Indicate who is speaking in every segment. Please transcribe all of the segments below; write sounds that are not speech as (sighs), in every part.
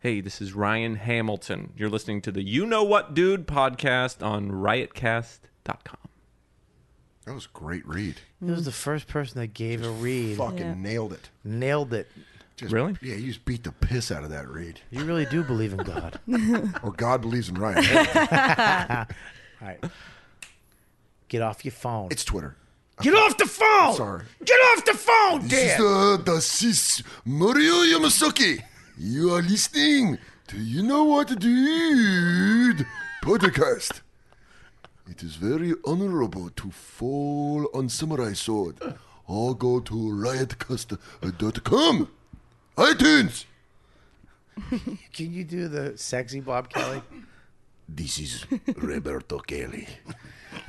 Speaker 1: Hey, this is Ryan Hamilton. You're listening to the You Know What Dude podcast on riotcast.com.
Speaker 2: (laughs)
Speaker 3: That was a great read.
Speaker 2: He was the first person that gave a read.
Speaker 3: Fucking
Speaker 4: Yeah.
Speaker 3: nailed it.
Speaker 2: Nailed it.
Speaker 3: Just,
Speaker 1: Really?
Speaker 3: Yeah, you just beat the piss out of that read.
Speaker 2: You really do believe in God.
Speaker 3: Or God believes in Ryan.
Speaker 2: All right. Get off your phone.
Speaker 3: it's Twitter.
Speaker 2: Get off the phone!
Speaker 3: Sorry.
Speaker 2: Get off the phone,
Speaker 3: This is,
Speaker 2: Dan!
Speaker 3: uh, this is Mario Yamasaki. You are listening to You Know What Dude podcast. It is very honorable to fall on Samurai Sword or go to riotcast.com. iTunes.
Speaker 2: Can you do the sexy Bob Kelly?
Speaker 3: This is Roberto Kelly.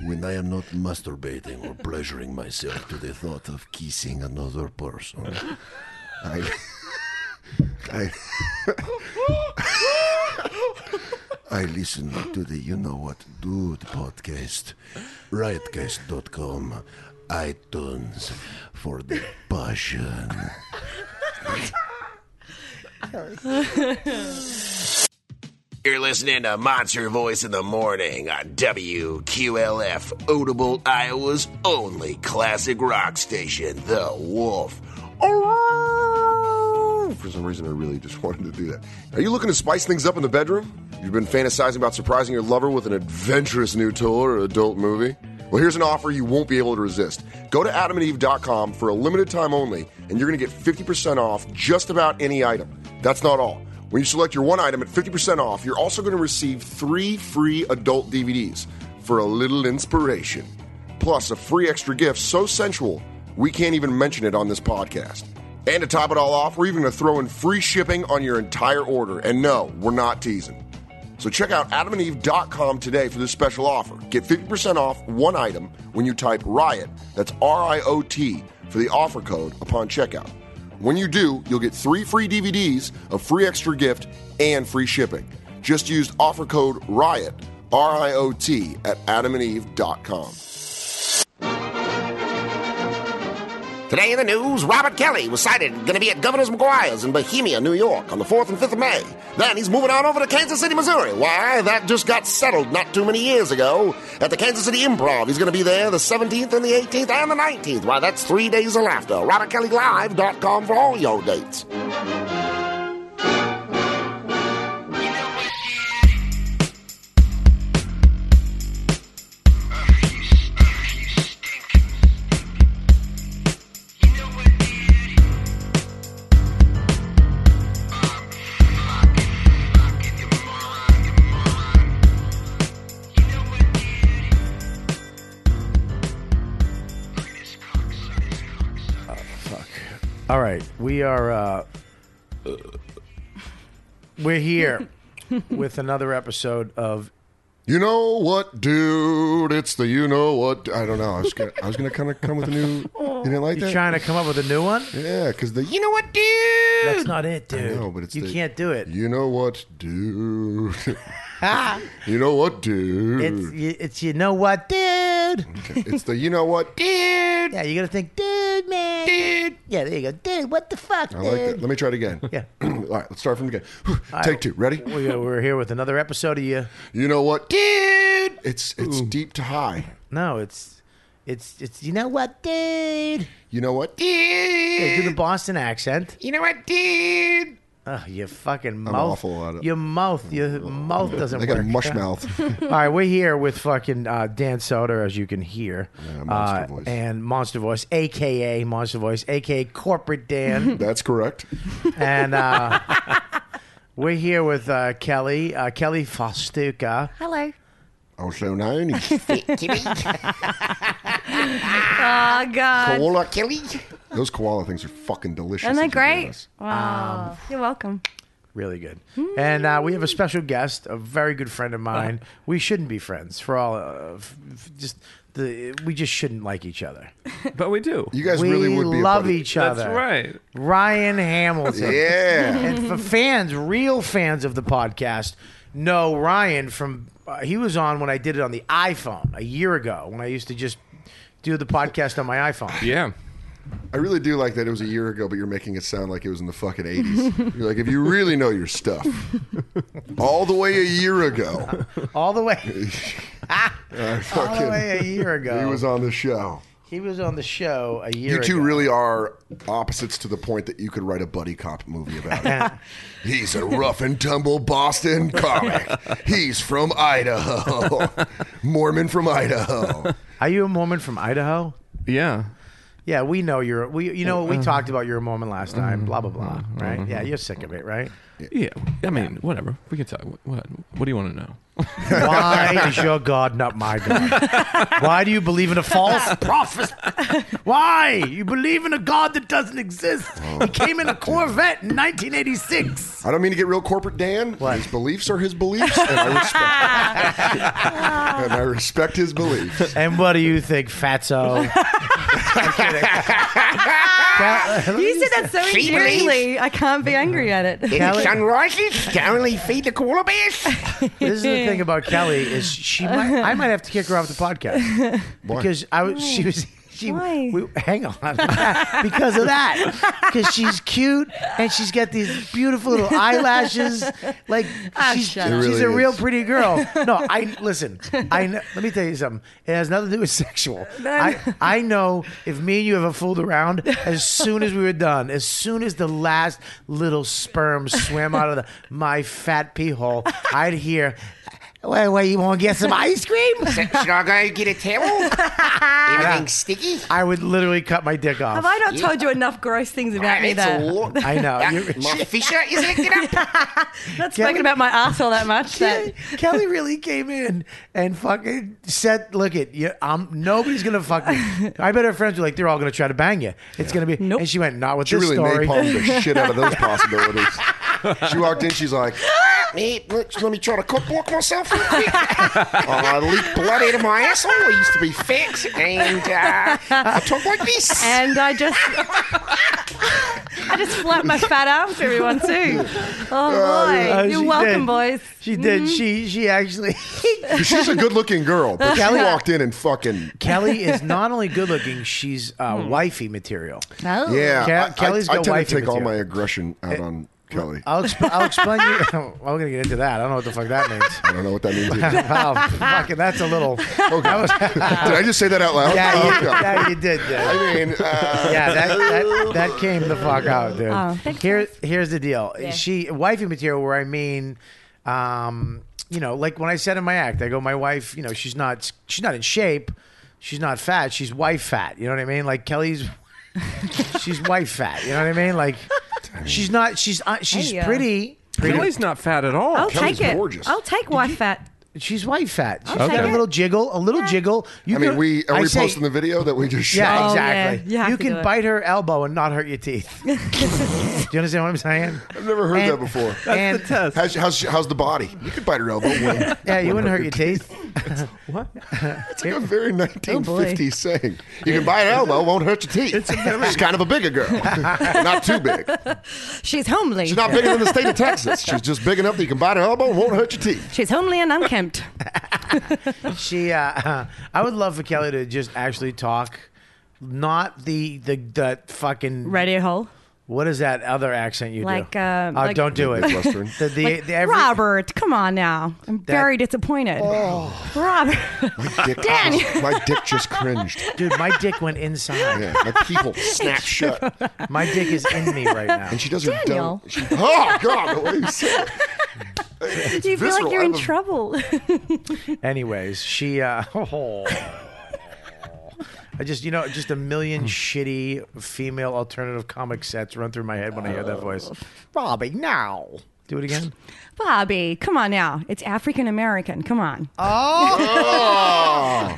Speaker 3: When I am not masturbating or pleasuring myself to the thought of kissing another person, I. I, I listen to the You Know What Dude podcast, riotcast.com, iTunes for the passion.
Speaker 5: You're listening to Monster Voice in the Morning on WQLF, Odable, Iowa's only classic rock station, The Wolf.
Speaker 3: For some reason, I really just wanted to do that.
Speaker 6: Are you looking to spice things up in the bedroom? You've been fantasizing about surprising your lover with an adventurous new toy or adult movie? Well, here's an offer you won't be able to resist. Go to adamandeve.com for a limited time only, and you're going to get 50% off just about any item. That's not all. When you select your one item at 50% off, you're also going to receive three free adult DVDs for a little inspiration, plus a free extra gift so sensual we can't even mention it on this podcast. And to top it all off, we're even going to throw in free shipping on your entire order. And no, we're not teasing. So check out adamandeve.com today for this special offer. Get 50% off one item when you type RIOT, that's R I O T, for the offer code upon checkout. When you do, you'll get three free DVDs, a free extra gift, and free shipping. Just use offer code RIOT, R I O T, at adamandeve.com.
Speaker 5: Today in the news, Robert Kelly was cited going to be at Governor's McGuire's in Bohemia, New York on the 4th and 5th of May. Then he's moving on over to Kansas City, Missouri. Why? That just got settled not too many years ago at the Kansas City Improv. He's going to be there the 17th and the 18th and the 19th. Why, that's three days of laughter. RobertKellyLive.com for all your dates.
Speaker 2: All right, we are uh, we're here with another episode of
Speaker 6: You know what, dude? It's the you know what. I don't know. I was gonna, I was gonna kind of come with a new. You didn't like
Speaker 2: you
Speaker 6: that?
Speaker 2: trying to come up with a new one.
Speaker 6: yeah, because the you know what, dude.
Speaker 2: That's not it, dude.
Speaker 6: know, but it's
Speaker 2: you
Speaker 6: the-
Speaker 2: can't do it.
Speaker 6: You know what, (laughs) dude. you know what,
Speaker 2: It's
Speaker 6: dude.
Speaker 2: you, it's you know what, dude.
Speaker 6: It's, the you know what, (laughs) dude.
Speaker 2: Yeah, you gotta think, dude, man. Dude. Yeah, there you go, dude. What the fuck,
Speaker 6: I
Speaker 2: dude?
Speaker 6: like that. Let me try it again.
Speaker 2: Yeah.
Speaker 6: (clears throat) All right, let's start from the beginning. Take two. Ready?
Speaker 2: We are, we're here with another episode of you.
Speaker 6: You know what, dude? It's it's deep to high.
Speaker 2: No, it's it's it's you know what, dude.
Speaker 6: You know what, dude?
Speaker 2: Yeah, do the Boston accent.
Speaker 6: You know what, dude?
Speaker 2: Oh, your fucking mouth.
Speaker 6: awful at it. Oh,
Speaker 2: Your mouth, your mouth doesn't
Speaker 6: They
Speaker 2: work.
Speaker 6: got a mush (laughs) mouth.
Speaker 2: All right, we're here with fucking uh, Dan Soder, as you can hear,
Speaker 6: Monster
Speaker 2: uh,
Speaker 6: Voice.
Speaker 2: and Monster Voice, aka Monster Voice, aka Corporate
Speaker 6: (laughs)
Speaker 2: Dan,
Speaker 6: That's correct.
Speaker 2: and uh, we're here with uh, Kelly, uh, Kelly Fostuka.
Speaker 4: Hello.
Speaker 6: Also known (laughs) as
Speaker 4: Oh, God.
Speaker 6: koala Kelly. Those koala things are fucking delicious.
Speaker 4: Isn't that
Speaker 6: if you hear
Speaker 4: great?
Speaker 6: this.
Speaker 4: Wow. You're welcome.
Speaker 2: Really good. And uh, we have a special guest, a very good friend
Speaker 1: (laughs)
Speaker 2: of mine. we shouldn't be friends for all uh, f- f- just the we just shouldn't like each other.
Speaker 1: But we do.
Speaker 6: You guys
Speaker 2: we
Speaker 6: really would be a
Speaker 2: love
Speaker 6: buddy.
Speaker 2: each
Speaker 1: That's
Speaker 2: other.
Speaker 1: right.
Speaker 2: Ryan Hamilton.
Speaker 6: Yeah.
Speaker 2: And for fans, real fans of the podcast, know Ryan from uh, he was on when I did it
Speaker 6: (laughs)
Speaker 2: on the iPhone a year ago when I used to just do the podcast on my iPhone.
Speaker 1: Yeah.
Speaker 6: I really do like that it was a year ago, but you're making it sound like it was in the fucking 80s. (laughs) you're like, if you really know your stuff, (laughs) all the way a year ago,
Speaker 2: all the
Speaker 6: (laughs)
Speaker 2: way, (laughs)
Speaker 6: I
Speaker 2: all the
Speaker 6: fucking,
Speaker 2: way a year ago.
Speaker 6: he was on the show.
Speaker 2: he was on the show a year.
Speaker 6: You two
Speaker 2: ago.
Speaker 6: really are opposites to the point that you could write a buddy cop movie about it. He's a rough and tumble Boston comic. He's from Idaho. (laughs) Mormon from Idaho.
Speaker 2: Are you a Mormon from Idaho?
Speaker 1: Yeah.
Speaker 2: Yeah, we know you're. We you know we talked about you're a Mormon last time. Blah blah blah. Right? Yeah, you're sick of it, (laughs) right?
Speaker 1: Yeah. I mean, whatever. We can talk. What, what do you want to know?
Speaker 2: Why is your God not my (laughs) God? Why do you believe in a false prophet? Why? You believe in a God that doesn't exist. He came in a Corvette in 1986.
Speaker 6: I don't mean to get real corporate, Dan.
Speaker 2: What?
Speaker 6: His beliefs are his beliefs, and I respect. (laughs) and I respect his beliefs.
Speaker 2: And what do you think, fatso? (laughs) I'm (laughs) kidding. Cal-
Speaker 4: You said that so
Speaker 3: She believes-
Speaker 4: endearingly. I can't be angry at it.
Speaker 3: In the
Speaker 2: Kelly-
Speaker 3: sunrises, they only feed the koala bears.
Speaker 2: this is the thing about Kelly is she might, I might have to kick her off the
Speaker 3: (laughs)
Speaker 2: podcast because I was she was she
Speaker 4: Why?
Speaker 2: we, hang on (laughs) because of that because she's cute and she's got these beautiful little eyelashes like she's,
Speaker 4: shut
Speaker 6: up. It
Speaker 2: she's
Speaker 6: really
Speaker 2: a real
Speaker 6: is.
Speaker 2: pretty girl no I listen I kn- let me tell you something it has nothing to do with sexual I,
Speaker 4: (laughs)
Speaker 2: I know if me and you ever fooled around as soon as we were done as soon as the last little sperm swam out of the, my fat pee hole I'd hear Wait, wait, you want to get some ice
Speaker 3: (laughs)
Speaker 2: cream?
Speaker 3: Should I go get
Speaker 5: (laughs)
Speaker 3: a towel? Everything's sticky.
Speaker 2: I would literally cut my dick off.
Speaker 4: Have I not told you enough gross things about me
Speaker 3: It's a
Speaker 5: (laughs)
Speaker 4: that
Speaker 3: lot.
Speaker 2: I
Speaker 4: (laughs)
Speaker 2: know. You're-
Speaker 3: My fisher is licking up.
Speaker 4: not
Speaker 2: Kelly-
Speaker 4: spoken about my ass all that
Speaker 2: (laughs)
Speaker 4: much? That
Speaker 2: Kelly really came in and fucking said, "Look at you. Um, nobody's gonna fuck
Speaker 4: (laughs)
Speaker 2: me." I bet her friends were like, "They're all gonna try to bang you. It's gonna be."
Speaker 4: Nope.
Speaker 2: And she went, "Not with
Speaker 6: She
Speaker 2: this
Speaker 6: really
Speaker 2: story."
Speaker 6: napalmed the shit out
Speaker 2: (laughs)
Speaker 6: of those possibilities. She walked in, she's like,
Speaker 3: Mate, look, let me try to cookbook myself real quick.
Speaker 6: oh, I leaked blood.
Speaker 3: Blood out of my asshole. I used to be fat, and uh, I talk like this.
Speaker 4: and I just. I just flap my fat arms to everyone too. Oh boy,
Speaker 2: Uh,
Speaker 4: you're
Speaker 2: she
Speaker 4: welcome,
Speaker 2: did.
Speaker 4: boys.
Speaker 2: She
Speaker 4: Mm-hmm.
Speaker 2: did. She she actually.
Speaker 6: She's a good looking girl, but she
Speaker 2: Kelly-
Speaker 6: walked in and fucking.
Speaker 2: Kelly is not only good looking, she's uh, wifey material.
Speaker 4: Oh.
Speaker 6: Yeah.
Speaker 2: Ke-
Speaker 6: I- I-
Speaker 2: Kelly's
Speaker 6: I,
Speaker 2: got
Speaker 6: tend
Speaker 2: wifey
Speaker 6: to take all my
Speaker 2: material.
Speaker 6: aggression out on Kelly. I
Speaker 2: I'll, exp- I'll explain you. (laughs) I'm gonna get into that. I don't know what the fuck that means.
Speaker 6: don't know what that
Speaker 2: (laughs)
Speaker 6: means. Either.
Speaker 2: Wow, fucking, that's a little. That was,
Speaker 6: Did I just say that out loud?
Speaker 2: yeah,
Speaker 6: Oh,
Speaker 2: you,
Speaker 6: God.
Speaker 2: yeah, you did. dude.
Speaker 6: I mean, uh,
Speaker 2: yeah, that, that that came the fuck out, dude.
Speaker 4: Oh, thanks,
Speaker 2: Here,
Speaker 4: guys.
Speaker 2: here's the deal. She wifey material, where I mean, um, you know, like when I said in my act, I go, my wife, you know, she's not she's not in shape, she's not fat, she's wife fat. You know what I mean? Like Kelly's, (laughs) she's wife fat. You know what I mean? Like she's not she's uh, she's
Speaker 4: Hey, yo.
Speaker 2: pretty. (laughs) pretty- Oh.
Speaker 1: Kelly's not fat at all.
Speaker 4: I'll
Speaker 6: Kelly's
Speaker 4: take it.
Speaker 6: gorgeous.
Speaker 4: I'll take wife fat.
Speaker 2: She's wife fat. She's
Speaker 4: Okay.
Speaker 2: got a little jiggle, a little jiggle. You
Speaker 6: I mean,
Speaker 2: could-
Speaker 6: we are
Speaker 2: I
Speaker 6: we
Speaker 2: say-
Speaker 6: posting the video that we just shot?
Speaker 2: Yeah,
Speaker 4: Oh,
Speaker 2: exactly.
Speaker 4: yeah. You have
Speaker 2: You
Speaker 4: to do
Speaker 2: can
Speaker 4: it.
Speaker 2: bite her elbow and not hurt your
Speaker 4: (laughs)
Speaker 2: teeth. do you understand what I'm saying?
Speaker 6: I've never heard
Speaker 2: And-
Speaker 6: that before.
Speaker 2: and
Speaker 1: the test.
Speaker 6: How's, how's, how's the body? You could bite her elbow. When,
Speaker 2: (laughs) yeah, you wouldn't
Speaker 1: (laughs)
Speaker 2: hurt your teeth.
Speaker 1: What?
Speaker 6: it's like a
Speaker 2: Oh,
Speaker 6: very 1950s
Speaker 4: boy.
Speaker 6: saying. You can bite an elbow, won't hurt your teeth. It's She's kind of a
Speaker 2: (laughs)
Speaker 6: bigger girl. not too big.
Speaker 4: She's homely.
Speaker 6: She's not bigger than the state of Texas. She's just big enough that you can bite her elbow, and won't hurt your teeth.
Speaker 4: She's homely and unkempt.
Speaker 2: She, uh, (laughs) I would love for Kelly to just actually talk, not the the that fucking
Speaker 4: Radio hole.
Speaker 2: What is that other accent you
Speaker 4: Like,
Speaker 2: do?
Speaker 4: uh,
Speaker 2: oh,
Speaker 4: like-
Speaker 2: don't do it.
Speaker 6: Midwestern.
Speaker 2: The, the, the every-
Speaker 4: Robert, come on now. I'm very disappointed.
Speaker 2: Oh.
Speaker 4: Robert.
Speaker 6: Dick
Speaker 4: Dan.
Speaker 6: just- my dick just cringed.
Speaker 2: dude, my dick went inside.
Speaker 6: Yeah, my people snapped shut,
Speaker 2: My dick is in me right now.
Speaker 6: and she does her
Speaker 4: Daniel.
Speaker 6: dumb. She, oh God, the way you said. it.
Speaker 4: Do you feel
Speaker 6: visceral.
Speaker 4: like you're in
Speaker 6: I'm a-
Speaker 4: trouble? (laughs)
Speaker 2: Anyways, she. Uh, (laughs) I just, you know, just a
Speaker 6: Hmm.
Speaker 2: million shitty female alternative comic sets run through my head when I
Speaker 6: Oh.
Speaker 2: hear that voice. Robbie, now do it again.
Speaker 4: Bobby, come on now. It's African American. Come on.
Speaker 6: Oh.
Speaker 4: (laughs)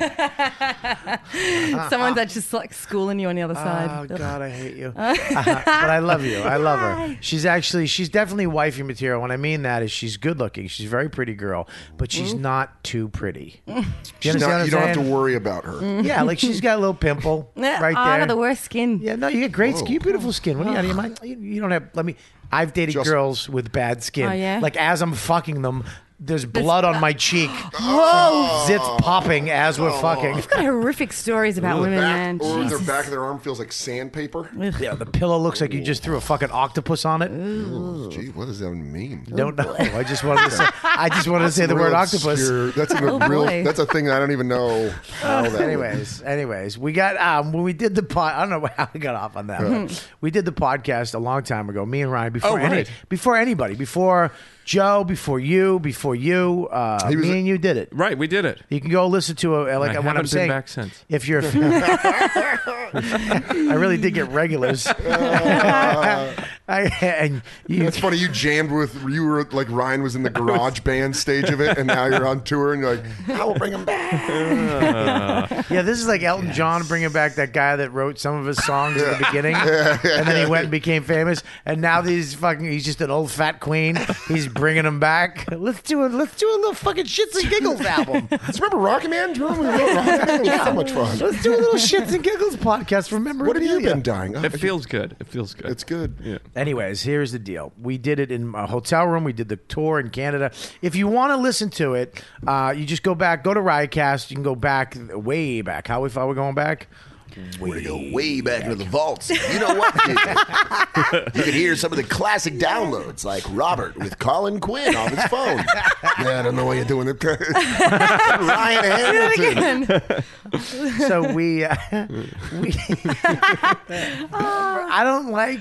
Speaker 4: Someone's just like schooling you on the other
Speaker 2: Oh
Speaker 4: side.
Speaker 2: God, I hate
Speaker 6: (laughs)
Speaker 2: you. Uh, but I love you. I love her.
Speaker 4: Why?
Speaker 2: She's actually she's definitely wifey material. When I mean that is she's good looking. She's a very pretty girl, but she's not too
Speaker 6: (laughs)
Speaker 2: pretty. Do you
Speaker 6: She's
Speaker 2: understand what
Speaker 6: not,
Speaker 2: I'm
Speaker 6: you don't have to
Speaker 2: saying?
Speaker 6: worry about her.
Speaker 4: Mm-hmm.
Speaker 2: Yeah, like she's got a little
Speaker 6: (laughs)
Speaker 2: pimple
Speaker 4: Eh,
Speaker 2: right
Speaker 4: out
Speaker 2: there.
Speaker 4: of the worst skin.
Speaker 2: Yeah, no, you get great skin. You have beautiful skin. What are you out of your mind? You, you don't have. Let me. I've dated
Speaker 6: Just-
Speaker 2: girls with bad skin.
Speaker 4: Oh, yeah?
Speaker 2: Like as I'm fucking them, there's blood on my
Speaker 4: (gasps)
Speaker 2: cheek. Whoa! Zits popping as we're fucking.
Speaker 4: I've got horrific stories about women,
Speaker 6: back,
Speaker 4: man.
Speaker 6: or their
Speaker 4: Jesus.
Speaker 6: back of their arm feels like sandpaper.
Speaker 2: Yeah, the pillow looks like you just threw a fucking octopus on it.
Speaker 6: Oh, Gee, what does that mean?
Speaker 2: Don't know. I just wanted to say. I just wanted to say the
Speaker 6: Real
Speaker 2: word octopus.
Speaker 6: obscure- That's a
Speaker 4: (laughs) Oh,
Speaker 6: real.
Speaker 4: boy.
Speaker 6: That's a thing that I don't even know how
Speaker 4: (laughs)
Speaker 6: that.
Speaker 2: Anyways, anyways, we got um when we did the pod. I don't know how we got off on that. but we did the podcast a long time ago. Me and Ryan before
Speaker 1: Oh,
Speaker 2: any,
Speaker 1: right.
Speaker 2: before anybody, before Joe, before you, before you. Uh,
Speaker 6: was-
Speaker 2: me and you did it.
Speaker 1: Right, we did it.
Speaker 2: You can go listen to a, like
Speaker 1: I
Speaker 2: what I'm
Speaker 1: haven't been
Speaker 2: saying.
Speaker 1: back since.
Speaker 2: If you're, (laughs) I really did get regulars. (laughs) I, and you,
Speaker 6: That's funny. You jammed with you were like Ryan was in the garage band stage of it, and now you're on tour, and you're like, I will bring him back.
Speaker 2: yeah, this is like Elton John bringing back that guy that wrote some of his songs
Speaker 6: (laughs)
Speaker 2: at the beginning, and then he went and became famous, and now he's fucking. He's just an old fat queen. He's bringing him back. (laughs) Let's do it. Let's do a little fucking shits and giggles album.
Speaker 6: (laughs) Just remember Rocky Man? Do you remember when we wrote Rocky Man? It was so much fun.
Speaker 2: Let's do a little shits and giggles podcast. Remember
Speaker 6: What have you been dying? Oh,
Speaker 1: It feels good. It feels good.
Speaker 6: it's good.
Speaker 1: Yeah.
Speaker 2: Anyways, here's the deal. We did it in a hotel room. We did the tour in Canada. If you want to listen to it, uh, you just go back, go to Riotcast. You can go back, way back. How far are we going back?
Speaker 7: We're gonna go way back into the vaults. You know
Speaker 6: (laughs)
Speaker 7: what? dude? you can hear some of the classic downloads, like Robert with Colin Quinn on his phone.
Speaker 6: Yeah, I don't know why you're doing it.
Speaker 4: (laughs)
Speaker 6: Ryan Hamilton.
Speaker 4: Again.
Speaker 2: So
Speaker 6: (laughs)
Speaker 2: we, uh, we I don't like.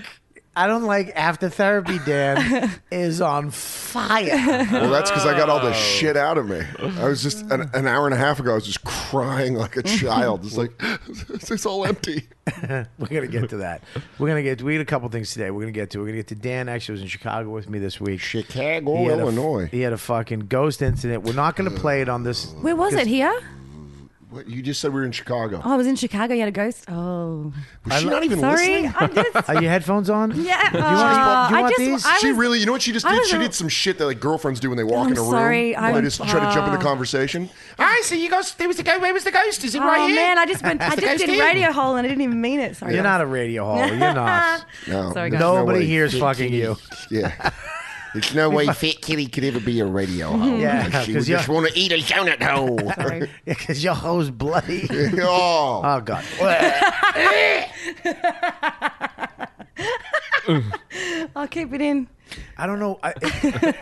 Speaker 2: I don't like after therapy. Dan is on fire.
Speaker 6: Well, that's because I got all
Speaker 4: Oh.
Speaker 6: the shit out of me. I was just an, an hour and a half ago. I was just crying like a child. It's like (laughs) it's all empty.
Speaker 2: We're gonna get to that. We're gonna get. We had a couple things today. We're gonna get to. We're gonna get to Dan. Actually, was in Chicago with me this week.
Speaker 6: Chicago,
Speaker 2: He had a-
Speaker 6: Illinois.
Speaker 2: he had a fucking ghost incident. We're not going to play it on this.
Speaker 4: (laughs) Where was it? Here?
Speaker 6: What, you just said we were in Chicago.
Speaker 4: Oh, I was in Chicago. You had a ghost. Oh,
Speaker 6: was she not even
Speaker 4: sorry.
Speaker 6: listening?
Speaker 4: I
Speaker 2: (laughs)
Speaker 4: just,
Speaker 2: Are your headphones on?
Speaker 4: yeah.
Speaker 2: want-
Speaker 4: uh,
Speaker 2: you
Speaker 4: I
Speaker 2: want
Speaker 4: just.
Speaker 2: these?
Speaker 4: I
Speaker 6: she
Speaker 4: was-
Speaker 6: really, you know what she just
Speaker 4: I
Speaker 6: did?
Speaker 4: was
Speaker 6: She
Speaker 4: a-
Speaker 6: did some shit that like girlfriends do when they walk
Speaker 4: I'm
Speaker 6: in a room.
Speaker 4: sorry,
Speaker 6: they
Speaker 4: I'm-
Speaker 6: just try to jump into
Speaker 4: uh,
Speaker 6: conversation. (laughs)
Speaker 3: I see you guys. There was the ghost. Where was the ghost? Is it
Speaker 4: Oh
Speaker 3: right here?
Speaker 4: man, I just
Speaker 3: (laughs)
Speaker 4: went.
Speaker 3: That's
Speaker 4: I
Speaker 3: the
Speaker 4: just
Speaker 3: ghost
Speaker 4: did
Speaker 3: here.
Speaker 4: radio hole and I didn't even mean it. Sorry.
Speaker 2: You're
Speaker 4: guys.
Speaker 2: not a radio hole. You're not.
Speaker 6: No, (laughs)
Speaker 4: Sorry,
Speaker 6: there's
Speaker 4: guys.
Speaker 6: no
Speaker 2: Nobody
Speaker 6: way.
Speaker 2: here is fucking you.
Speaker 6: Yeah.
Speaker 7: There's no way Fit Kitty could ever be a radio
Speaker 4: Mm-hmm.
Speaker 7: host.
Speaker 2: Yeah,
Speaker 7: she would
Speaker 2: because your
Speaker 7: just want to eat a donut hole.
Speaker 3: (laughs)
Speaker 2: (laughs)
Speaker 4: Sorry.
Speaker 2: because your hole's
Speaker 7: (laughs)
Speaker 2: bloody.
Speaker 6: oh,
Speaker 2: Oh god.
Speaker 4: I'll keep it in.
Speaker 2: I don't know. I,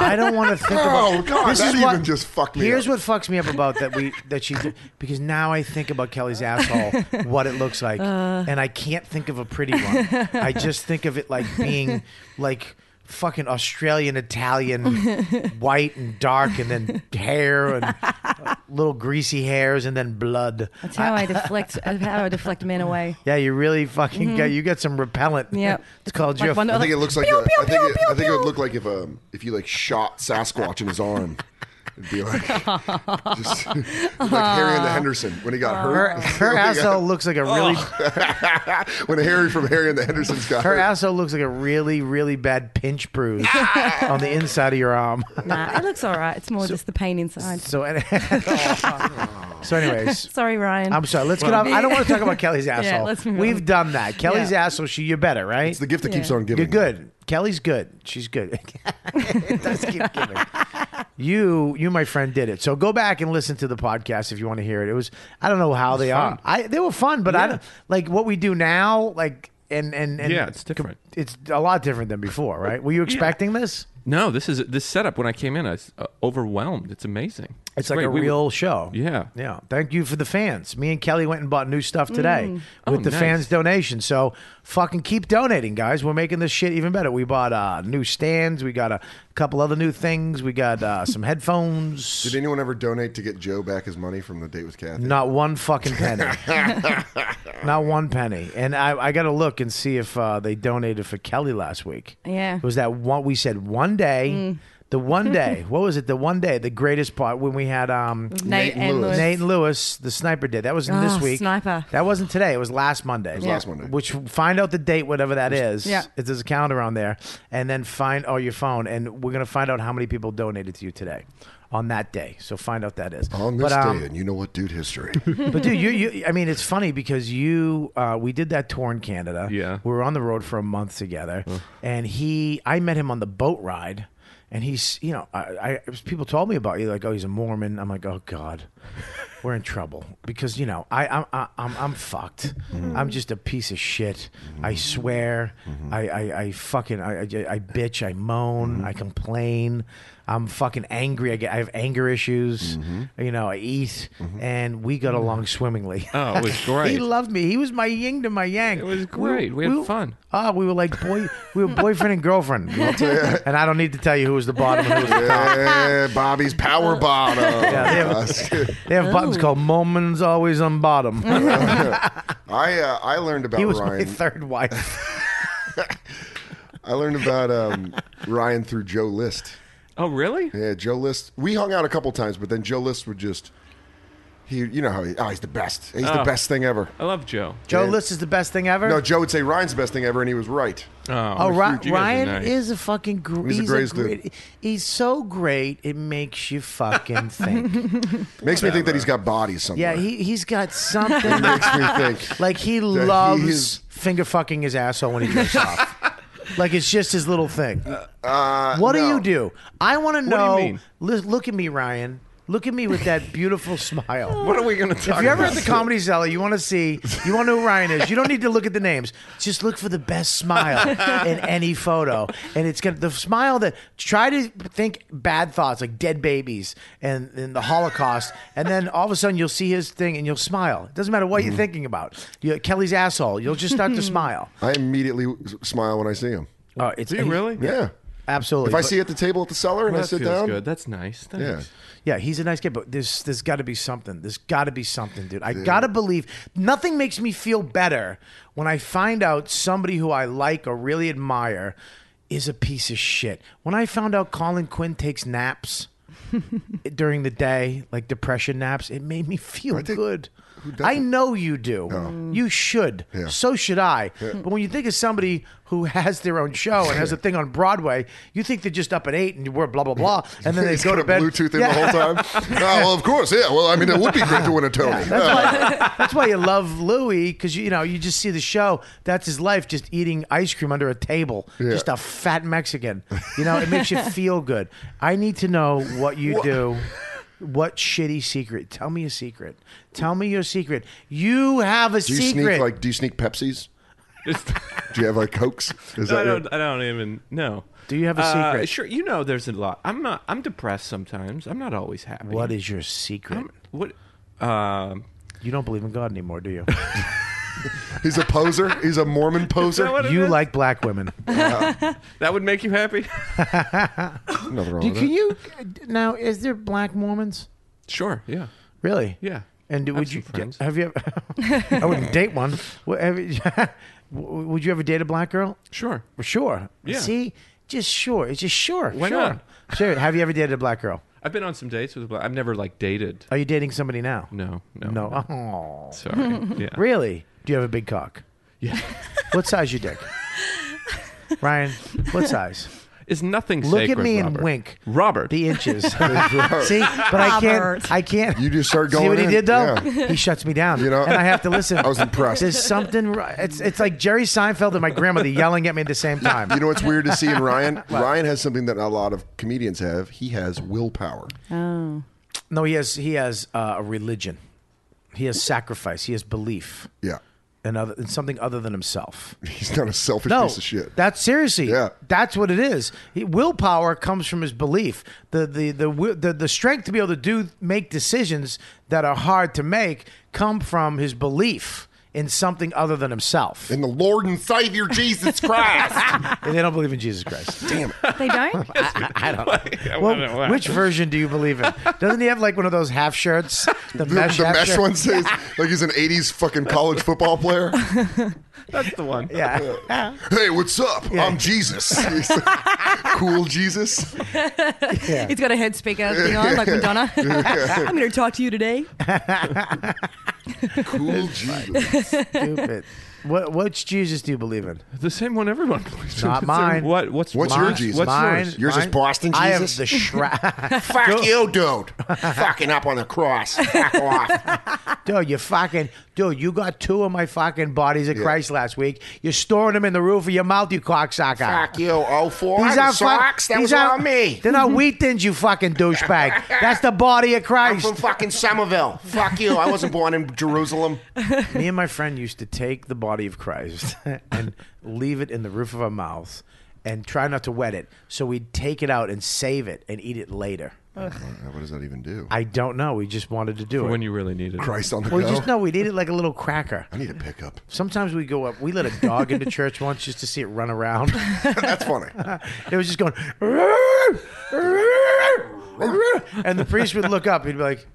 Speaker 2: I don't want to think about.
Speaker 6: Oh, God, that
Speaker 2: what-
Speaker 6: even just fucked me
Speaker 2: Here's
Speaker 6: up.
Speaker 2: what fucks me up about that we that she did because now I think about Kelly's asshole, what it looks like,
Speaker 4: Uh.
Speaker 2: and I can't think of a pretty one. I just think of it like being like fucking Australian, Italian, white and dark, and then hair and little greasy hairs, and then blood.
Speaker 4: That's how
Speaker 2: (laughs)
Speaker 4: I deflect. How I deflect men away.
Speaker 2: Yeah, you really fucking got you got some repellent.
Speaker 4: Yeah.
Speaker 2: it's called
Speaker 4: Mm-hmm. Like
Speaker 2: your.
Speaker 4: one-
Speaker 6: I think it looks like
Speaker 4: Pew,
Speaker 6: a-
Speaker 4: pew,
Speaker 6: I think
Speaker 4: pew,
Speaker 6: it,
Speaker 4: pew,
Speaker 6: I think it would
Speaker 4: pew.
Speaker 6: look like if um if you like shot Sasquatch in his arm. It'd be like just (laughs) like Harry
Speaker 4: Uh,
Speaker 6: and the Henderson when he got
Speaker 2: her,
Speaker 6: hurt. (laughs)
Speaker 2: her asshole looks like a really
Speaker 6: when Harry from Harry and the Hendersons got
Speaker 2: Her
Speaker 6: hurt.
Speaker 2: asshole looks like a really, really bad pinch bruise on the inside of your arm. (laughs)
Speaker 4: Nah, it looks all right. It's more just the pain inside.
Speaker 2: So, any- so anyways,
Speaker 4: Sorry, Ryan.
Speaker 2: I'm sorry. Let's get off. I don't want to talk about Kelly's asshole.
Speaker 4: let's move
Speaker 2: We've
Speaker 4: on.
Speaker 2: done that. Kelly's
Speaker 4: Yeah.
Speaker 2: asshole. She, you're better, right?
Speaker 6: It's the gift that keeps
Speaker 4: Yeah.
Speaker 6: on giving.
Speaker 2: you're good. Kelly's good. She's good. (laughs) it does keep giving. You, you, my friend, did it. So go back and listen to the podcast if you want to hear it. It was. I don't know how they are. I they were fun, but I don't like what we do now. Like and and, and
Speaker 1: Yeah, it's different.
Speaker 2: It's a lot different than before, right? Were you expecting this?
Speaker 1: No, this is this setup. When I came in, I was uh, overwhelmed. It's amazing.
Speaker 2: It's like
Speaker 1: great.
Speaker 2: a
Speaker 1: We were-
Speaker 2: real show.
Speaker 1: Yeah.
Speaker 2: Yeah. Thank you for the fans. Me and Kelly went and bought new stuff today with
Speaker 1: Oh,
Speaker 2: the
Speaker 1: nice.
Speaker 2: fans' donation. So fucking keep donating, guys. We're making this shit even better. We bought uh, new stands. We got a couple other new things. We got uh, some (laughs) headphones.
Speaker 6: Did anyone ever donate to get Joe back his money from the date
Speaker 2: (laughs)
Speaker 6: with Kathy?
Speaker 2: Not one fucking
Speaker 4: (laughs)
Speaker 2: penny. Not one penny. And I, I got to look and see if uh, they donated for Kelly last week.
Speaker 4: Yeah. Mm.
Speaker 2: It was that one we said one day. The one
Speaker 4: (laughs)
Speaker 2: day, what was it? The one day, the greatest part when we had um,
Speaker 4: Nate, and Lewis.
Speaker 2: Nate Lewis, the sniper did. That was
Speaker 4: Ah,
Speaker 2: this week.
Speaker 4: sniper.
Speaker 2: That wasn't today. It was last Monday. It was
Speaker 6: last Monday.
Speaker 2: Which find out the date, whatever that is.
Speaker 4: yeah.
Speaker 2: It, there's a calendar on there, and then find oh your phone, and we're gonna find out how many people donated to you today. on that day. So find out that is
Speaker 6: On this
Speaker 2: But, um,
Speaker 6: day, and you know what, dude,
Speaker 3: (laughs)
Speaker 6: history.
Speaker 2: but dude, you, you I mean, it's funny because you uh, we did that tour in Canada.
Speaker 1: Yeah.
Speaker 2: we were on the road for a month together, and he I met him on the boat ride, and he's you know I, I people told me about you like oh he's a Mormon. I'm like oh
Speaker 1: (laughs)
Speaker 2: god. We're in trouble because you know I I'm I, I'm, I'm fucked.
Speaker 1: Mm-hmm.
Speaker 2: I'm just a piece of shit. I swear. I, I I fucking I, I I bitch. I moan.
Speaker 1: Mm-hmm.
Speaker 2: I complain. I'm fucking angry. I get I have anger issues. You know I eat, and we got along swimmingly.
Speaker 1: Mm-hmm. Oh, it was
Speaker 2: (laughs) He
Speaker 1: great.
Speaker 2: loved me. He was my yin to my yang.
Speaker 1: It was great. We had fun.
Speaker 2: Ah, we were like boy, we were boyfriend and girlfriend.
Speaker 1: (laughs)
Speaker 2: and I don't need to tell you who was the bottom. And who was the top.
Speaker 6: yeah, Bobby's
Speaker 4: Uh.
Speaker 6: power bottom.
Speaker 2: (laughs) Yeah, They have buttons called "Moments Always on Bottom."
Speaker 6: I uh, I learned about
Speaker 2: he was my
Speaker 6: Ryan.
Speaker 2: third wife.
Speaker 6: I learned about um, Ryan through Joe List.
Speaker 1: Oh, really?
Speaker 6: Yeah, Joe List. We hung out a couple times, but then Joe List would just he. You know how he? Oh, he's the best. He's the
Speaker 1: Oh.
Speaker 6: best thing ever.
Speaker 1: I love Joe.
Speaker 2: Joe List is the best thing ever.
Speaker 6: No, Joe would say Ryan's the best thing ever, and he was right.
Speaker 1: Oh,
Speaker 2: Oh,
Speaker 1: you
Speaker 2: Ry-
Speaker 1: guys are
Speaker 2: Ryan
Speaker 1: nice.
Speaker 2: is a fucking gr- he's,
Speaker 6: He's the greatest
Speaker 2: a great, He's so great, it makes you fucking think.
Speaker 6: Makes me think that he's got bodies
Speaker 2: yeah,
Speaker 6: somewhere. (laughs)
Speaker 2: he he's got something
Speaker 6: makes me think.
Speaker 2: like he
Speaker 6: he
Speaker 2: loves
Speaker 6: is-
Speaker 2: finger fucking his asshole when he jerks
Speaker 6: (laughs)
Speaker 2: off. Like it's just his little thing.
Speaker 6: Uh,
Speaker 2: what do
Speaker 6: no.
Speaker 2: you do? I want to
Speaker 1: you
Speaker 2: know.
Speaker 1: mean?
Speaker 2: li- look at me, Ryan. Look at me with that beautiful (laughs)
Speaker 1: (laughs)
Speaker 2: smile.
Speaker 1: What are we going to talk
Speaker 2: If you're ever at
Speaker 1: about?
Speaker 2: the comedy cellar, you want to see, you want to know who Ryan is. You don't need to look at the names. Just look for the best smile in any photo, and it's gonna the smile that try to think bad thoughts like dead babies and, and the Holocaust, and then all of a sudden you'll see his thing and you'll smile. It doesn't matter what you're thinking about. You, Kelly's asshole. You'll just start to smile.
Speaker 6: I immediately s- smile when I see him.
Speaker 2: (laughs) Oh, it's
Speaker 1: Do you really?
Speaker 6: Yeah.
Speaker 2: absolutely.
Speaker 6: If I
Speaker 2: But-
Speaker 6: see you at the table at the cellar and
Speaker 1: Well,
Speaker 6: I
Speaker 1: that
Speaker 6: sit
Speaker 1: feels
Speaker 6: down,
Speaker 1: good. That's nice. (laughs) Thanks.
Speaker 2: Yeah, he's a nice kid, but there's there's got to be something. There's got to be something, dude. I gotta believe. Nothing makes me feel better when I find out somebody who I like or really admire is a piece of shit. When I found out Colin Quinn takes
Speaker 6: (laughs)
Speaker 2: naps during the day, like depression naps, it made me feel good. I know you do. Mm. You should. So should I. But when you think of somebody who has their own show and has a thing on Broadway, you think they're just up at eight and we're blah blah
Speaker 6: (laughs)
Speaker 2: blah, and then they
Speaker 6: (laughs) He's
Speaker 2: go
Speaker 6: got
Speaker 2: to
Speaker 6: a
Speaker 2: bed.
Speaker 6: Bluetooth in
Speaker 2: Yeah.
Speaker 6: the whole time.
Speaker 2: (laughs)
Speaker 6: oh, well, of course, yeah. Well, I mean, it would be great to win a Tony. Ah.
Speaker 2: That's
Speaker 6: Yeah.
Speaker 2: why, that's why you love Louis because you, you know you just see the show. That's his life, just eating ice cream under a table, just a fat Mexican. You know, it makes you feel good. I need to know what you do. What shitty secret? Tell me a secret. Tell me your secret. You have a
Speaker 6: Do you
Speaker 2: secret.
Speaker 6: sneak like? Do you sneak Pepsis?
Speaker 1: Just-
Speaker 6: Do you have like Cokes? Is
Speaker 1: I
Speaker 6: that your-
Speaker 1: don't. I don't even know.
Speaker 2: Do you have a
Speaker 1: Uh,
Speaker 2: secret?
Speaker 1: Sure. You know, there's a lot. I'm not. I'm depressed sometimes. I'm not always happy.
Speaker 2: what is your secret?
Speaker 1: I'm- what? Um,
Speaker 2: you don't believe in God anymore, do you?
Speaker 6: He's a poser. He's a Mormon poser.
Speaker 1: that what it
Speaker 2: You
Speaker 1: is?
Speaker 2: like black women.
Speaker 1: that would make you
Speaker 2: (laughs)
Speaker 1: happy? (laughs)
Speaker 6: Nothing wrong with
Speaker 2: Can
Speaker 6: that.
Speaker 2: you now? Is there black Mormons?
Speaker 1: sure. Yeah.
Speaker 2: Really?
Speaker 1: Yeah.
Speaker 2: And
Speaker 1: I
Speaker 2: would
Speaker 1: have
Speaker 2: you
Speaker 1: some friends.
Speaker 2: have you? Ever, (laughs) I wouldn't date one. Would have you- (laughs) would you ever date a black girl?
Speaker 1: Sure.
Speaker 2: Sure.
Speaker 1: Yeah.
Speaker 2: See, just sure. It's just sure.
Speaker 1: Why
Speaker 2: sure.
Speaker 1: not?
Speaker 2: Sure. Have you ever dated a black girl?
Speaker 1: I've been on some dates with. a black- I've never like dated.
Speaker 2: Are you dating somebody now?
Speaker 1: No. No.
Speaker 2: No. Oh. (laughs)
Speaker 1: Sorry. Yeah.
Speaker 2: Really? Do you have a big cock?
Speaker 1: Yeah. (laughs)
Speaker 2: What size your dick? Ryan, what size?
Speaker 1: Is nothing.
Speaker 2: Look at
Speaker 1: sacred,
Speaker 2: me and
Speaker 1: Robert.
Speaker 2: wink.
Speaker 1: Robert. (laughs)
Speaker 2: The inches. See, but I can't.
Speaker 4: Robert.
Speaker 2: I can't.
Speaker 6: You just start going
Speaker 2: See what
Speaker 6: in.
Speaker 2: he did though?
Speaker 6: Yeah.
Speaker 2: He shuts me down.
Speaker 6: (laughs) You know?
Speaker 2: and I have to listen.
Speaker 6: I was impressed.
Speaker 2: There's something. ri- It's it's like Jerry Seinfeld and my grandmother yelling at me at the same time.
Speaker 6: You know what's weird to see in
Speaker 2: (laughs)
Speaker 6: Ryan? Ryan has something that a lot of comedians have. He has willpower.
Speaker 4: Oh.
Speaker 2: No, he has he has uh, a religion. He has sacrifice. He has belief,
Speaker 6: Yeah.
Speaker 2: and other and something other than himself.
Speaker 6: (laughs) He's not a selfish
Speaker 2: No,
Speaker 6: piece of shit.
Speaker 2: that's seriously.
Speaker 6: Yeah.
Speaker 2: that's what it is. He, willpower comes from his belief. The, the the wi- the the strength to be able to do make decisions that are hard to make come from his belief in something other than himself.
Speaker 6: in the Lord and Savior Jesus Christ.
Speaker 2: (laughs) And they don't believe in Jesus Christ.
Speaker 6: Damn it.
Speaker 2: (laughs)
Speaker 4: They don't?
Speaker 2: I don't know. Well, which version do you believe in? Doesn't he have like one of those half shirts? The,
Speaker 6: The,
Speaker 2: mesh
Speaker 6: the
Speaker 2: half
Speaker 6: mesh
Speaker 2: shirt?
Speaker 6: one says, like he's an 80s fucking college football
Speaker 2: (laughs)
Speaker 6: player.
Speaker 1: That's the one.
Speaker 2: Yeah.
Speaker 6: Hey, what's up?
Speaker 2: (laughs)
Speaker 6: I'm Jesus. He's like, cool Jesus.
Speaker 4: He's got a head speaker thing on, like Madonna.
Speaker 2: (laughs)
Speaker 4: (laughs) I'm going to talk to you today.
Speaker 6: Cool Jesus. Uh,
Speaker 2: Stupid. What which Jesus do you believe in?
Speaker 1: The same one everyone (laughs) believes. in.
Speaker 2: Not
Speaker 1: It's a-
Speaker 2: mine.
Speaker 1: What? What's
Speaker 6: What's your
Speaker 1: mine-
Speaker 6: Jesus?
Speaker 1: What's
Speaker 2: Mine,
Speaker 1: yours?
Speaker 6: Yours is
Speaker 2: mine-
Speaker 6: Boston
Speaker 2: I have
Speaker 6: Jesus?
Speaker 2: the shroud.
Speaker 5: Fuck you, dude. Fucking up on the cross.
Speaker 2: (laughs)
Speaker 5: Fuck off.
Speaker 2: dude, you fucking dude, you got two of my fucking bodies of Christ last week. You're storing them in the roof of your mouth, you cocksucker.
Speaker 5: Fuck you,
Speaker 3: Oh,
Speaker 5: 04.
Speaker 2: These
Speaker 5: The
Speaker 2: aren't fuck-
Speaker 5: socks. that
Speaker 2: these
Speaker 5: was all
Speaker 2: aren't-
Speaker 5: me.
Speaker 2: They're not wheat thins, you fucking douchebag. That's the body of
Speaker 5: I'm
Speaker 2: Christ.
Speaker 5: from fucking Somerville. Fuck you. I wasn't born in
Speaker 2: (laughs)
Speaker 5: Jerusalem.
Speaker 2: Me and my friend used to take the body of Christ (laughs) and leave it in the roof of our mouths and try not to wet it. So we'd take it out and save it and eat it later.
Speaker 6: What does that even do?
Speaker 2: I don't know. We just wanted to do it.
Speaker 1: When you really need it.
Speaker 6: Christ on the
Speaker 2: we
Speaker 6: go.
Speaker 2: just no, we'd eat it like a little cracker.
Speaker 6: I need
Speaker 2: (laughs)
Speaker 6: a pickup.
Speaker 2: Sometimes we go up. We let a
Speaker 1: (laughs)
Speaker 2: dog into church once just to see it run around.
Speaker 6: That's funny.
Speaker 2: It was just going, "Rrrr, rrrr, rrrr," and the priest would look up. He'd be like,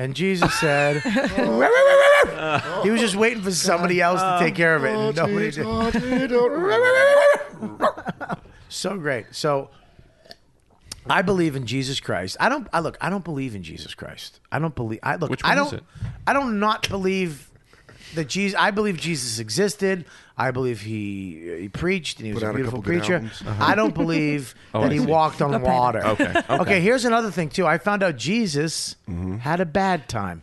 Speaker 2: and Jesus
Speaker 1: (laughs)
Speaker 2: said, "Rrrr, rrrr, rrrr, rrr." he was just waiting for somebody else to take care of it,
Speaker 1: Oh,
Speaker 2: and nobody did.
Speaker 6: (laughs)
Speaker 2: So great. So I believe in Jesus Christ. I don't. I look. I don't believe in Jesus Christ. I don't believe. I look.
Speaker 1: Which
Speaker 2: I
Speaker 1: one
Speaker 2: don't.
Speaker 1: is it?
Speaker 2: I don't not believe that Jesus. I believe Jesus existed. I believe he he preached and he was
Speaker 6: Put
Speaker 2: a
Speaker 6: out a
Speaker 2: beautiful
Speaker 6: couple good
Speaker 2: preacher.
Speaker 6: albums. Uh-huh.
Speaker 2: I don't believe
Speaker 1: (laughs) Oh,
Speaker 2: that
Speaker 1: I
Speaker 2: he
Speaker 1: see.
Speaker 2: walked on water.
Speaker 1: Okay, okay.
Speaker 2: Here's another thing too. I found out Jesus
Speaker 6: Mm-hmm.
Speaker 2: had a bad time.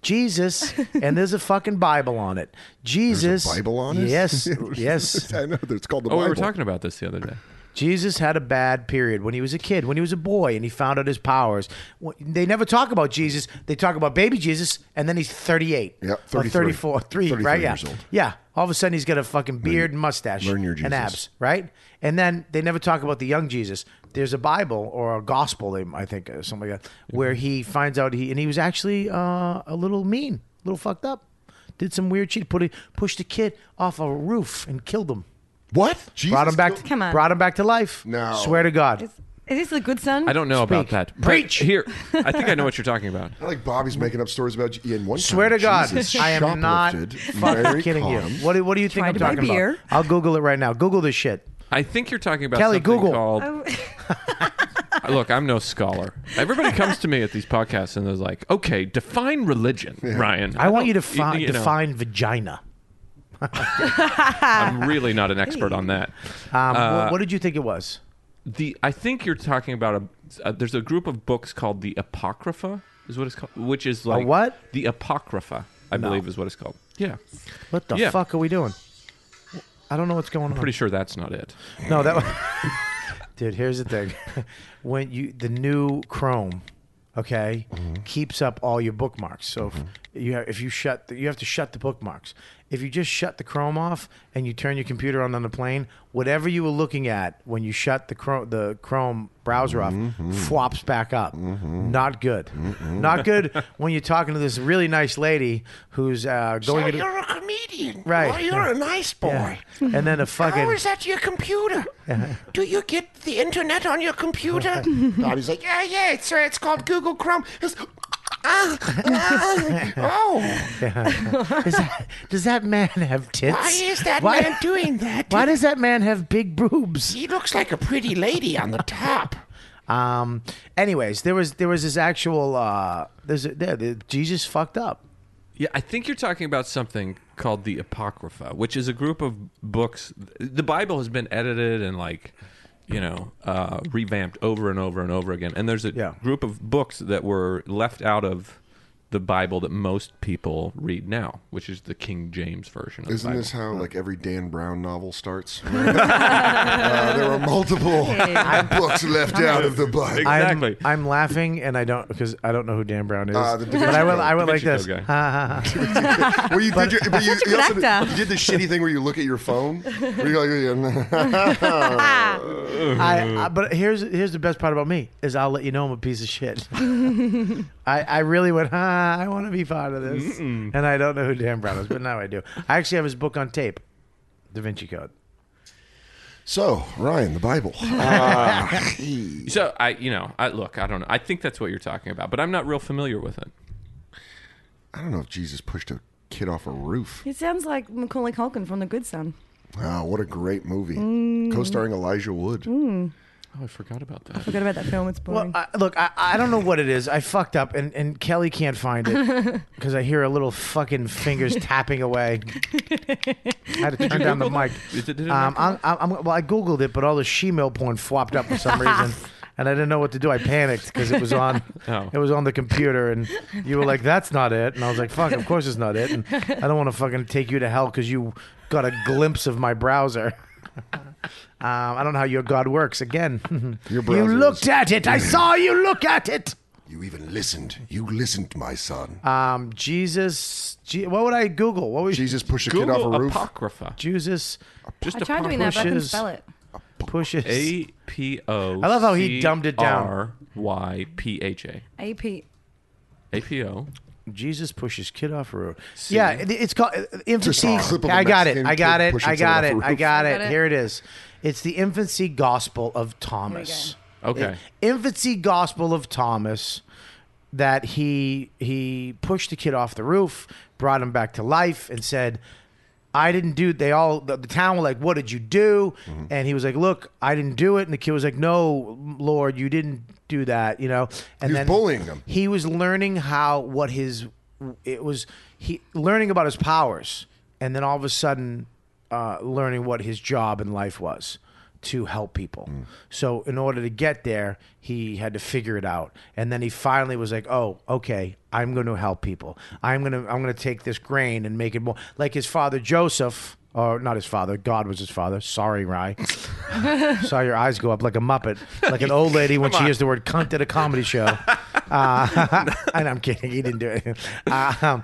Speaker 2: Jesus, and there's a fucking Bible on it. Jesus,
Speaker 6: Bible on (laughs) it?
Speaker 2: Yes, yes.
Speaker 6: I know. It's called the
Speaker 1: Oh,
Speaker 6: Bible.
Speaker 1: we were talking about this the other
Speaker 2: (laughs)
Speaker 1: day.
Speaker 2: Jesus had a bad period when he was a kid, when he was a boy, and he found out his powers. Wh- They never talk about Jesus. They talk about baby Jesus, and then he's 38.
Speaker 6: Yeah,
Speaker 2: Or
Speaker 6: 33.
Speaker 2: 34, three,
Speaker 6: 33
Speaker 2: right? Yeah.
Speaker 6: years old.
Speaker 2: Yeah. All of a sudden, he's got a fucking beard and mustache
Speaker 6: learn your
Speaker 2: and
Speaker 6: Jesus.
Speaker 2: abs, right? And then they never talk about the young Jesus. There's a Bible or a gospel, they- I think, or something like that, where he finds out he, and he was actually uh, a little mean, a little fucked up. Did some weird shit, put a, pushed a kid off a roof and killed him.
Speaker 6: What? Jesus
Speaker 2: brought him back.
Speaker 6: killed-
Speaker 4: Come on.
Speaker 2: Brought him back to life.
Speaker 6: No.
Speaker 2: Swear to God.
Speaker 4: Is this the good son?
Speaker 1: I don't know about that. But
Speaker 2: Preach.
Speaker 1: here. I think I
Speaker 2: (laughs)
Speaker 1: know what you're talking about.
Speaker 6: I like Bobby's making up stories about Ian. One time
Speaker 2: Mm. Swear to God,
Speaker 6: Jesus
Speaker 2: I am not
Speaker 6: shoplifted
Speaker 2: (laughs) fucking
Speaker 6: Mary
Speaker 2: kidding
Speaker 6: Com's-
Speaker 2: you. What do, what do you think
Speaker 4: Tried
Speaker 2: I'm
Speaker 4: to buy
Speaker 2: talking about?
Speaker 4: beer.
Speaker 2: I'll Google it right now. Google this shit.
Speaker 1: I think you're talking about
Speaker 2: Kelly,
Speaker 1: something
Speaker 2: Google.
Speaker 1: called.
Speaker 4: Oh,
Speaker 1: (laughs) Look, I'm no scholar. Everybody comes to me at these podcasts and they're like, "Okay, define religion, Ryan."
Speaker 2: I, want you to
Speaker 1: don't-
Speaker 2: fi-
Speaker 1: you know,
Speaker 2: define vagina.
Speaker 1: I'm really not
Speaker 2: (laughs)
Speaker 1: an expert on that.
Speaker 2: Um, wh-
Speaker 1: Uh,
Speaker 2: what, did you think it was?
Speaker 1: The I think you're talking about a. Uh, there's a group of books called the Apocrypha, is what it's called, which is like
Speaker 2: what?
Speaker 1: The Apocrypha, I believe, is what it's called. Yeah,
Speaker 2: What the
Speaker 1: Yeah.
Speaker 2: fuck are we doing? I don't know what's going on.
Speaker 1: pretty sure that's not it.
Speaker 2: No, that was. (laughs) Dude, here's the thing. (laughs) when you the new Chrome, okay, keeps up all your bookmarks. So if you have, if you shut the, you have to shut the bookmarks. If you just shut the Chrome off and you turn your computer on on the plane, whatever you were looking at when you shut the Chrome the Chrome browser off flops back up. Not good. Not good when you're talking to this really nice lady who's uh, going
Speaker 3: Oh,
Speaker 2: to
Speaker 3: you're a comedian.
Speaker 2: Right.
Speaker 3: Oh, you're a nice
Speaker 2: yeah.
Speaker 3: boy.
Speaker 2: and then
Speaker 3: How
Speaker 2: a fucking
Speaker 3: is that your computer? Do you get the internet on your
Speaker 2: (laughs)
Speaker 3: computer? Bobby's like, yeah, yeah, it's, uh, it's called Google Chrome. It's- Ah,
Speaker 2: (laughs)
Speaker 3: ah, oh,
Speaker 2: Is that, does that man have tits?
Speaker 3: why is that
Speaker 2: Why-
Speaker 3: man doing that?
Speaker 2: Why does that man have big boobs?
Speaker 3: he looks like a pretty lady on the top.
Speaker 2: Um. Anyways, there was there was this actual uh. There's a, there, there- Jesus fucked up.
Speaker 1: Yeah, I think you're talking about something called the Apocrypha, which is a group of books. The Bible has been edited and like, you know, uh, revamped over and over and over again. And there's a
Speaker 2: Yeah.
Speaker 1: group of books that were left out of the Bible that most people read now, which is the King James version. Of
Speaker 6: Isn't
Speaker 1: the Bible.
Speaker 6: this how like every Dan Brown
Speaker 2: (laughs)
Speaker 6: novel starts? Uh, there are multiple books left out of the Bible.
Speaker 1: I-
Speaker 2: I'm-
Speaker 1: Exactly.
Speaker 2: I'm, laughing and I don't because I don't know who Dan Brown is.
Speaker 6: Uh, the Da
Speaker 2: but I will. I will like
Speaker 1: Vinci
Speaker 2: this.
Speaker 1: Code
Speaker 2: Huh.
Speaker 6: Well, you did, your, but you, you,
Speaker 4: good
Speaker 6: also did,
Speaker 4: actor.
Speaker 6: you did the shitty thing where you look at
Speaker 2: (laughs)
Speaker 6: your phone. Where "Oh, you're like,
Speaker 4: Ah.
Speaker 2: I, I, but here's here's the best part about me is I'll let you know I'm a piece of shit.
Speaker 3: (laughs)
Speaker 2: I, I really went. Ah, I want to be part of this, and I don't know who Dan Brown is, but now I do. I actually have his book on tape, Da Vinci Code.
Speaker 6: so Ryan,
Speaker 2: (laughs)
Speaker 6: the Bible. Uh,
Speaker 1: So I, you know, I look, I don't know. I think that's what you're talking about, but I'm not real familiar with it.
Speaker 6: I don't know if Jesus pushed a kid off a roof.
Speaker 4: it sounds like Macaulay Culkin from The Good Son.
Speaker 2: Mm.
Speaker 6: Wow, what a great movie. Co starring Elijah Wood.
Speaker 1: Oh, I forgot about that.
Speaker 4: Forgot about that film. It's boring.
Speaker 2: Well, I, look, I, I don't know what it is. I fucked up, and, and Kelly can't find it because I hear a little fucking fingers tapping away. I had to turn down the mic.
Speaker 1: Is it- (laughs) did it
Speaker 2: um,
Speaker 1: not
Speaker 2: I'm, I'm, well, I googled it, but all the shemale porn flopped up for some reason, and I didn't know what to do. I panicked because it was on
Speaker 1: Oh.
Speaker 2: it was on the computer, and you were like, "That's not it," and I was like, "Fuck, of course it's not it." And I don't want to fucking take you to hell because you got a glimpse of my browser. (laughs) Um, I don't know how your God works. Again, (laughs)
Speaker 6: Your
Speaker 2: you
Speaker 6: browser is-
Speaker 2: looked at
Speaker 6: (laughs)
Speaker 2: it. I saw you look at it.
Speaker 6: You even listened. You listened, my son.
Speaker 2: Um, Jesus. Je- what would I Google? What was
Speaker 6: Jesus pushed a kid
Speaker 1: Google
Speaker 6: off a roof.
Speaker 1: Apocrypha.
Speaker 2: Jesus
Speaker 1: Just
Speaker 4: I tried doing that, but I couldn't
Speaker 2: pushes.
Speaker 4: spell it.
Speaker 2: pushes?
Speaker 1: A P O.
Speaker 2: I love how he dumbed it down.
Speaker 1: R Y P H A.
Speaker 4: A P.
Speaker 1: A P O.
Speaker 2: Jesus pushes kid off a roof. Yeah, it- it's called uh, infancy.
Speaker 6: a clip of a
Speaker 2: I got it.
Speaker 6: Mexican
Speaker 2: I got
Speaker 6: kid
Speaker 2: it.
Speaker 6: pushing
Speaker 2: I got it.
Speaker 6: someone off a
Speaker 2: I got
Speaker 4: roof.
Speaker 2: it.
Speaker 4: Got it.
Speaker 2: Here it is. It's the infancy gospel of
Speaker 4: Oh
Speaker 2: Thomas.
Speaker 1: Okay.
Speaker 2: infancy gospel of Thomas that he he pushed the kid off the roof, brought him back to life, and said, "I didn't do." They all the, the town were like, "What did you do?"
Speaker 6: Mm-hmm.
Speaker 2: And he was like, "Look, I didn't do it." And the kid was like, "No, Lord, you didn't do that." You know, and
Speaker 6: He was
Speaker 2: then
Speaker 6: bullying him.
Speaker 2: He was learning how what his it was he learning about his powers, and then all of a sudden, uh, learning what his job in life was to help people.
Speaker 6: Mm.
Speaker 2: So in order to get there, he had to figure it out. And then he finally was like, "Oh, okay, I'm going to help people. I'm going to I'm going to take this grain and make it more like his father Joseph or not his father, God was his father. Sorry, Rye. (laughs) Saw your eyes go up like a muppet, like an old lady when she hears the word cunt at a comedy show. (laughs) Uh, and I'm kidding, he didn't do it. Um,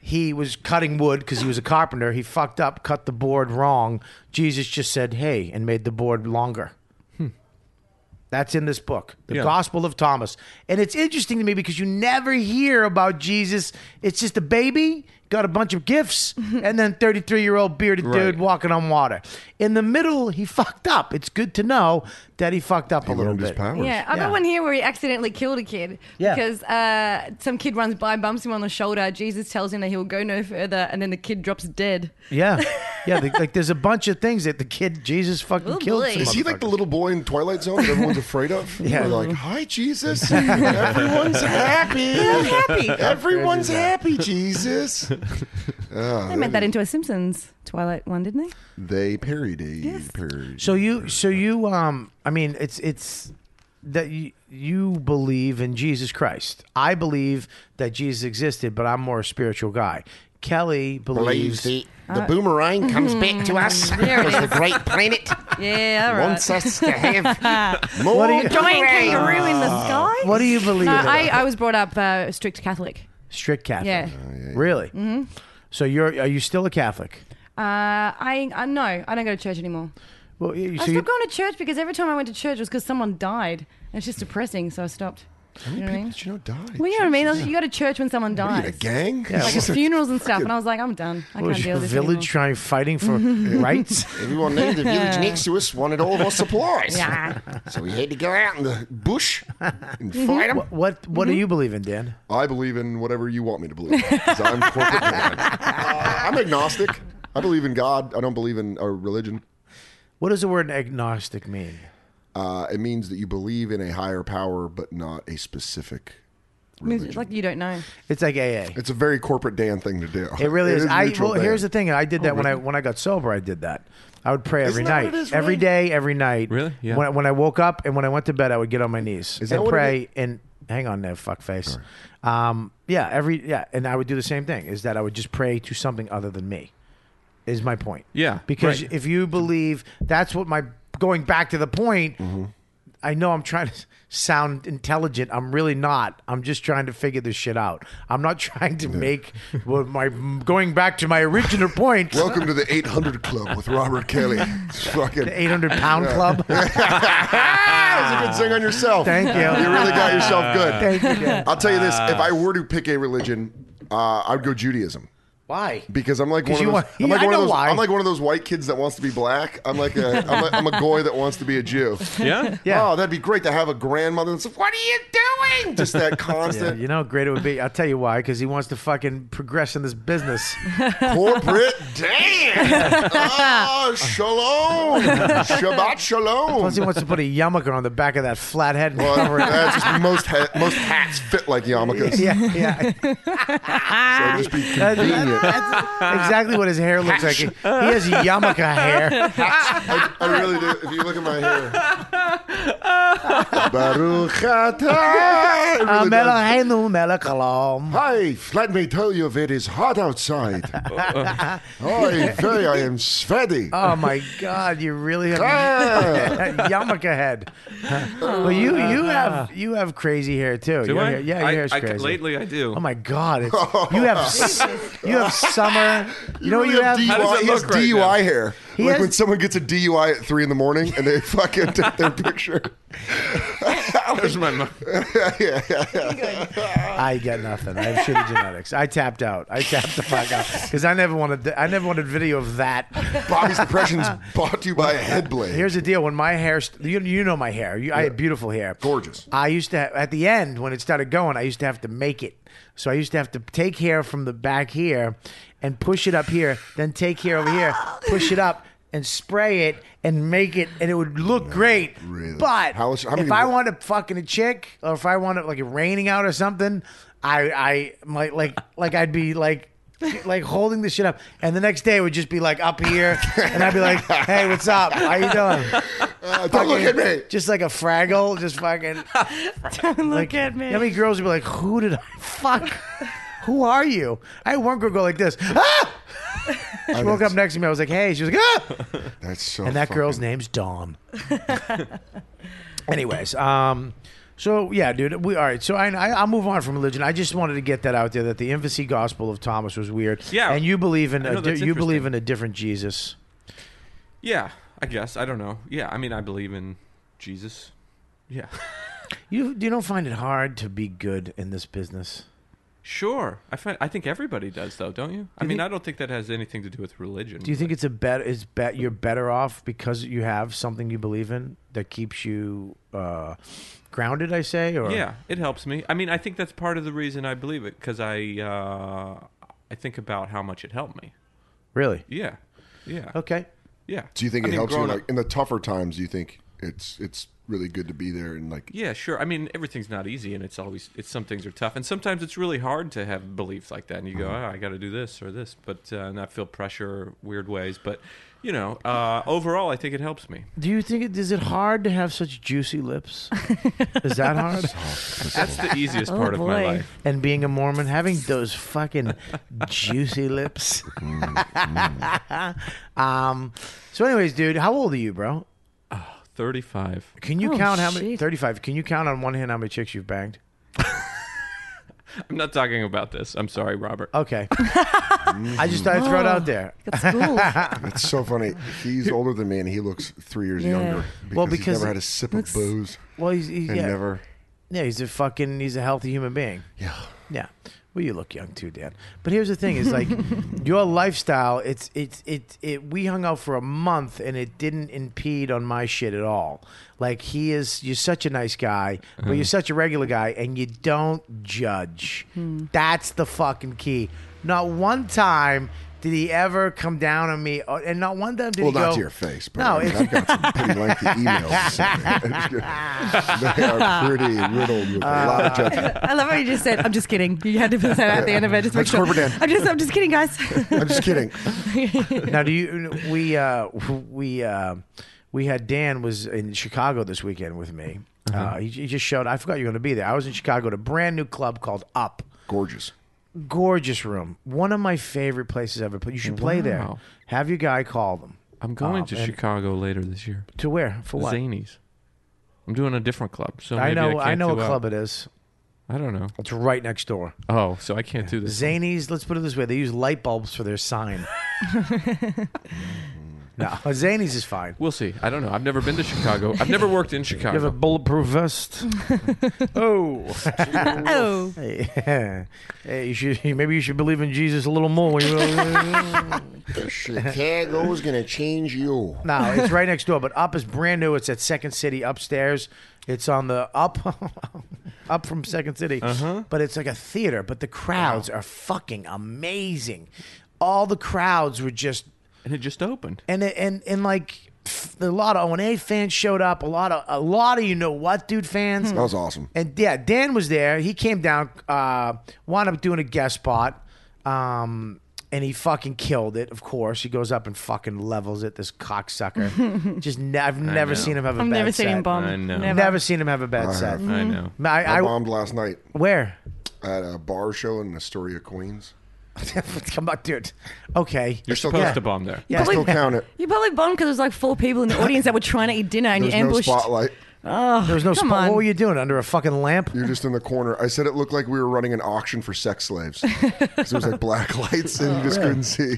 Speaker 2: he was cutting wood because he was a carpenter. He fucked up, cut the board wrong. Jesus just said, hey, and made the board longer. That's in this book, The
Speaker 1: Yeah.
Speaker 2: Gospel of Thomas. And it's interesting to me because you never hear about Jesus. It's just a baby, got a bunch of
Speaker 4: (laughs)
Speaker 2: gifts, and then 33 year old bearded
Speaker 1: Right.
Speaker 2: dude walking on water. In the middle, he fucked up. It's good to know that he fucked up a little
Speaker 6: Learned his
Speaker 2: bit.
Speaker 6: powers.
Speaker 4: Yeah, I've
Speaker 2: Yeah.
Speaker 4: got one here where he accidentally killed a kid
Speaker 2: Yeah.
Speaker 4: because uh, some kid runs by, bumps him on the shoulder. Jesus tells him that he'll go no further, and then the kid drops dead.
Speaker 2: Yeah. Yeah.
Speaker 6: (laughs)
Speaker 2: the- like there's a bunch of things that the kid, Jesus fucking
Speaker 4: Oh,
Speaker 2: killed.
Speaker 4: boy.
Speaker 2: some
Speaker 6: Is he like the
Speaker 2: motherfuckers.
Speaker 6: little boy in Twilight Zone that everyone's afraid (laughs) of?
Speaker 2: Yeah.
Speaker 6: They're like, hi, (laughs) Jesus. Everyone's happy.
Speaker 4: happy.
Speaker 6: Everyone's happy, Jesus.
Speaker 4: They made that into a Simpsons Twilight
Speaker 2: (laughs)
Speaker 4: one, didn't they?
Speaker 6: (laughs) They parody.
Speaker 4: Yes.
Speaker 6: parody.
Speaker 2: So you, so you, um, I mean, it's it's that you, you believe in Jesus Christ. I believe that Jesus existed, but I'm more a spiritual guy. Kelly
Speaker 3: Believes
Speaker 2: believes.
Speaker 3: the, the boomerang comes back to us
Speaker 4: There it
Speaker 3: because the great planet
Speaker 4: Yeah, all right.
Speaker 3: wants us to have more
Speaker 2: What do you-
Speaker 4: Giant
Speaker 3: boomerangs.
Speaker 4: kangaroo in the sky.
Speaker 2: What do you believe?
Speaker 4: No,
Speaker 2: in?
Speaker 4: I, I was brought up uh, strict Catholic.
Speaker 2: Strict Catholic.
Speaker 4: Yeah.
Speaker 2: Really? Mm-hmm. So you're are you still a Catholic?
Speaker 4: Uh, I, I no, I don't go to church anymore.
Speaker 2: Well, you,
Speaker 4: I
Speaker 2: so you,
Speaker 4: stopped going to church because every time I went to church it was because someone died. And it's just depressing, so I stopped. You know what I mean?
Speaker 6: Did you know died?
Speaker 4: Well, you know what I mean. You go to church when someone
Speaker 6: What are you,
Speaker 4: dies,
Speaker 6: in a gang?
Speaker 4: like
Speaker 6: (laughs)
Speaker 4: at funerals and stuff. And I was like, I'm done. I can't
Speaker 2: was
Speaker 4: deal
Speaker 2: your
Speaker 4: with this
Speaker 2: village
Speaker 4: anymore.
Speaker 2: trying fighting for
Speaker 4: (laughs)
Speaker 2: rights?
Speaker 3: Everyone knew the village next to us wanted all of our supplies.
Speaker 6: (laughs)
Speaker 4: Yeah.
Speaker 3: So we had to go out in the bush and
Speaker 4: Mm-hmm.
Speaker 3: fight them.
Speaker 2: What What do you believe in, Dan?
Speaker 6: I believe in whatever you want me to believe. in, 'cause I'm corporate. (laughs) man. Uh, I'm agnostic. I believe in God. I don't believe in a religion.
Speaker 2: What does the word agnostic mean?
Speaker 6: Uh, it means that you believe in a higher power, but not a specific religion.
Speaker 4: Like you don't know.
Speaker 2: It's like AA.
Speaker 6: It's a very corporate Dan thing to do.
Speaker 2: It
Speaker 6: (laughs)
Speaker 2: really is. I
Speaker 6: neutral
Speaker 2: well, here's the
Speaker 6: Dan.
Speaker 2: thing. I did that when I when I got sober. I did that. I would pray every
Speaker 6: Oh, Isn't that
Speaker 2: night,
Speaker 6: what it is,
Speaker 2: every
Speaker 6: Ray?
Speaker 2: day, every night.
Speaker 1: Really? Yeah.
Speaker 2: When, I- when I woke up and when I went to bed, I would get on my knees
Speaker 6: Is that
Speaker 2: and
Speaker 6: what it
Speaker 2: pray and hang on there, fuckface. Um, yeah, every yeah, and I would do the same thing. Is that I would just pray to something other than me. Is my point?
Speaker 1: Yeah,
Speaker 2: Because
Speaker 1: right.
Speaker 2: if you believe that's what my going back to the point. I know I'm trying to sound intelligent. I'm really not. I'm just trying to figure this shit out. I'm not (laughs) trying to make well, my going back to my original point.
Speaker 6: Welcome to the 800 Club with
Speaker 2: (laughs)
Speaker 6: Robert Kelly. It's fucking. (laughs)
Speaker 2: the 800 pound club.
Speaker 6: That was a good sing on yourself.
Speaker 2: Thank you.
Speaker 6: You really got yourself good.
Speaker 2: Thank Uh, you, Dan.
Speaker 6: I'll tell you this: if I were to pick a religion, uh, I would go Judaism.
Speaker 2: Why?
Speaker 6: Because I'm like one
Speaker 2: 'Cause
Speaker 6: of
Speaker 2: you
Speaker 6: those.
Speaker 2: want-
Speaker 6: I'm like
Speaker 2: I
Speaker 6: one of
Speaker 2: know
Speaker 6: those.
Speaker 2: why.
Speaker 6: I'm like one of those white kids that wants to be black. I'm like a. (laughs) I'm, like, I'm a goy that wants to be a Jew.
Speaker 1: Yeah.
Speaker 2: Yeah. (laughs)
Speaker 6: Oh, that'd be great to have a grandmother that's like, "What are you doing?
Speaker 3: thing.
Speaker 2: (laughs)
Speaker 6: Just that constant
Speaker 2: You know how great it would be. I'll tell you why. Because he wants to fucking progress in this business.
Speaker 6: corporate dance.
Speaker 2: (laughs)
Speaker 6: Ah, shalom. Shabbat shalom.
Speaker 2: Plus, he wants to put a yarmulke on the back of that flat head and cover it.
Speaker 6: That's just most ha- most hats fit like yarmulkes.
Speaker 2: (laughs) Yeah, yeah.
Speaker 6: So just be
Speaker 2: That's, (laughs)
Speaker 6: convenient.
Speaker 2: that's exactly what his hair looks like. He has yarmulke (laughs) hair.
Speaker 6: I, I really do. If you look at my
Speaker 2: (laughs)
Speaker 6: hair, Baruch atah. It really
Speaker 2: Uh,
Speaker 6: does.
Speaker 2: Melaheinu melekalam.
Speaker 6: Hi, let me tell you, it is hot
Speaker 2: (laughs)
Speaker 6: outside. Hi, very, I am sweaty.
Speaker 2: Oh my God! You really (laughs) have
Speaker 6: Ah.
Speaker 2: yarmulke head. Well, you you have you have crazy hair too.
Speaker 1: Do
Speaker 2: Your
Speaker 1: I?
Speaker 2: hair- Yeah, your
Speaker 1: I,
Speaker 2: hair's
Speaker 1: I-
Speaker 2: crazy.
Speaker 1: lately I do.
Speaker 2: Oh my God! It's, (laughs) you have s- you have summer. You, know what
Speaker 6: really
Speaker 2: you have?
Speaker 6: DUI,
Speaker 1: How does it
Speaker 6: he has
Speaker 1: look right
Speaker 6: DUI
Speaker 1: now?
Speaker 6: hair.
Speaker 2: He
Speaker 6: like
Speaker 2: has-
Speaker 6: when someone gets a DUI at three in the morning and they (laughs) fucking take their picture.
Speaker 1: There's my mo-
Speaker 2: (laughs) I get nothing. I have shitty genetics. I tapped out. I tapped the fuck out because I never wanted. I never wanted video of that.
Speaker 6: Bobby's depression's brought to you by a head blade.
Speaker 2: Here's the deal: when my hair, st- you, you know my hair. You, I had beautiful hair,
Speaker 6: Gorgeous.
Speaker 2: I used to have, at the end when it started going, I used to have to make it. So I used to have to take hair from the back here, and push it up here, then take hair over here, push it up. And spray it and make it, and it would look great.
Speaker 6: really.
Speaker 2: But
Speaker 6: How much- how many-
Speaker 2: if I wanted fucking a chick, or if I wanted like raining out or something, I I might like like I'd be like like holding this shit up, and the next day it would just be like up here, and I'd be like, "Hey, what's up? How you doing?"
Speaker 6: Uh, don't look at me.
Speaker 2: Just like a Fraggle,
Speaker 1: (laughs)
Speaker 2: just fucking.
Speaker 4: Look
Speaker 2: Like,
Speaker 4: at me.
Speaker 2: How many girls would be like, "Who did I (laughs) fuck? Who are you?" I had one girl go like
Speaker 6: (laughs)
Speaker 2: this. Ah!
Speaker 6: Oh,
Speaker 2: She woke up next to me. I was like, "Hey," she was like, "Ah!"
Speaker 6: That's so.
Speaker 2: And that
Speaker 6: Oh, fucking-
Speaker 2: girl's name's
Speaker 6: (laughs)
Speaker 2: Dawn. Anyways, um, so yeah, dude, we all right. So I, I I'll move on from religion. I just wanted to get that out there that the infancy gospel of Thomas was weird.
Speaker 1: Yeah.
Speaker 2: and you believe in
Speaker 1: I
Speaker 2: a
Speaker 1: know,
Speaker 2: di-
Speaker 1: that's
Speaker 2: you believe
Speaker 1: interesting.
Speaker 2: in a different Jesus.
Speaker 1: yeah, I guess. I don't know. Yeah, I mean, I believe in Jesus. Yeah. (laughs)
Speaker 2: You you don't find it hard to be good in this business.
Speaker 1: Sure. I find, I think everybody does, though, don't you? I mean,
Speaker 2: think-
Speaker 1: I don't think that has anything to do with religion.
Speaker 2: Do you think it's a bet? Is bet you're better off because you have something you believe in that keeps you uh, grounded? I say, or
Speaker 1: Yeah, it helps me. I mean, I think that's part of the reason I believe it because I uh, I think about how much it helped me.
Speaker 2: really
Speaker 1: Yeah, yeah,
Speaker 2: okay.
Speaker 1: yeah.
Speaker 6: Do you think
Speaker 1: I
Speaker 6: it
Speaker 1: mean,
Speaker 6: helps you
Speaker 1: growing
Speaker 6: like
Speaker 1: up-
Speaker 6: in the tougher times? Do you think it's it's really good to be there and like
Speaker 1: yeah, sure. I mean, everything's not easy, and it's always it's some things are tough, and sometimes it's really hard to have beliefs like that, and you go,
Speaker 6: Mm-hmm.
Speaker 1: oh, I got to do this or this, but uh, and I feel pressure weird ways, but you know, uh, overall, I think it helps me.
Speaker 2: Do you think it is it hard to have such juicy
Speaker 4: (laughs)
Speaker 2: lips? is that hard?
Speaker 1: That's the
Speaker 6: (laughs)
Speaker 1: easiest
Speaker 6: Oh,
Speaker 1: part of my
Speaker 4: boy.
Speaker 1: life.
Speaker 2: and being a Mormon, having those fucking juicy
Speaker 4: (laughs)
Speaker 2: lips.
Speaker 4: Mm,
Speaker 2: (laughs) um. So, anyways, dude, how old are you, bro?
Speaker 1: Thirty-five.
Speaker 2: Can you
Speaker 4: Oh,
Speaker 2: count how many?
Speaker 4: shit.
Speaker 2: Thirty-five. Can you count on one hand how many chicks you've banged?
Speaker 1: I'm not talking about this. I'm sorry, Robert.
Speaker 6: Oh,
Speaker 4: (laughs)
Speaker 2: Okay. I just thought I'd throw it out there.
Speaker 4: Got schools.
Speaker 6: It's so funny. He's older than me, and he looks three years
Speaker 4: Yeah.
Speaker 6: younger. Because
Speaker 2: Well,
Speaker 6: he's
Speaker 2: because
Speaker 6: never
Speaker 2: it
Speaker 6: had a sip
Speaker 4: looks-
Speaker 6: of booze
Speaker 2: Well, he's, he's
Speaker 6: and
Speaker 2: yeah,
Speaker 6: never.
Speaker 2: yeah, he's a fucking, he's a healthy human being.
Speaker 6: Yeah,
Speaker 2: Yeah. Well, you look young too, Dan. But here's the thing: is like your lifestyle. It's it's it it. We hung out for a month, and it didn't impede on my shit at all. Like he is, you're such a nice guy, but you're such a regular guy, and you don't judge. That's the fucking key. Not one time did he ever come down on me, or- and not one time did
Speaker 6: well,
Speaker 2: he
Speaker 6: not
Speaker 2: go
Speaker 6: to your face, but
Speaker 2: No,
Speaker 6: I mean,
Speaker 2: it's-
Speaker 6: I've got some pretty (laughs)
Speaker 2: (laughs)
Speaker 6: lengthy (laughs) emails. they are pretty riddled with a lot of judgment.
Speaker 4: I love how you just said, I'm just kidding. You had to put that at the end of it. Just make
Speaker 6: That's
Speaker 4: sure.
Speaker 6: Corporate Dan.
Speaker 4: I'm just, I'm just kidding, guys. (laughs)
Speaker 6: I'm just kidding.
Speaker 2: now do you we uh we uh we had dan was in chicago this weekend with me
Speaker 1: Uh-huh.
Speaker 2: uh he, he just showed i forgot you were going to be there i was in chicago at a brand new club called up
Speaker 6: Gorgeous.
Speaker 2: gorgeous room one of my favorite places i've ever played you should play there
Speaker 1: Wow.
Speaker 2: have your guy call them
Speaker 1: I'm going
Speaker 2: Um,
Speaker 1: to
Speaker 2: and-
Speaker 1: Chicago later this year.
Speaker 2: to where for what
Speaker 1: Zanies. I'm doing a different club, so maybe
Speaker 2: i know
Speaker 1: I,
Speaker 2: i,
Speaker 1: can't
Speaker 2: know
Speaker 1: do
Speaker 2: a
Speaker 1: out.
Speaker 2: club it is
Speaker 1: I don't know.
Speaker 2: it's right next door
Speaker 1: Oh, so I can't do this.
Speaker 2: zanies let's put it this way they use light bulbs for
Speaker 1: (laughs)
Speaker 2: their sign no zanies is fine
Speaker 1: We'll see. I don't know. I've never been to Chicago. I've never worked in
Speaker 2: (laughs) you have a
Speaker 1: Chicago. (laughs)
Speaker 2: bulletproof vest oh
Speaker 4: oh.
Speaker 2: Hey, (laughs) hey, you should maybe you should believe in Jesus a little more. You know?
Speaker 7: Chicago's gonna change you.
Speaker 2: (laughs) no, it's right next door, but up is brand new. It's at Second City upstairs. It's on the up. (laughs) up from Second City. But it's like a theater, but the crowds are fucking amazing. All the crowds were just
Speaker 1: and it just opened.
Speaker 2: and it- and and like pff, a lot of O and A fans showed up. A lot of a lot of you know what, dude, fans.
Speaker 6: That was awesome.
Speaker 2: And yeah, Dan was there. He came down, uh, wound up doing a guest spot, um, and he fucking killed it. Of course, he goes up and fucking levels it. This
Speaker 4: (laughs)
Speaker 2: cocksucker. Just ne- I've never
Speaker 1: know.
Speaker 2: seen him have a
Speaker 4: I've
Speaker 2: bad
Speaker 4: never seen
Speaker 2: set.
Speaker 4: him bomb.
Speaker 1: I know.
Speaker 4: Never.
Speaker 2: Never seen him have a bad set.
Speaker 1: I know.
Speaker 2: I,
Speaker 6: I,
Speaker 2: I-
Speaker 6: bombed last night
Speaker 2: where? (laughs)
Speaker 6: at a bar show in Astoria, Queens.
Speaker 2: Come on, dude. Okay.
Speaker 1: You're supposed
Speaker 2: yeah.
Speaker 1: to bomb there.
Speaker 6: I still count it.
Speaker 4: You probably bombed because there was like four people in the audience that were trying to eat dinner and
Speaker 6: There's
Speaker 4: you ambushed.
Speaker 6: no spotlight.
Speaker 2: There was no
Speaker 4: Come
Speaker 2: spot.
Speaker 4: on.
Speaker 2: What were you doing under a fucking lamp?
Speaker 6: You're just in the corner. I said it looked like we were running an auction for sex slaves. 'Cause there was like black lights and you just couldn't see.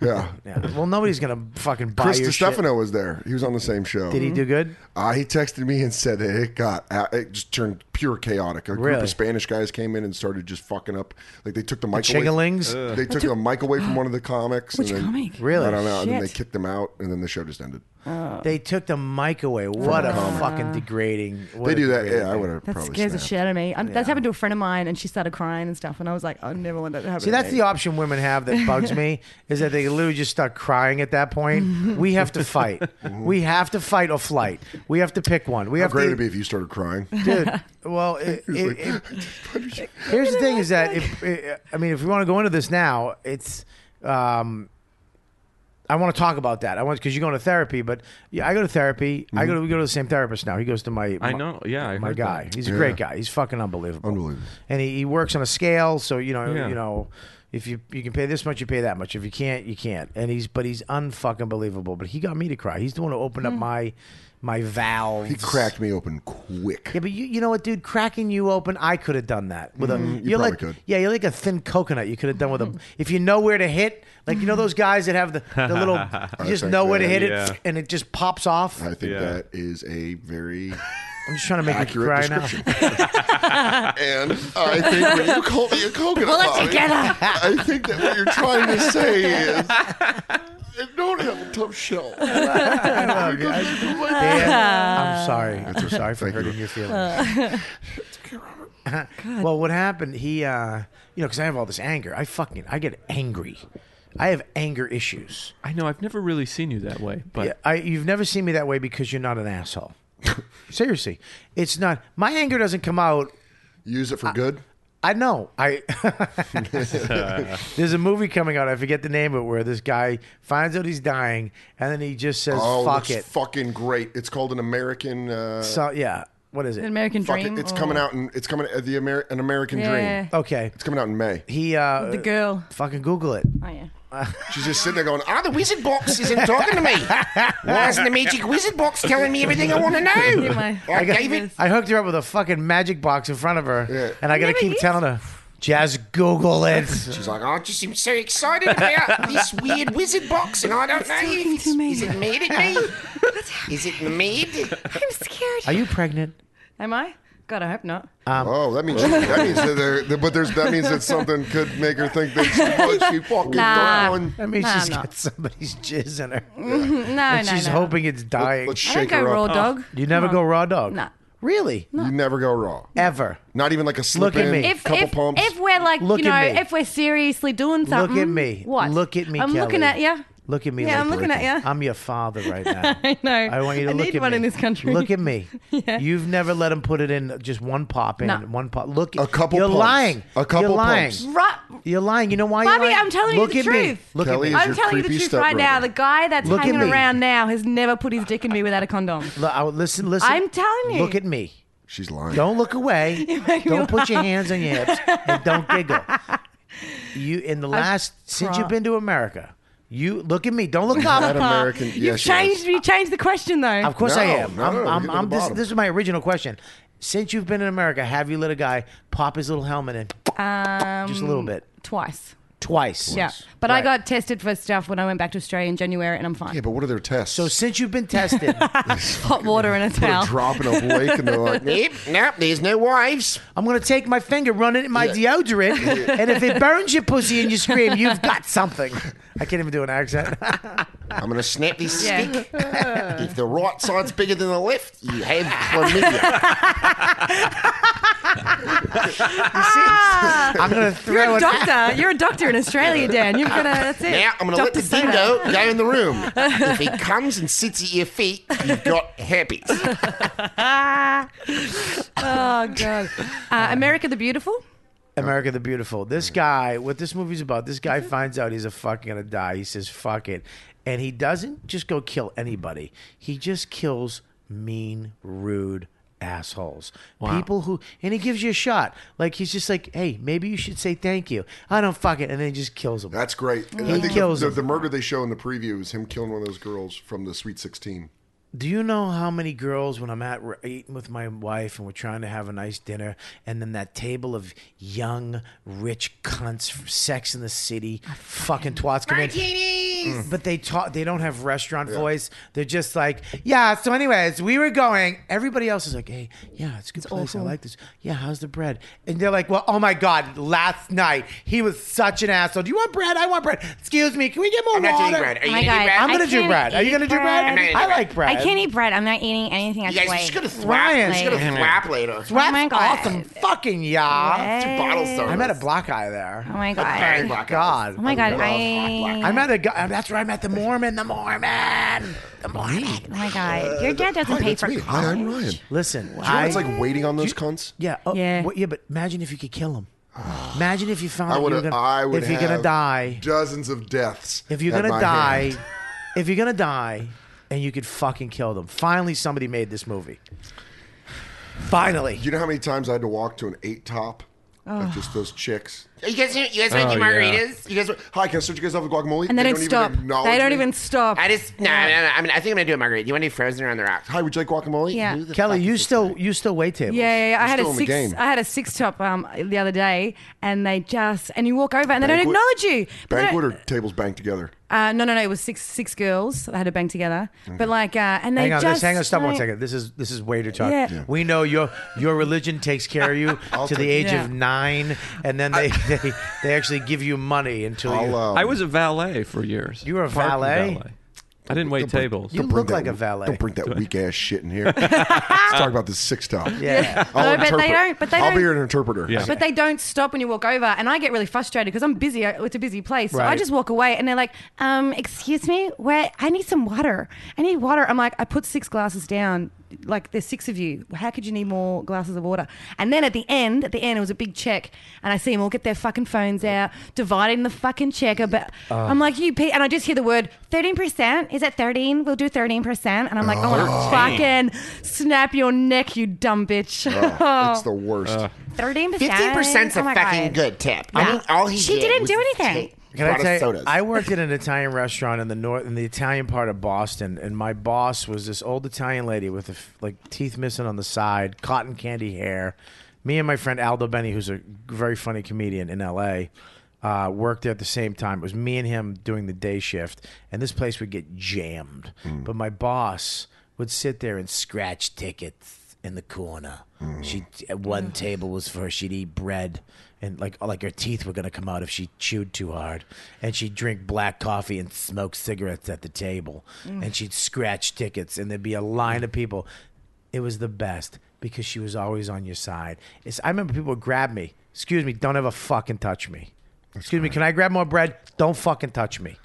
Speaker 6: Yeah.
Speaker 2: Yeah. Well, nobody's gonna fucking buy
Speaker 6: Chris
Speaker 2: your shit.
Speaker 6: Stefano was there. He was on the same show.
Speaker 2: Did he do good?
Speaker 6: Uh, he texted me and said that it got uh, it just turned pure chaotic. A group
Speaker 2: Really?
Speaker 6: of Spanish guys came in and started just fucking up. Like they took the mic away.
Speaker 2: Chingalings? Ugh.
Speaker 6: They took the mic away from one of the comics.
Speaker 4: Which
Speaker 6: and then,
Speaker 4: comic?
Speaker 2: Really?
Speaker 6: I don't know. And then they
Speaker 4: Shit.
Speaker 6: kicked them out, and then the show just ended.
Speaker 2: They took the mic away. What a fucking degrading. what
Speaker 6: they
Speaker 2: a
Speaker 6: do that.
Speaker 2: degrading
Speaker 6: Yeah, I
Speaker 2: thing.
Speaker 6: would have
Speaker 4: That
Speaker 6: probably
Speaker 4: scares the
Speaker 6: snapped.
Speaker 4: shit out of me. i That's happened to a friend of mine, and she started crying and stuff. And I was like, I never want that to happen.
Speaker 2: See,
Speaker 4: to
Speaker 2: that's
Speaker 4: me.
Speaker 2: the option women have that bugs me is that they literally just start crying at that point. We have to fight. we have to fight or flight. We have to pick one. We
Speaker 6: How
Speaker 2: have
Speaker 6: great
Speaker 2: to
Speaker 6: it'd be if you
Speaker 2: (laughs)
Speaker 6: started crying.
Speaker 2: dude. Well, it, it, it- here's the thing: is that if it, I mean, if we want to go into this now, it's. Um, I want to talk about that. I want because you're going to therapy, but yeah, I go to therapy. I go to we go to the same therapist now. He goes to my.
Speaker 1: I know. Yeah, I
Speaker 2: my
Speaker 1: heard
Speaker 2: guy.
Speaker 1: that.
Speaker 2: He's a great guy. He's fucking unbelievable.
Speaker 6: Unbelievable.
Speaker 2: And he, he works on a scale, so you know
Speaker 1: Yeah.
Speaker 2: you know. If you, you can pay this much, you pay that much. If you can't, you can't. And he's but he's unfucking believable. But he got me to cry. He's the one who opened up my my valves.
Speaker 6: He cracked me open quick.
Speaker 2: Yeah, but you, you know what, dude? Cracking you open, I could have done that with a.
Speaker 6: Mm-hmm. you
Speaker 2: are
Speaker 6: probably
Speaker 2: like,
Speaker 6: could.
Speaker 2: yeah, you're like a thin coconut. You could have done with a. if you know where to hit, like you know those guys that have the, the
Speaker 6: (laughs)
Speaker 2: little, you just
Speaker 6: think
Speaker 2: know where to
Speaker 6: that-
Speaker 2: hit
Speaker 1: yeah.
Speaker 2: it, and it just pops off.
Speaker 6: I think
Speaker 1: Yeah.
Speaker 6: that is a very
Speaker 2: I'm just trying to make you
Speaker 6: accurate
Speaker 2: cry now.
Speaker 6: description. and I think when you call me a coconut,
Speaker 4: Pull it
Speaker 6: Bobby,
Speaker 4: together.
Speaker 6: I think that what you're trying to say is, I don't have a tough shell.
Speaker 2: (laughs) I love you. I- Dan, I'm sorry. Uh, I'm sorry for hurting your feelings. (laughs) well, what happened? He, uh, you know, because I have all this anger. I fucking I get angry. I have anger issues.
Speaker 1: I know. I've never really seen you that way, but
Speaker 2: Yeah, I, you've never seen me that way because you're not an (laughs) asshole. Seriously, it's not. My anger doesn't come out.
Speaker 6: Use
Speaker 2: Uh,
Speaker 6: it for good.
Speaker 2: I know. I (laughs) there's a movie coming out. I forget the name of it, where this guy finds out he's dying, and then he just says,
Speaker 6: Oh,
Speaker 2: "Fuck
Speaker 6: that's
Speaker 2: it."
Speaker 6: fucking great. It's called an American. Uh,
Speaker 2: so yeah, what is
Speaker 4: An
Speaker 2: it?
Speaker 4: American
Speaker 6: fuck
Speaker 4: Dream.
Speaker 6: it. It's
Speaker 4: or-
Speaker 6: coming out in. It's coming at the Amer- an American
Speaker 4: Yeah.
Speaker 6: Dream.
Speaker 2: Okay,
Speaker 6: It's coming out in May.
Speaker 2: he uh,
Speaker 4: The girl.
Speaker 2: fucking Google it.
Speaker 4: Oh yeah. (laughs)
Speaker 6: She's just sitting there going,
Speaker 3: Ah, the wizard box isn't talking to me. Why isn't the magic wizard box telling me everything I want to know?
Speaker 4: Anyway.
Speaker 3: I
Speaker 2: got-
Speaker 3: gave it.
Speaker 2: (laughs) I hooked her up with a fucking magic box in front of her, and I gotta
Speaker 4: Never
Speaker 2: keep
Speaker 4: used-
Speaker 2: telling her, "Just Google
Speaker 6: (laughs)
Speaker 2: it."
Speaker 3: She's like, I just am so excited about this weird wizard box, and I don't know
Speaker 4: talking
Speaker 3: if it's,
Speaker 4: to me.
Speaker 3: is it mad at me? is it mad?
Speaker 4: I'm scared.
Speaker 2: Are you pregnant?
Speaker 4: Am I? God, I
Speaker 2: (laughs)
Speaker 4: hope not.
Speaker 6: "Oh, that means she, that means that there, that- but there's that means that something could make her think that she,
Speaker 2: (laughs)
Speaker 6: what she fucking
Speaker 4: Nah.
Speaker 6: doing."
Speaker 2: That means
Speaker 4: Nah,
Speaker 2: she's
Speaker 4: I'm not.
Speaker 2: got somebody's jizz in her.
Speaker 4: No, no,
Speaker 2: and she's
Speaker 4: no.
Speaker 2: hoping it's dying.
Speaker 6: Let's
Speaker 4: I don't
Speaker 6: shake
Speaker 4: go
Speaker 6: her
Speaker 4: raw
Speaker 6: up.
Speaker 4: dog.
Speaker 2: Ah, You never
Speaker 4: Come
Speaker 2: go
Speaker 4: on.
Speaker 2: raw dog.
Speaker 4: Nah.
Speaker 2: Really?
Speaker 6: You never go raw.
Speaker 2: Ever.
Speaker 6: Not even like a slip
Speaker 2: Look at
Speaker 6: in,
Speaker 2: me.
Speaker 4: If,
Speaker 6: couple
Speaker 4: if,
Speaker 6: pumps.
Speaker 4: if we're like,
Speaker 2: Look
Speaker 4: you know,
Speaker 2: at me.
Speaker 4: if we're seriously doing
Speaker 2: at
Speaker 4: something.
Speaker 2: me.
Speaker 4: What?
Speaker 2: Look at me,
Speaker 4: I'm looking at
Speaker 2: Kelly.
Speaker 4: you.
Speaker 2: Look at me.
Speaker 4: Yeah,
Speaker 2: like
Speaker 4: I'm looking at ya.
Speaker 2: I'm your father
Speaker 4: (laughs)
Speaker 2: right now. I
Speaker 4: know.
Speaker 2: I want you to
Speaker 4: (laughs) I
Speaker 2: look
Speaker 4: need
Speaker 2: at
Speaker 4: one
Speaker 2: me.
Speaker 4: in this country.
Speaker 2: Look at
Speaker 4: (laughs)
Speaker 2: me. You've never let him put it in just one pop in
Speaker 4: No.
Speaker 2: one pop. Look,
Speaker 6: A couple
Speaker 2: You're
Speaker 6: pumps.
Speaker 2: lying.
Speaker 6: A couple
Speaker 2: You're lying.
Speaker 6: pumps.
Speaker 4: Right.
Speaker 2: You're lying. You know why?
Speaker 4: Bobby,
Speaker 2: you're lying?
Speaker 4: I'm telling you
Speaker 2: Look
Speaker 4: the
Speaker 2: at Me.
Speaker 4: truth.
Speaker 2: Look at
Speaker 6: Kelly is
Speaker 2: me.
Speaker 4: I'm
Speaker 6: your
Speaker 4: telling you the
Speaker 6: creepy
Speaker 4: truth right
Speaker 6: stepbrother.
Speaker 4: now. The guy that's
Speaker 2: Look at
Speaker 4: hanging
Speaker 2: me.
Speaker 4: around now has never put his dick in me without
Speaker 2: (laughs)
Speaker 4: a condom.
Speaker 2: Look, I- listen, listen.
Speaker 4: I'm telling you.
Speaker 2: Look at me.
Speaker 6: She's lying.
Speaker 2: Don't look
Speaker 4: (laughs)
Speaker 2: away.
Speaker 4: make me
Speaker 2: don't put your hands on your hips and don't
Speaker 4: (laughs)
Speaker 2: giggle. You in the last since
Speaker 4: cry-
Speaker 2: you've been to America, you look at me. Don't look
Speaker 6: That
Speaker 2: up.
Speaker 6: American.
Speaker 4: you
Speaker 6: yes, she is.
Speaker 4: changed. You changed the question though.
Speaker 2: Of course I
Speaker 6: No,
Speaker 2: am.
Speaker 6: no,
Speaker 2: I'm,
Speaker 6: no, we
Speaker 2: I'm-
Speaker 6: get to
Speaker 2: I'm-
Speaker 6: the
Speaker 2: this,
Speaker 6: bottom.
Speaker 2: this is my original question. Since you've been in America, have you let a guy pop his little helmet in
Speaker 4: um,
Speaker 2: just a little bit
Speaker 4: twice.
Speaker 2: twice?
Speaker 4: Yeah, but I
Speaker 2: Right.
Speaker 4: got tested for stuff when I went back to Australia in January, and I'm fine.
Speaker 6: Yeah, but what are their tests?
Speaker 2: So since you've been
Speaker 4: (laughs)
Speaker 2: tested,
Speaker 4: Hot water and a
Speaker 6: Put a
Speaker 4: towel.
Speaker 6: drop in a lake, and they're
Speaker 2: (laughs)
Speaker 6: like,
Speaker 3: Nope, nope, there's no wives.
Speaker 2: I'm gonna take my finger, run it in my deodorant,
Speaker 6: (laughs)
Speaker 2: and if it burns your pussy and you scream, you've got something. I can't even do an accent.
Speaker 3: I'm going to snap this
Speaker 4: Yeah.
Speaker 2: (laughs)
Speaker 3: stick. if
Speaker 2: (laughs)
Speaker 3: the right side's bigger than the left, you have chlamydia.
Speaker 2: (laughs)
Speaker 4: Ah,
Speaker 2: I'm gonna
Speaker 4: you're
Speaker 2: throw
Speaker 4: a
Speaker 2: it.
Speaker 4: (laughs) doctor. You're a doctor in Australia, Dan. You're gonna. That's it.
Speaker 5: Now I'm going to let
Speaker 4: Dr.
Speaker 5: the
Speaker 4: Soda.
Speaker 5: dingo go in the room. if
Speaker 2: (laughs)
Speaker 5: he comes and sits at your feet, you've got herpes.
Speaker 4: Oh god. Uh, America the Beautiful.
Speaker 2: America the Beautiful. This guy, what this movie's about, this guy finds out he's a fucking gonna die. He says, fuck it. And he doesn't just go kill anybody, he just kills mean, rude assholes. People who, and he gives you a shot. Like, he's just like, hey, maybe you should say thank you. I don't fuck it. And then he just kills them.
Speaker 6: That's great. And
Speaker 2: He
Speaker 6: I think
Speaker 2: kills
Speaker 6: the,
Speaker 2: him.
Speaker 6: the, the murder they show in the preview is him killing one of those girls from the Sweet 16.
Speaker 2: Do you know how many girls when I'm at we're eating with my wife and we're trying to have a nice dinner, and then that table of young, rich cunts, from Sex in the City, fucking twats come in. But they talk. They don't have restaurant voice. They're just like, yeah. So, anyways, we were going. Everybody else is like, hey, yeah, it's a good place. I like this. Yeah, how's the bread? And they're like, well, oh my god, last night he was such an asshole. Do you want bread? I want bread. Excuse me, can we get more
Speaker 3: not
Speaker 2: water?
Speaker 3: doing bread. Are you
Speaker 8: my
Speaker 3: gonna
Speaker 8: God,
Speaker 3: do bread?
Speaker 2: I'm gonna
Speaker 8: I
Speaker 2: do
Speaker 8: can't
Speaker 2: bread. Are you
Speaker 8: eat
Speaker 2: gonna do bread?
Speaker 8: bread. I'm not
Speaker 2: I
Speaker 3: eating
Speaker 2: like bread.
Speaker 8: I can't eat bread. I'm not eating anything. I
Speaker 3: You guys are
Speaker 8: wait.
Speaker 3: just gonna thwap.
Speaker 2: Ryan.
Speaker 3: Just gonna thwap later.
Speaker 2: That's
Speaker 8: Oh my God.
Speaker 2: awesome. Fucking yeah.
Speaker 8: Hey.
Speaker 3: Bottle service.
Speaker 2: I met a block eye there.
Speaker 8: Oh my
Speaker 3: Bang,
Speaker 8: god.
Speaker 3: black
Speaker 2: God.
Speaker 8: Oh my god.
Speaker 2: I
Speaker 8: I. oh
Speaker 2: met a guy. That's where I met the Mormon. The Mormon. The Mormon.
Speaker 8: Oh my god. Your dad doesn't pay
Speaker 6: that's
Speaker 8: for
Speaker 6: me.
Speaker 8: college.
Speaker 6: Hi, I'm Ryan.
Speaker 2: Listen,
Speaker 6: I,
Speaker 2: I,
Speaker 6: it's like waiting on those cunts.
Speaker 2: yeah, oh,
Speaker 8: Yeah.
Speaker 2: Well, yeah, but imagine if you could kill him. Imagine if you found
Speaker 6: I
Speaker 2: out you
Speaker 6: would.
Speaker 2: were gonna,
Speaker 6: I would.
Speaker 2: if you're
Speaker 6: have
Speaker 2: gonna die.
Speaker 6: Dozens of deaths.
Speaker 2: If you're
Speaker 6: at
Speaker 2: gonna
Speaker 6: my
Speaker 2: die,
Speaker 6: hand.
Speaker 2: (laughs) if you're gonna die, and you could fucking kill them. Finally, somebody made this movie. Finally.
Speaker 6: you know how many times I had to walk to an eight top? Of just those chicks.
Speaker 3: You guys, you guys
Speaker 1: Oh,
Speaker 3: want any
Speaker 1: yeah.
Speaker 3: margaritas?
Speaker 6: You guys, were- hi, can I start you guys off with guacamole?
Speaker 4: And they, don't, stop.
Speaker 6: acknowledge
Speaker 4: They don't
Speaker 6: me.
Speaker 4: even stop.
Speaker 3: I just no, no, no. I mean, I think I'm gonna do a margarita. You want to do frozen or on the rocks?
Speaker 6: Hi, would you like guacamole?
Speaker 8: Yeah.
Speaker 6: Who the
Speaker 2: Kelly,
Speaker 6: fuck
Speaker 2: you
Speaker 6: is this
Speaker 2: still
Speaker 6: guy?
Speaker 2: you still wait tables.
Speaker 4: Yeah, yeah, yeah. I had a
Speaker 6: still in the
Speaker 4: six.
Speaker 6: game.
Speaker 4: I had a six top um the other day, and they just and you walk over and they don't
Speaker 6: Banquet-
Speaker 4: acknowledge you. But they don't-
Speaker 6: Banquet or tables banked together?
Speaker 4: Uh, no, no, no. It was six six girls. I had a bang together, but like, uh, and they
Speaker 2: Hang on,
Speaker 4: just
Speaker 2: just, hang on, stop one
Speaker 4: like-
Speaker 2: second. This is this is waiter talk.
Speaker 4: Yeah. Yeah.
Speaker 2: We know your your religion takes care of you to the age
Speaker 4: Yeah.
Speaker 2: of nine, and then they, they they actually give you money until
Speaker 6: I'll,
Speaker 2: you.
Speaker 6: um,
Speaker 1: I was a valet for years.
Speaker 2: You were a
Speaker 1: Parking
Speaker 2: valet?
Speaker 1: I didn't wait
Speaker 6: bring-
Speaker 1: tables.
Speaker 2: You
Speaker 6: bring
Speaker 2: look
Speaker 6: that-
Speaker 2: like a valet.
Speaker 6: Don't bring that weak ass shit in
Speaker 4: (laughs)
Speaker 6: here. Let's talk about this six top.
Speaker 2: yeah.
Speaker 6: I'll
Speaker 4: (laughs) No, but they
Speaker 6: interpret.
Speaker 4: don't- but they
Speaker 6: I'll
Speaker 4: don't-
Speaker 6: be your interpreter.
Speaker 1: Yeah.
Speaker 4: But they don't stop when you walk over, and I get really frustrated because I'm busy. I- It's a busy place, so I
Speaker 2: Right.
Speaker 4: just walk away, and they're like, um, "Excuse me, where? I need some water. I need water." I'm like, "I put six glasses down. Like, there's six of you. How could you need more glasses of water?" And then at the end, at the end, it was a big check, and I see them all get their fucking phones out, dividing the fucking check. But I'm like, "You," pe-, and I just hear the word thirteen percent. Is it thirteen? We'll do thirteen percent, and I'm like, "I want to fucking snap your neck, you dumb bitch." (laughs)
Speaker 6: It's
Speaker 4: Oh.
Speaker 6: the worst.
Speaker 1: Uh,
Speaker 8: Thirteen percent. Oh
Speaker 3: Fifteen
Speaker 2: oh
Speaker 3: percent's a fucking good tip. I mean, all he
Speaker 8: She
Speaker 3: did
Speaker 8: didn't
Speaker 3: was
Speaker 8: do anything.
Speaker 3: take-
Speaker 2: Can
Speaker 3: brought us
Speaker 2: I tell you,
Speaker 3: sodas.
Speaker 2: I worked at an Italian restaurant in the north, in the Italian part of Boston, and my boss was this old Italian lady with a f like teeth missing on the side, cotton candy hair. Me and my friend Aldo Benny, who's a very funny comedian in L.A., uh, worked there at the same time. It was me and him doing the day shift, and this place would get jammed. But my boss would sit there and scratch tickets in the corner. She at one table was for her. She'd eat bread, and like like her teeth were gonna come out if she chewed too hard. And she'd drink black coffee and smoke cigarettes at the table. And she'd scratch tickets, and there'd be a line of people. It was the best because she was always on your side. It's, I remember people would grab me. Excuse me, don't ever fucking touch me. Excuse me, can I grab more bread? Don't fucking touch me.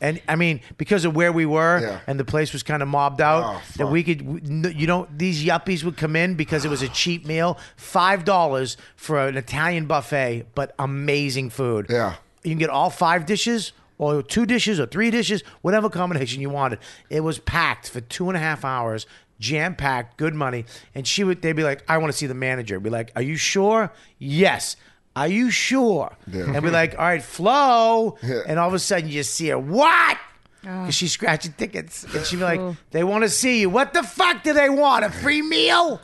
Speaker 2: And I mean, because of where we were
Speaker 6: Yeah.
Speaker 2: and the place was kind of mobbed out,
Speaker 6: Oh,
Speaker 2: that
Speaker 6: fuck.
Speaker 2: we could, we- no- you don't, these yuppies would come in because it was a cheap meal, $5 for an Italian buffet, but amazing food.
Speaker 6: Yeah.
Speaker 2: You can get all five dishes or two dishes or three dishes, whatever combination you wanted. It was packed for two and a half hours, jam packed, good money. And she would, they'd be like, I want to see the manager. Be like, Are you sure? Yes. Are you sure?
Speaker 6: Yeah.
Speaker 2: And be like, All right, Flo. And all of a sudden you just see her, What? Because she's scratching tickets. And she'd be like, They want to see you. What the fuck do they want? A free meal?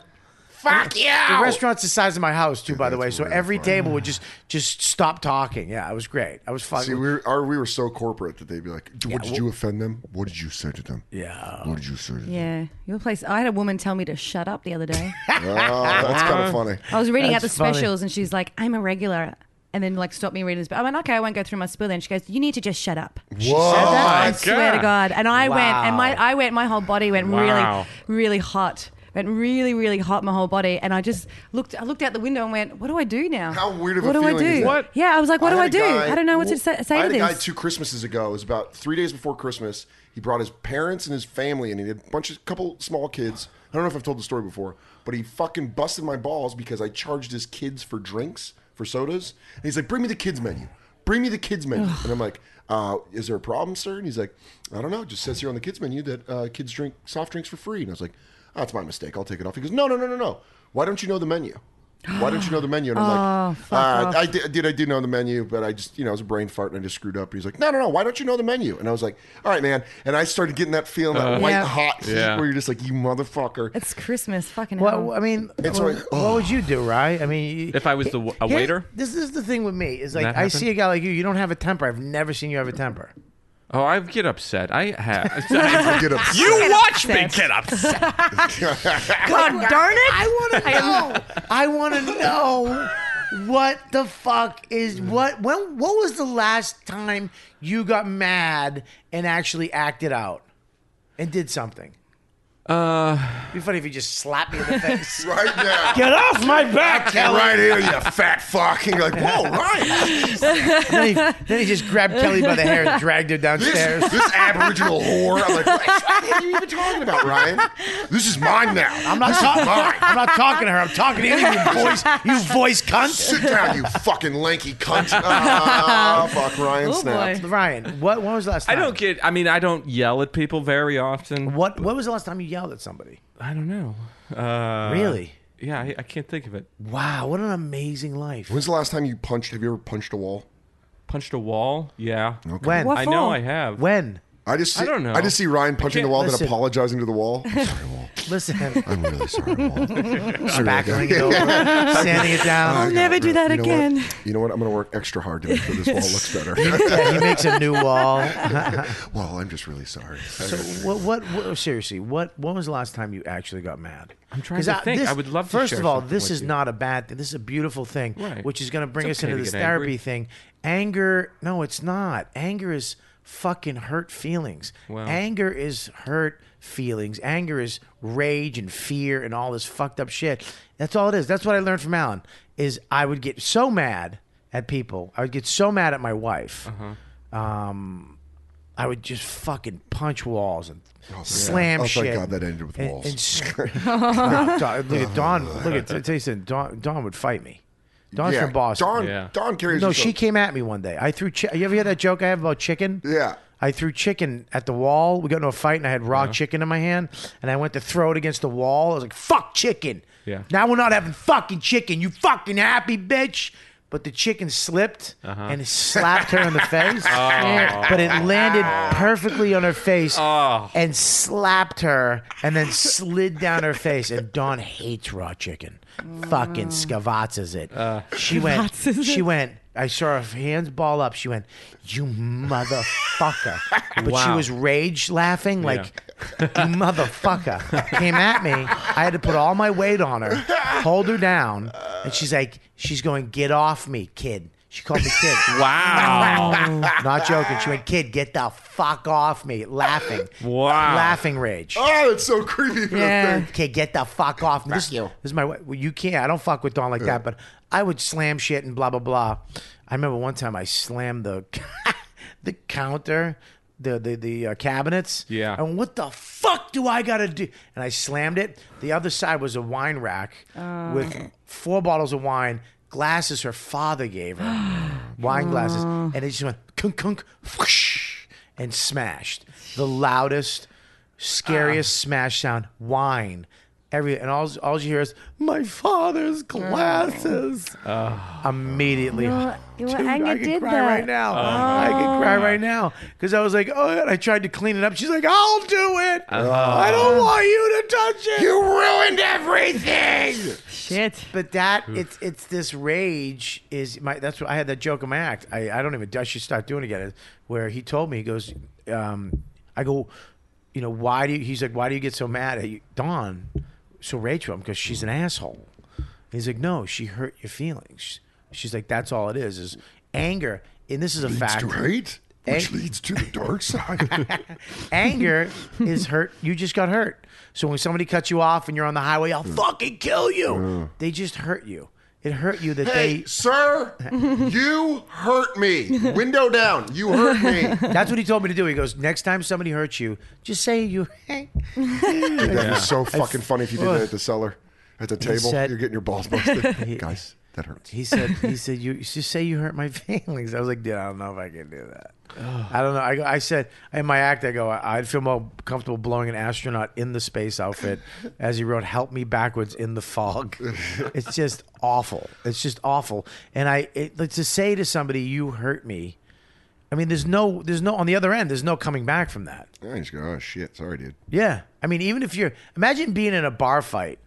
Speaker 3: Fuck you.
Speaker 2: The restaurant's the size of my house too, by the way. So every table would just just stop talking. Yeah, it was great. I was fucking.
Speaker 6: See, we were, our, we were so corporate that they'd be like, "What did
Speaker 2: well-
Speaker 6: you offend them? What did you say to them?
Speaker 2: Yeah.
Speaker 6: What did you say to them?"
Speaker 4: Yeah, your place. I had a woman tell me to shut up the
Speaker 6: (laughs)
Speaker 4: other day.
Speaker 6: Oh, that's kind of funny.
Speaker 4: I was reading out the
Speaker 2: That's funny.
Speaker 4: specials, and she's like, "I'm a regular," and then like stopped me reading this. But I went, "Okay, I won't go through my spill." Then she goes, "You need to just shut up."
Speaker 6: Whoa.
Speaker 4: I swear to God. And I went, and my
Speaker 2: Wow.
Speaker 4: I went, my whole body went
Speaker 1: Wow.
Speaker 4: really, really hot. It really, really hot my whole body, and I just looked. I looked out the window and went, "What do I do now?
Speaker 6: How weird of a
Speaker 4: what do
Speaker 6: feeling
Speaker 4: I do?
Speaker 6: is that? What?
Speaker 4: Yeah, I was like, "What do I
Speaker 6: had
Speaker 4: do?
Speaker 6: a guy-
Speaker 4: I don't know what to
Speaker 6: well,
Speaker 4: say, say
Speaker 6: I
Speaker 4: to
Speaker 6: had
Speaker 4: this."
Speaker 6: a guy two Christmases ago. It was about three days before Christmas. He brought his parents and his family, and he had a bunch of couple small kids. I don't know if I've told the story before, but he fucking busted my balls because I charged his kids for drinks for sodas, and he's like, "Bring me the kids menu. Bring me the kids menu." and I'm like, uh, "Is there a problem, sir?" And he's like, "I don't know. It just says here on the kids menu that uh, kids drink soft drinks for free." And I was like, oh, "That's my mistake. I'll take it off." He goes, "No, no, no, no, no. Why don't you know the menu?" Why don't you know the menu? And I'm like, "Uh, I did, I did, I did know the menu, but I just, you know, it was a brain fart and I just screwed up. And he's like, no, no, no, why don't you know the menu? And I was like, all right, man. And I started getting that feeling, that white
Speaker 4: Yeah.
Speaker 6: hot heat
Speaker 1: Yeah.
Speaker 6: where you're just like, you motherfucker.
Speaker 4: It's Christmas, fucking hell.
Speaker 2: Well, I mean,
Speaker 6: It's
Speaker 2: well,
Speaker 6: like,
Speaker 2: what would you do, right? I mean,
Speaker 1: If I was the wa- a
Speaker 2: here-
Speaker 1: waiter?
Speaker 2: this is the thing with me is like
Speaker 1: That
Speaker 2: I
Speaker 1: happened?
Speaker 2: see a guy like you. You don't have a temper. I've never seen you have a temper.
Speaker 1: Oh, I get upset. I have.
Speaker 2: (laughs)
Speaker 6: I get upset.
Speaker 1: you watch me
Speaker 4: upset.
Speaker 1: get upset.
Speaker 4: God darn it!
Speaker 2: I want to know. I want to know what the fuck is what when what was the last time you got mad and actually acted out and did something? Uh, be funny if you just slapped me in the face.
Speaker 6: right now.
Speaker 2: Get off my back, Kelly!
Speaker 6: right here, you (laughs) fat fuck. And you're like, whoa, right.
Speaker 2: then, he, then he just grabbed Kelly by the hair and dragged her downstairs.
Speaker 6: This, this aboriginal whore. I'm like, what the fuck are you even talking about, Ryan? This is mine now.
Speaker 2: I'm not talking. I'm not talking to her. I'm talking to you.
Speaker 1: (laughs)
Speaker 2: You voice, you voice cunt.
Speaker 6: Sit down, you fucking lanky cunt. Ah, fuck, Ryan
Speaker 4: Oh,
Speaker 6: snapped.
Speaker 4: boy.
Speaker 2: Ryan, what? When was the last
Speaker 1: I
Speaker 2: time?
Speaker 1: don't get. I mean, I don't yell at people very often.
Speaker 2: What? What was the last time you yelled at somebody?
Speaker 1: I don't know. Uh,
Speaker 2: Really?
Speaker 1: Yeah, I, I can't think of it.
Speaker 2: Wow! What an amazing life.
Speaker 6: When's the last time you punched? Have you ever punched a wall?
Speaker 1: Punched a wall. Yeah.
Speaker 2: When?
Speaker 4: What
Speaker 1: I know
Speaker 4: for?
Speaker 1: I have.
Speaker 2: When?
Speaker 6: I just see,
Speaker 1: I don't know.
Speaker 6: I just see Ryan punching the
Speaker 1: can't-
Speaker 6: wall,
Speaker 2: listen.
Speaker 6: then apologizing to the wall. I'm sorry, wall.
Speaker 1: (laughs)
Speaker 2: Listen,
Speaker 6: I'm really sorry, wall.
Speaker 2: spackling it over, sanding it down.
Speaker 4: I'll never do that
Speaker 6: You know what?
Speaker 4: again.
Speaker 6: You know what? I'm going to work extra hard to make sure this wall looks better. (laughs)
Speaker 2: Yeah, he makes a
Speaker 1: (laughs)
Speaker 2: new wall.
Speaker 6: well, I'm just really sorry.
Speaker 2: So what, what? What? oh, Seriously, what? When was the last time you actually got mad? I'm
Speaker 1: trying to think. I would love to
Speaker 2: First
Speaker 1: share
Speaker 2: of all,
Speaker 1: something
Speaker 2: this
Speaker 1: with
Speaker 2: is
Speaker 1: you.
Speaker 2: not a bad thing. This is a beautiful thing,
Speaker 1: Right.
Speaker 2: which is going to bring
Speaker 1: It's
Speaker 2: us
Speaker 1: okay to
Speaker 2: into this
Speaker 1: get
Speaker 2: therapy
Speaker 1: angry.
Speaker 2: thing. Anger? No, it's not. Anger is fucking hurt feelings.
Speaker 1: Wow.
Speaker 2: Anger is hurt feelings. Anger is rage and fear and all this fucked up shit. That's all it is. That's what I learned from Alan. Is I would get so mad at people. I would get so mad at my wife.
Speaker 1: Uh-huh.
Speaker 2: I would just fucking punch walls and slam
Speaker 6: Oh,
Speaker 2: shit.
Speaker 6: thank God that ended with
Speaker 2: and-
Speaker 6: walls. (laughs) Uh,
Speaker 2: and sc- (laughs) No, Dawn- look at Dawn. Look at tell you something. Dawn, Dawn would fight me. Dawn's
Speaker 6: yeah,
Speaker 2: from Boston.
Speaker 6: Don,
Speaker 1: Yeah.
Speaker 6: Don carries.
Speaker 2: no,
Speaker 6: his
Speaker 2: she
Speaker 6: own-
Speaker 2: came at me one day. I threw. Chi- you ever hear that joke I have about chicken?
Speaker 6: Yeah.
Speaker 2: I threw chicken at the wall. We got into a fight, and I had raw chicken in my hand, and I went to throw it against the wall. I was like, "Fuck chicken!"
Speaker 1: Yeah.
Speaker 2: Now we're not having fucking chicken. You fucking happy bitch. But the chicken slipped and it slapped her in the face. But it landed perfectly on her face
Speaker 1: Oh,
Speaker 2: and slapped her and then slid down her face. And Dawn hates raw chicken. Fucking scavatzes it. she went.
Speaker 4: Scavatzes
Speaker 2: She
Speaker 4: it.
Speaker 2: went. I saw her hands ball up. She went, "You motherfucker!" But she
Speaker 1: Wow.
Speaker 2: was rage laughing like, "You "Motherfucker!" Came at me. I had to put all my weight on her, hold her down, and she's like, "She's going, get off me, kid." She called me kid.
Speaker 1: Wow.
Speaker 2: (laughs) Not joking. She went, kid, get the fuck off me. Laughing.
Speaker 1: Wow.
Speaker 2: Laughing rage.
Speaker 6: Oh, that's so creepy.
Speaker 4: Yeah.
Speaker 2: Kid, get the fuck off me. This,
Speaker 7: you.
Speaker 2: this is my way. Well, you can't. I don't fuck with Dawn like that, but I would slam shit and blah, blah, blah. I remember one time I slammed the (laughs) the counter, the the, the uh, cabinets.
Speaker 1: Yeah.
Speaker 2: And what the fuck do I got to do? And I slammed it. The other side was a wine rack with four bottles of wine, glasses her father gave her, (gasps) wine glasses. And it just went kunk, kunk, whoosh, and smashed. The loudest, scariest
Speaker 8: Ah.
Speaker 2: smash sound, wine. Every, and all, all you hear is my
Speaker 8: Mm.
Speaker 2: father's glasses. Immediately,
Speaker 8: Ah. No, you were
Speaker 2: Dude, I
Speaker 8: angry,
Speaker 2: could
Speaker 8: did
Speaker 2: cry
Speaker 8: that. Oh.
Speaker 2: right now. I could cry right now because I was like, oh, and I tried to clean it up. She's like, I'll do it. I don't want you to touch it. Oh. You ruined everything.
Speaker 6: (laughs)
Speaker 4: Shit.
Speaker 2: But that it's it's this rage is my that's what I had that joke in my act. I, I don't even I should start doing it again. Where he told me he goes, um, I go, you know why do you, he's like why do you get so mad at you, Dawn? So rageful because she's an asshole. He's like no, she hurt your feelings. She's like that's all it is is anger, and this is a fact.
Speaker 6: (laughs) Right?
Speaker 9: which leads to the dark side.
Speaker 2: anger is hurt. You just got hurt. So when somebody cuts you off and you're on the highway, I'll fucking kill you. They just hurt you. It hurt you that
Speaker 6: Hey,
Speaker 2: they.
Speaker 6: sir, you hurt me. Window down. You hurt me.
Speaker 2: That's what he told me to do. He goes, next time somebody hurts you, just say you. (laughs)
Speaker 6: That'd be so fucking funny if you did that at the cellar, at the table.
Speaker 2: said-
Speaker 6: You're getting your balls
Speaker 2: (laughs)
Speaker 6: busted, guys. That hurts.
Speaker 2: He said, he said, you just say you hurt my (laughs) feelings. I was like, dude, I don't know if I can do that. I don't know. I, go- I said in my act, I go, I- I'd feel more comfortable blowing an astronaut in the space outfit as he wrote, "Help me backwards in the fog." it's just awful. It's just awful. And I it, like, to say to somebody, "You hurt me." I mean, there's no, there's no on the other end. There's no coming back from that.
Speaker 6: I just go, oh shit, sorry, dude.
Speaker 2: Yeah. I mean, even if you're, imagine being in a bar fight,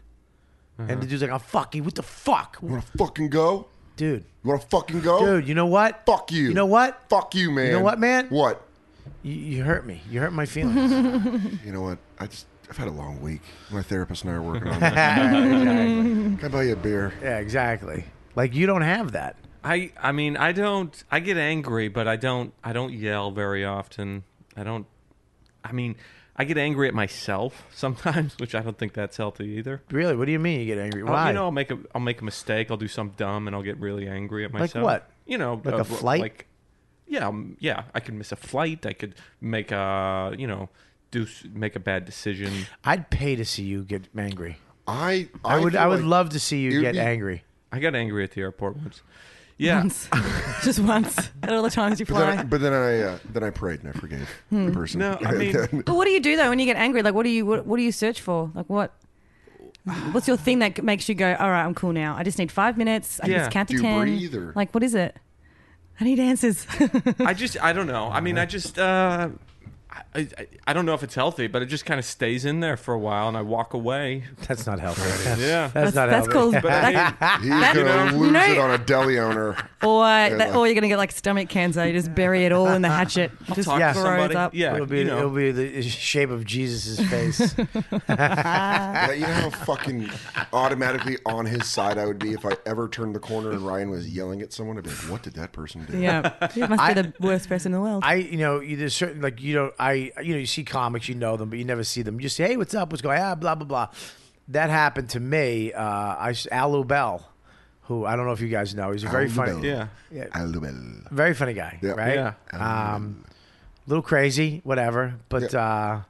Speaker 2: and the dude's like, "I'm fucking what the fuck,
Speaker 6: Want to fucking go?
Speaker 2: dude."
Speaker 6: You want to fucking go?
Speaker 2: Dude, you know what?
Speaker 6: Oh, fuck you.
Speaker 2: You know what?
Speaker 6: Fuck you, man.
Speaker 2: know what, man?
Speaker 6: What?
Speaker 2: You, you hurt me. You hurt my feelings.
Speaker 6: You know what? I just I've had a long week. My therapist and I are working
Speaker 2: (laughs)
Speaker 6: on that. Can I buy you a beer?
Speaker 2: yeah, exactly. Like you don't have that.
Speaker 1: I I mean I don't I get angry but I don't I don't yell very often. I don't I mean I get angry at myself (laughs) sometimes, which I don't think that's healthy either.
Speaker 2: Really? What do you mean you get angry?
Speaker 1: I'll-
Speaker 2: Why?
Speaker 1: You know, I'll make a I'll make a mistake. I'll do something dumb, and I'll get really angry at myself.
Speaker 2: what?
Speaker 1: You know,
Speaker 2: Like a
Speaker 1: uh,
Speaker 2: flight?
Speaker 1: Like, yeah, um, yeah. I could miss a flight. I could make a you know do s- make a bad decision.
Speaker 2: I'd pay to see you get angry.
Speaker 6: I
Speaker 2: I, would.
Speaker 6: feel
Speaker 2: I would
Speaker 6: like
Speaker 2: love to see
Speaker 6: it
Speaker 2: you
Speaker 6: would
Speaker 2: get
Speaker 6: be-
Speaker 2: angry.
Speaker 1: I got angry at the airport once.
Speaker 2: (laughs)
Speaker 1: Yeah,
Speaker 4: Once. Just
Speaker 6: (laughs)
Speaker 4: once. At all the times you
Speaker 6: But then, I,
Speaker 4: fly.
Speaker 6: but then I uh, then I prayed and I forgave
Speaker 2: Hmm.
Speaker 6: the person. (laughs)
Speaker 1: No, I mean- (laughs)
Speaker 6: And
Speaker 4: But what do you do though when you get angry? Like, what do you what, what do you search for? Like, what what's your thing that makes you go? All right, I'm cool now. I just need five minutes. I
Speaker 1: Yeah.
Speaker 4: just count to
Speaker 6: Do you
Speaker 4: ten.
Speaker 6: breathe or-
Speaker 4: Like, what is it? I need answers. (laughs)
Speaker 1: I just I don't know. I mean, I just. Uh, I, I, I don't know if it's healthy, but it just kind of stays in there for a while, and I walk away.
Speaker 2: That's not healthy. That's, (laughs)
Speaker 1: Yeah,
Speaker 2: that's not healthy.
Speaker 4: that's called
Speaker 1: but
Speaker 6: (laughs)
Speaker 1: I mean,
Speaker 6: he's gonna
Speaker 4: you
Speaker 6: lose
Speaker 4: know-
Speaker 6: it on a
Speaker 2: (laughs)
Speaker 6: deli owner.
Speaker 4: or
Speaker 6: like-
Speaker 4: that, or you're gonna get like stomach cancer. You just bury it all in the hatchet. Just
Speaker 1: talk
Speaker 2: yeah.
Speaker 1: to
Speaker 4: throw
Speaker 1: somebody.
Speaker 4: it up.
Speaker 1: Yeah,
Speaker 2: It'll be,
Speaker 1: you know.
Speaker 2: it'll be the shape of Jesus' face.
Speaker 6: Yeah, you know how fucking automatically on his side I would be if I ever turned the corner and Ryan was yelling at someone. I'd be like, "What did that person do?"
Speaker 4: Yeah, you must be the worst person in the world.
Speaker 2: I, you know, you, there's certain like you don't. I, you know, you see comics, you know them, but you never see them. You just say, "Hey, what's up? What's going?" Ah, blah blah blah. That happened to me. Uh, I s- Alu Bell, who I don't know if you guys know, he's a very funny,
Speaker 1: yeah,
Speaker 6: Alubel.
Speaker 2: very funny guy,
Speaker 6: Yeah.
Speaker 2: right?
Speaker 1: yeah.
Speaker 2: um, little crazy, whatever. But uh,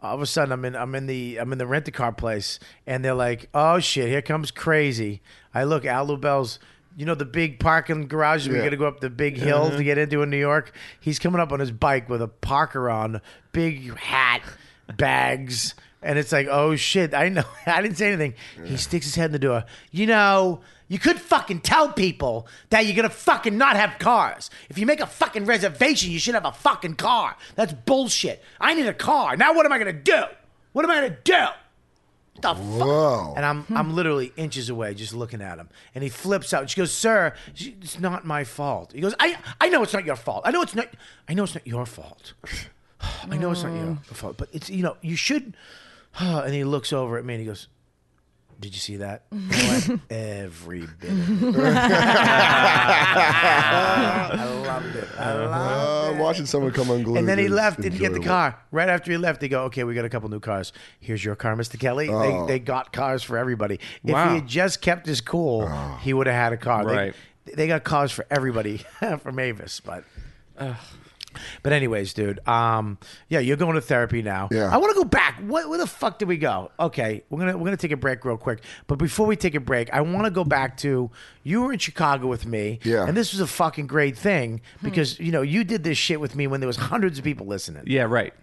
Speaker 2: all of a sudden, I'm in I'm in the I'm in the rent a car place, and they're like, "Oh shit, here comes crazy." I look, Alu Bell's. You know the big parking garage we
Speaker 6: Yeah.
Speaker 2: got to go up the big hill to get into in New York. He's coming up on his bike with a Parker on, big hat, bags, and it's like, oh shit! I know (laughs) I didn't say anything. He sticks his head in the door. You know, you could fucking tell people that you're gonna fucking not have cars. If you make a fucking reservation, you should have a fucking car. That's bullshit. I need a car. Now what am I gonna do? What am I gonna do? What the
Speaker 6: Whoa.
Speaker 2: fuck? And I'm I'm literally inches away, just looking at him, and he flips out. She goes, "Sir, she- it's not my fault." He goes, "I I know it's not your fault. I know it's not. I know it's not your fault. (sighs) I know it's not your fault, but it's you know you should." (sighs) And he looks over at me and he goes, "Did you see that?" I went, Every bit. Of it. (laughs) I loved it. I loved it.
Speaker 6: Uh, watching someone come unglued.
Speaker 2: And then he
Speaker 6: is
Speaker 2: left, didn't get the
Speaker 6: enjoyable.
Speaker 2: car. Right after he left, they go, okay, we got a couple new cars. Here's your car, Mr. Kelly.
Speaker 6: Oh.
Speaker 2: They, they got cars for everybody. If
Speaker 1: Wow.
Speaker 2: he had just kept his cool,
Speaker 6: Oh.
Speaker 2: he would have had a car. They-
Speaker 1: Right.
Speaker 2: They, got cars for everybody (laughs) from Avis, but. But anyways, dude. Um, yeah, you're going to therapy now.
Speaker 6: Yeah.
Speaker 2: I want to go back. What? Where the fuck did we go? Okay, we're gonna we're gonna take a break real quick. But before we take a break, I want to go back to you were in Chicago with me.
Speaker 6: Yeah.
Speaker 2: And this was a fucking great thing
Speaker 4: Hmm.
Speaker 2: because you know you did this shit with me when there was hundreds of people listening.
Speaker 1: yeah, right.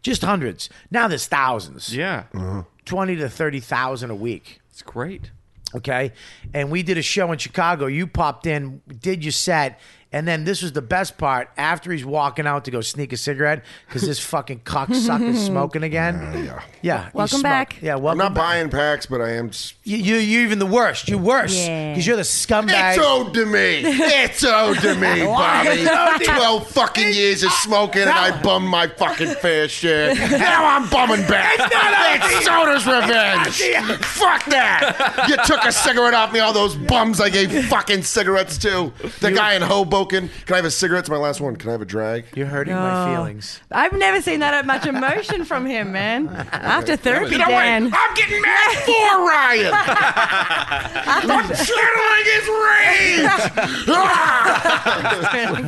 Speaker 2: Just hundreds. Now there's thousands.
Speaker 1: Yeah,
Speaker 2: Twenty to thirty thousand a week.
Speaker 1: it's great. (laughs)
Speaker 2: Okay. And we did a show in Chicago. You popped in, did your set. And then this was the best part after he's walking out to go sneak a cigarette because this fucking
Speaker 4: (laughs)
Speaker 2: cocksucker's smoking again. yeah. Yeah. he's
Speaker 4: Welcome
Speaker 2: smoking.
Speaker 4: back.
Speaker 2: Yeah.
Speaker 6: I'm
Speaker 2: Welcome
Speaker 6: not
Speaker 2: back.
Speaker 6: buying packs, but I am. s-
Speaker 2: You, you, you're even the worst. You're worse
Speaker 4: Yeah.
Speaker 2: because you're the scumbag.
Speaker 6: It's owed to me. It's owed to me,
Speaker 2: (laughs)
Speaker 6: Bobby. Twelve fucking years of smoking, and I bummed my fucking fair share. Now I'm bumming back. It's, soda's revenge. Fuck that. You took a cigarette off me. All those bums I gave fucking cigarettes to. The guy in Hobo smoking? Can I have a cigarette? It's my last one. Can I have a drag?
Speaker 2: You're hurting my feelings.
Speaker 4: Oh. I've never seen that much emotion from
Speaker 3: (laughs)
Speaker 4: him, man. After therapy,
Speaker 3: You know what? (laughs)
Speaker 4: Dan.
Speaker 3: I'm getting mad for
Speaker 4: (laughs)
Speaker 3: Ryan. I'm channeling his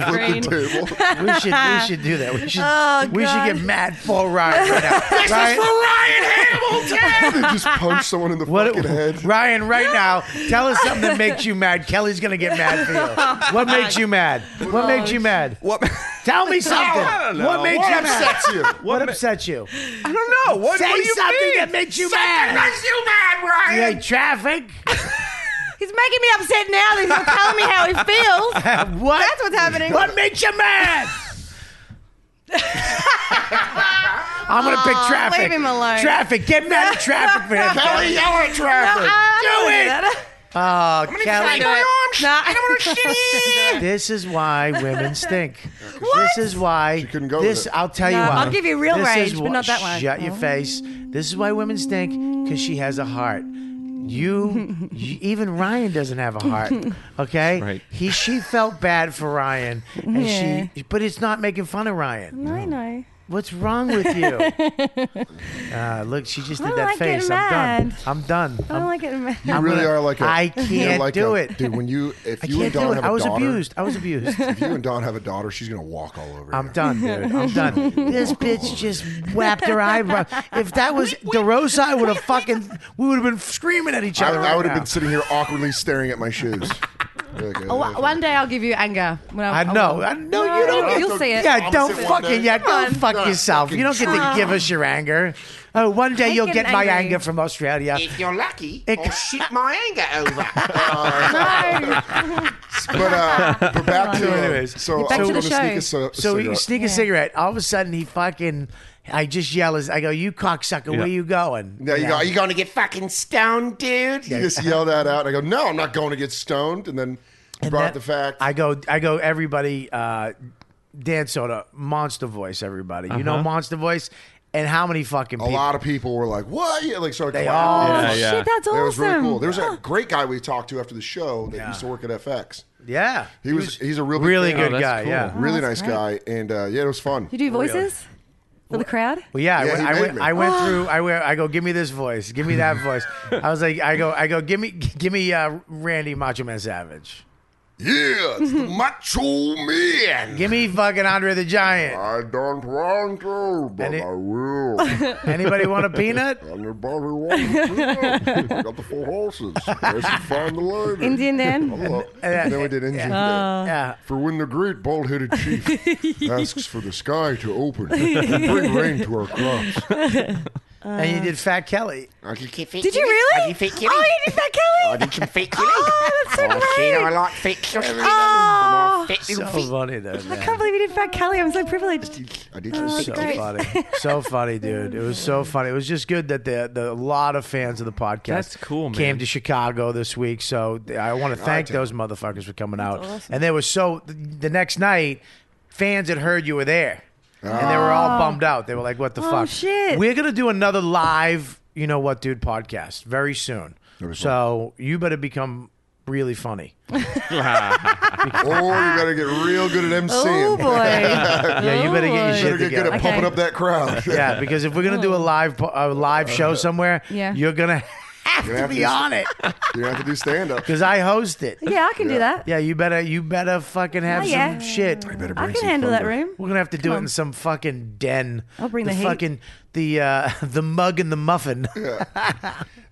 Speaker 3: rage.
Speaker 4: (laughs) Green.
Speaker 6: Table. (laughs)
Speaker 2: We should we should do that. We should
Speaker 4: Oh,
Speaker 2: we should
Speaker 4: God.
Speaker 2: get mad for Ryan right now.
Speaker 3: This is
Speaker 2: Ryan,
Speaker 3: for Ryan Hamilton.
Speaker 6: just punch someone in the fucking head.
Speaker 2: Ryan, right now, tell us something that makes you mad. Kelly's gonna get mad for you. What makes you mad? What makes you mad?
Speaker 10: What?
Speaker 2: Tell me something.
Speaker 1: I don't know.
Speaker 2: What makes
Speaker 1: What
Speaker 2: you mad?
Speaker 6: That's you.
Speaker 2: What upsets you?
Speaker 10: I don't know. What,
Speaker 2: Say
Speaker 10: what do you
Speaker 2: something
Speaker 10: mean?
Speaker 2: that makes you
Speaker 3: Something
Speaker 2: mad.
Speaker 3: makes you mad,
Speaker 2: You
Speaker 3: Ryan.
Speaker 2: hate traffic?
Speaker 4: He's making me upset now that he's not telling me how he feels.
Speaker 2: (laughs) What?
Speaker 4: That's what's happening.
Speaker 2: What makes you mad? I'm gonna pick traffic.
Speaker 4: leave him alone.
Speaker 2: Traffic. Get mad at traffic for (laughs) him.
Speaker 3: Kelly, yell at traffic.
Speaker 2: Do it. Oh,
Speaker 3: Find
Speaker 2: Kelly.
Speaker 3: my arms.
Speaker 4: Nah.
Speaker 3: I don't want to
Speaker 4: (laughs)
Speaker 3: shit in.
Speaker 2: This is why women stink. This is why. She
Speaker 6: couldn't go with
Speaker 2: This
Speaker 6: it.
Speaker 2: I'll tell you
Speaker 4: No,
Speaker 2: why.
Speaker 4: I'll give you real
Speaker 2: This
Speaker 4: rage,
Speaker 2: is
Speaker 4: but
Speaker 2: why-
Speaker 4: not that one. Oh.
Speaker 2: Shut your face. This is why women stink because she has a heart.
Speaker 4: (laughs)
Speaker 2: You, you, even Ryan doesn't have a heart. Okay,
Speaker 1: Right.
Speaker 2: he she felt bad for Ryan, and she, but it's not making fun of Ryan.
Speaker 4: I know.
Speaker 2: What's wrong with
Speaker 4: (laughs)
Speaker 2: you? uh, look, she just did
Speaker 4: don't
Speaker 2: that
Speaker 4: like getting
Speaker 2: face. I'm done.
Speaker 4: mad.
Speaker 2: I'm done.
Speaker 4: I don't like (laughs) it. man.
Speaker 6: You really
Speaker 2: gonna-
Speaker 6: are like a.
Speaker 2: I
Speaker 6: you're
Speaker 2: can't
Speaker 6: like
Speaker 2: do
Speaker 6: a-
Speaker 2: it.
Speaker 6: dude.
Speaker 2: (laughs)
Speaker 6: When you, if
Speaker 2: I
Speaker 6: you
Speaker 2: can't
Speaker 6: and
Speaker 2: do
Speaker 6: Don
Speaker 2: it.
Speaker 6: have
Speaker 2: I
Speaker 6: a
Speaker 2: was
Speaker 6: daughter,
Speaker 2: abused. I was
Speaker 4: (laughs)
Speaker 2: abused.
Speaker 6: if you and Don have a daughter, she's gonna walk all over.
Speaker 2: I'm
Speaker 6: you.
Speaker 2: done, dude. I'm
Speaker 4: (laughs)
Speaker 2: done. This bitch just whapped her eyebrow. If that was DeRosa, I would have fucking. We would have been screaming at each
Speaker 6: I,
Speaker 2: other.
Speaker 6: I
Speaker 2: right
Speaker 6: would have
Speaker 2: now.
Speaker 6: been sitting here awkwardly staring at
Speaker 2: (laughs)
Speaker 6: my shoes. Like, uh,
Speaker 4: One one day I'll give you anger. When
Speaker 2: I know. I know you don't.
Speaker 4: You'll see it.
Speaker 2: Yeah, don't
Speaker 6: Opposite
Speaker 2: fucking.
Speaker 6: one
Speaker 2: Yeah,
Speaker 4: Come
Speaker 2: don't
Speaker 4: on.
Speaker 2: fuck yourself. You don't get to give us your anger. Oh, one day
Speaker 4: I
Speaker 2: you'll
Speaker 4: get
Speaker 2: get my
Speaker 4: angry.
Speaker 2: anger from Australia.
Speaker 3: If you're lucky,
Speaker 2: It-
Speaker 4: (laughs)
Speaker 3: I'll shoot my anger over.
Speaker 4: No.
Speaker 2: (laughs)
Speaker 6: (laughs) But, uh, but back to
Speaker 2: Anyways,
Speaker 6: so
Speaker 4: back
Speaker 6: I was
Speaker 4: to the
Speaker 6: going to sneak
Speaker 4: show.
Speaker 6: a, c-
Speaker 2: So you
Speaker 6: cigarette.
Speaker 2: sneak a cigarette. All of a sudden, he fucking. I just yell. As I go, you cocksucker, where you going?
Speaker 6: Yeah, you, go, you,
Speaker 3: You going to get fucking stoned, dude?
Speaker 6: you just yell that out. And I go, no, I'm not going to get stoned. And then you
Speaker 2: And
Speaker 6: brought up
Speaker 2: that-
Speaker 6: the fact.
Speaker 2: I go, I go, everybody, uh, Dan Soda, Monster Voice, everybody. You
Speaker 1: Uh-huh.
Speaker 2: know Monster Voice? And how many fucking
Speaker 6: a
Speaker 2: people?
Speaker 6: lot of people were like, what? Yeah, like started
Speaker 2: They
Speaker 6: clapping.
Speaker 2: all-
Speaker 4: Oh,
Speaker 1: Yeah, yeah.
Speaker 4: shit, that's awesome.
Speaker 6: That was really cool. There was a great guy we talked to after the show that used to work at FX.
Speaker 2: Yeah.
Speaker 6: He was he's a real big
Speaker 2: really
Speaker 6: fan.
Speaker 2: good
Speaker 1: Oh, that's
Speaker 2: guy.
Speaker 1: cool.
Speaker 2: Yeah.
Speaker 6: really nice
Speaker 4: that's
Speaker 6: guy, and uh, yeah, it was fun.
Speaker 4: you do
Speaker 2: Oh,
Speaker 4: voices for the crowd?
Speaker 2: Well, yeah,
Speaker 6: Yeah,
Speaker 2: I went,
Speaker 6: he
Speaker 2: I
Speaker 6: made
Speaker 2: went,
Speaker 6: me.
Speaker 1: (gasps)
Speaker 2: I went through. I went, I go, give me this voice, give me that voice. I was like, I go, I go, give me, give me, uh, Randy Macho Man Savage,
Speaker 6: Yeah, it's the macho man.
Speaker 2: give me fucking Andre the
Speaker 6: (laughs)
Speaker 2: Giant.
Speaker 6: I don't want to, but
Speaker 2: And it-
Speaker 6: I will.
Speaker 2: Anybody want
Speaker 1: (laughs)
Speaker 2: a peanut?
Speaker 6: Anybody want to? I got the four horses. I should find the lady.
Speaker 4: Indian
Speaker 6: (laughs)
Speaker 4: Dan?
Speaker 6: Hello. And then we did Indian Day.
Speaker 2: Yeah. Uh.
Speaker 6: For when the great bald headed chief asks for the sky to open and bring rain to our crops.
Speaker 2: and you did Fat Kelly.
Speaker 3: Oh,
Speaker 4: Did you really?
Speaker 3: Are you fake Kelly?
Speaker 4: Oh, you did that, Kelly?
Speaker 3: I did some fake Kelly.
Speaker 4: Oh, that's so
Speaker 3: oh, shit, I
Speaker 4: great.
Speaker 3: like fake Kelly.
Speaker 4: Oh.
Speaker 3: Fake
Speaker 2: So
Speaker 3: little feet.
Speaker 2: funny though.
Speaker 4: I
Speaker 2: man.
Speaker 4: can't believe you did Fat Kelly. I'm so privileged.
Speaker 6: I did some
Speaker 2: so
Speaker 4: Oh, Great. (laughs)
Speaker 2: funny, so funny, dude. It was so funny. It was just good that the the a lot of fans of the podcast
Speaker 1: That's cool, man.
Speaker 2: came to Chicago this week. So I want to thank those motherfuckers for coming out. And they were so the- the next night, fans had heard you were there, and they were all bummed out. They were like, "What the
Speaker 4: Oh,
Speaker 2: fuck?"
Speaker 4: shit.
Speaker 2: We're gonna do another live, you know what, dude, podcast very soon. So you better become really funny.
Speaker 6: Oh, you gotta get real good at
Speaker 4: Oh,
Speaker 6: MCing. (laughs)
Speaker 4: boy.
Speaker 2: Yeah, you better get your
Speaker 4: boy.
Speaker 2: shit
Speaker 6: Better get good
Speaker 2: together.
Speaker 6: at pumping
Speaker 4: Okay.
Speaker 6: up that crowd. (laughs)
Speaker 2: Yeah, because if we're gonna do a live po- a live (laughs) show somewhere,
Speaker 4: Oh. Yeah.
Speaker 2: you're gonna have
Speaker 6: You're
Speaker 2: to
Speaker 6: gonna
Speaker 2: be on (laughs) it
Speaker 6: You're gonna have to do stand up.
Speaker 2: because I host it.
Speaker 4: Yeah, I can do that.
Speaker 2: Yeah, you better you better fucking have
Speaker 4: Oh,
Speaker 2: some
Speaker 4: yeah.
Speaker 2: shit.
Speaker 4: I can handle that room.
Speaker 2: We're gonna have to do it in some fucking den.
Speaker 4: I'll bring the heat.
Speaker 2: fucking the uh, (laughs) the mug and the muffin.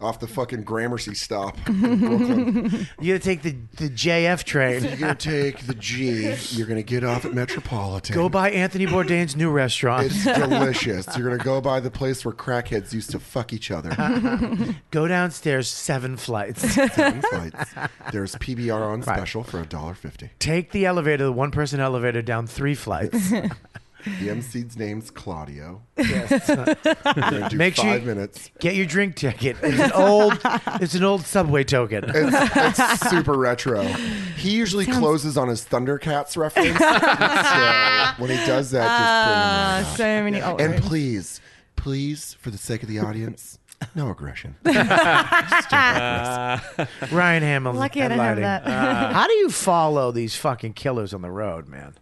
Speaker 6: Off the fucking Gramercy stop in
Speaker 2: (laughs)
Speaker 6: Brooklyn.
Speaker 2: you gotta take the the JF train.
Speaker 6: You're gonna take the G, you're gonna get off at Metropolitan.
Speaker 2: Go by Anthony Bourdain's new restaurant.
Speaker 6: It's delicious. You're gonna go by the place where crackheads used to fuck
Speaker 2: (laughs)
Speaker 6: each other.
Speaker 2: Go downstairs seven
Speaker 4: (laughs)
Speaker 2: flights.
Speaker 6: Seven flights. There's PBR on special for a dollar fifty.
Speaker 2: take the elevator, the one person elevator down three
Speaker 4: (laughs)
Speaker 2: flights.
Speaker 6: The MC's name's Claudio. We're gonna
Speaker 2: (laughs)
Speaker 6: do
Speaker 2: Make sure
Speaker 6: five
Speaker 2: you-
Speaker 6: minutes.
Speaker 2: Get your drink ticket. It's an old it's an old subway token.
Speaker 6: (laughs) It's, it's super retro. He usually closes on his
Speaker 2: (laughs)
Speaker 6: Thundercats reference. so when he
Speaker 2: Ah,
Speaker 6: does that, just bring him right
Speaker 4: Uh,
Speaker 6: up.
Speaker 4: so many. Oh,
Speaker 6: And please, please, for the sake of the audience,
Speaker 7: No
Speaker 2: (laughs)
Speaker 7: aggression.
Speaker 2: Ryan Hamilton.
Speaker 4: Lucky I
Speaker 2: and
Speaker 4: don't have
Speaker 2: lighting.
Speaker 4: that. (laughs)
Speaker 2: How do you follow these fucking killers on the road, man?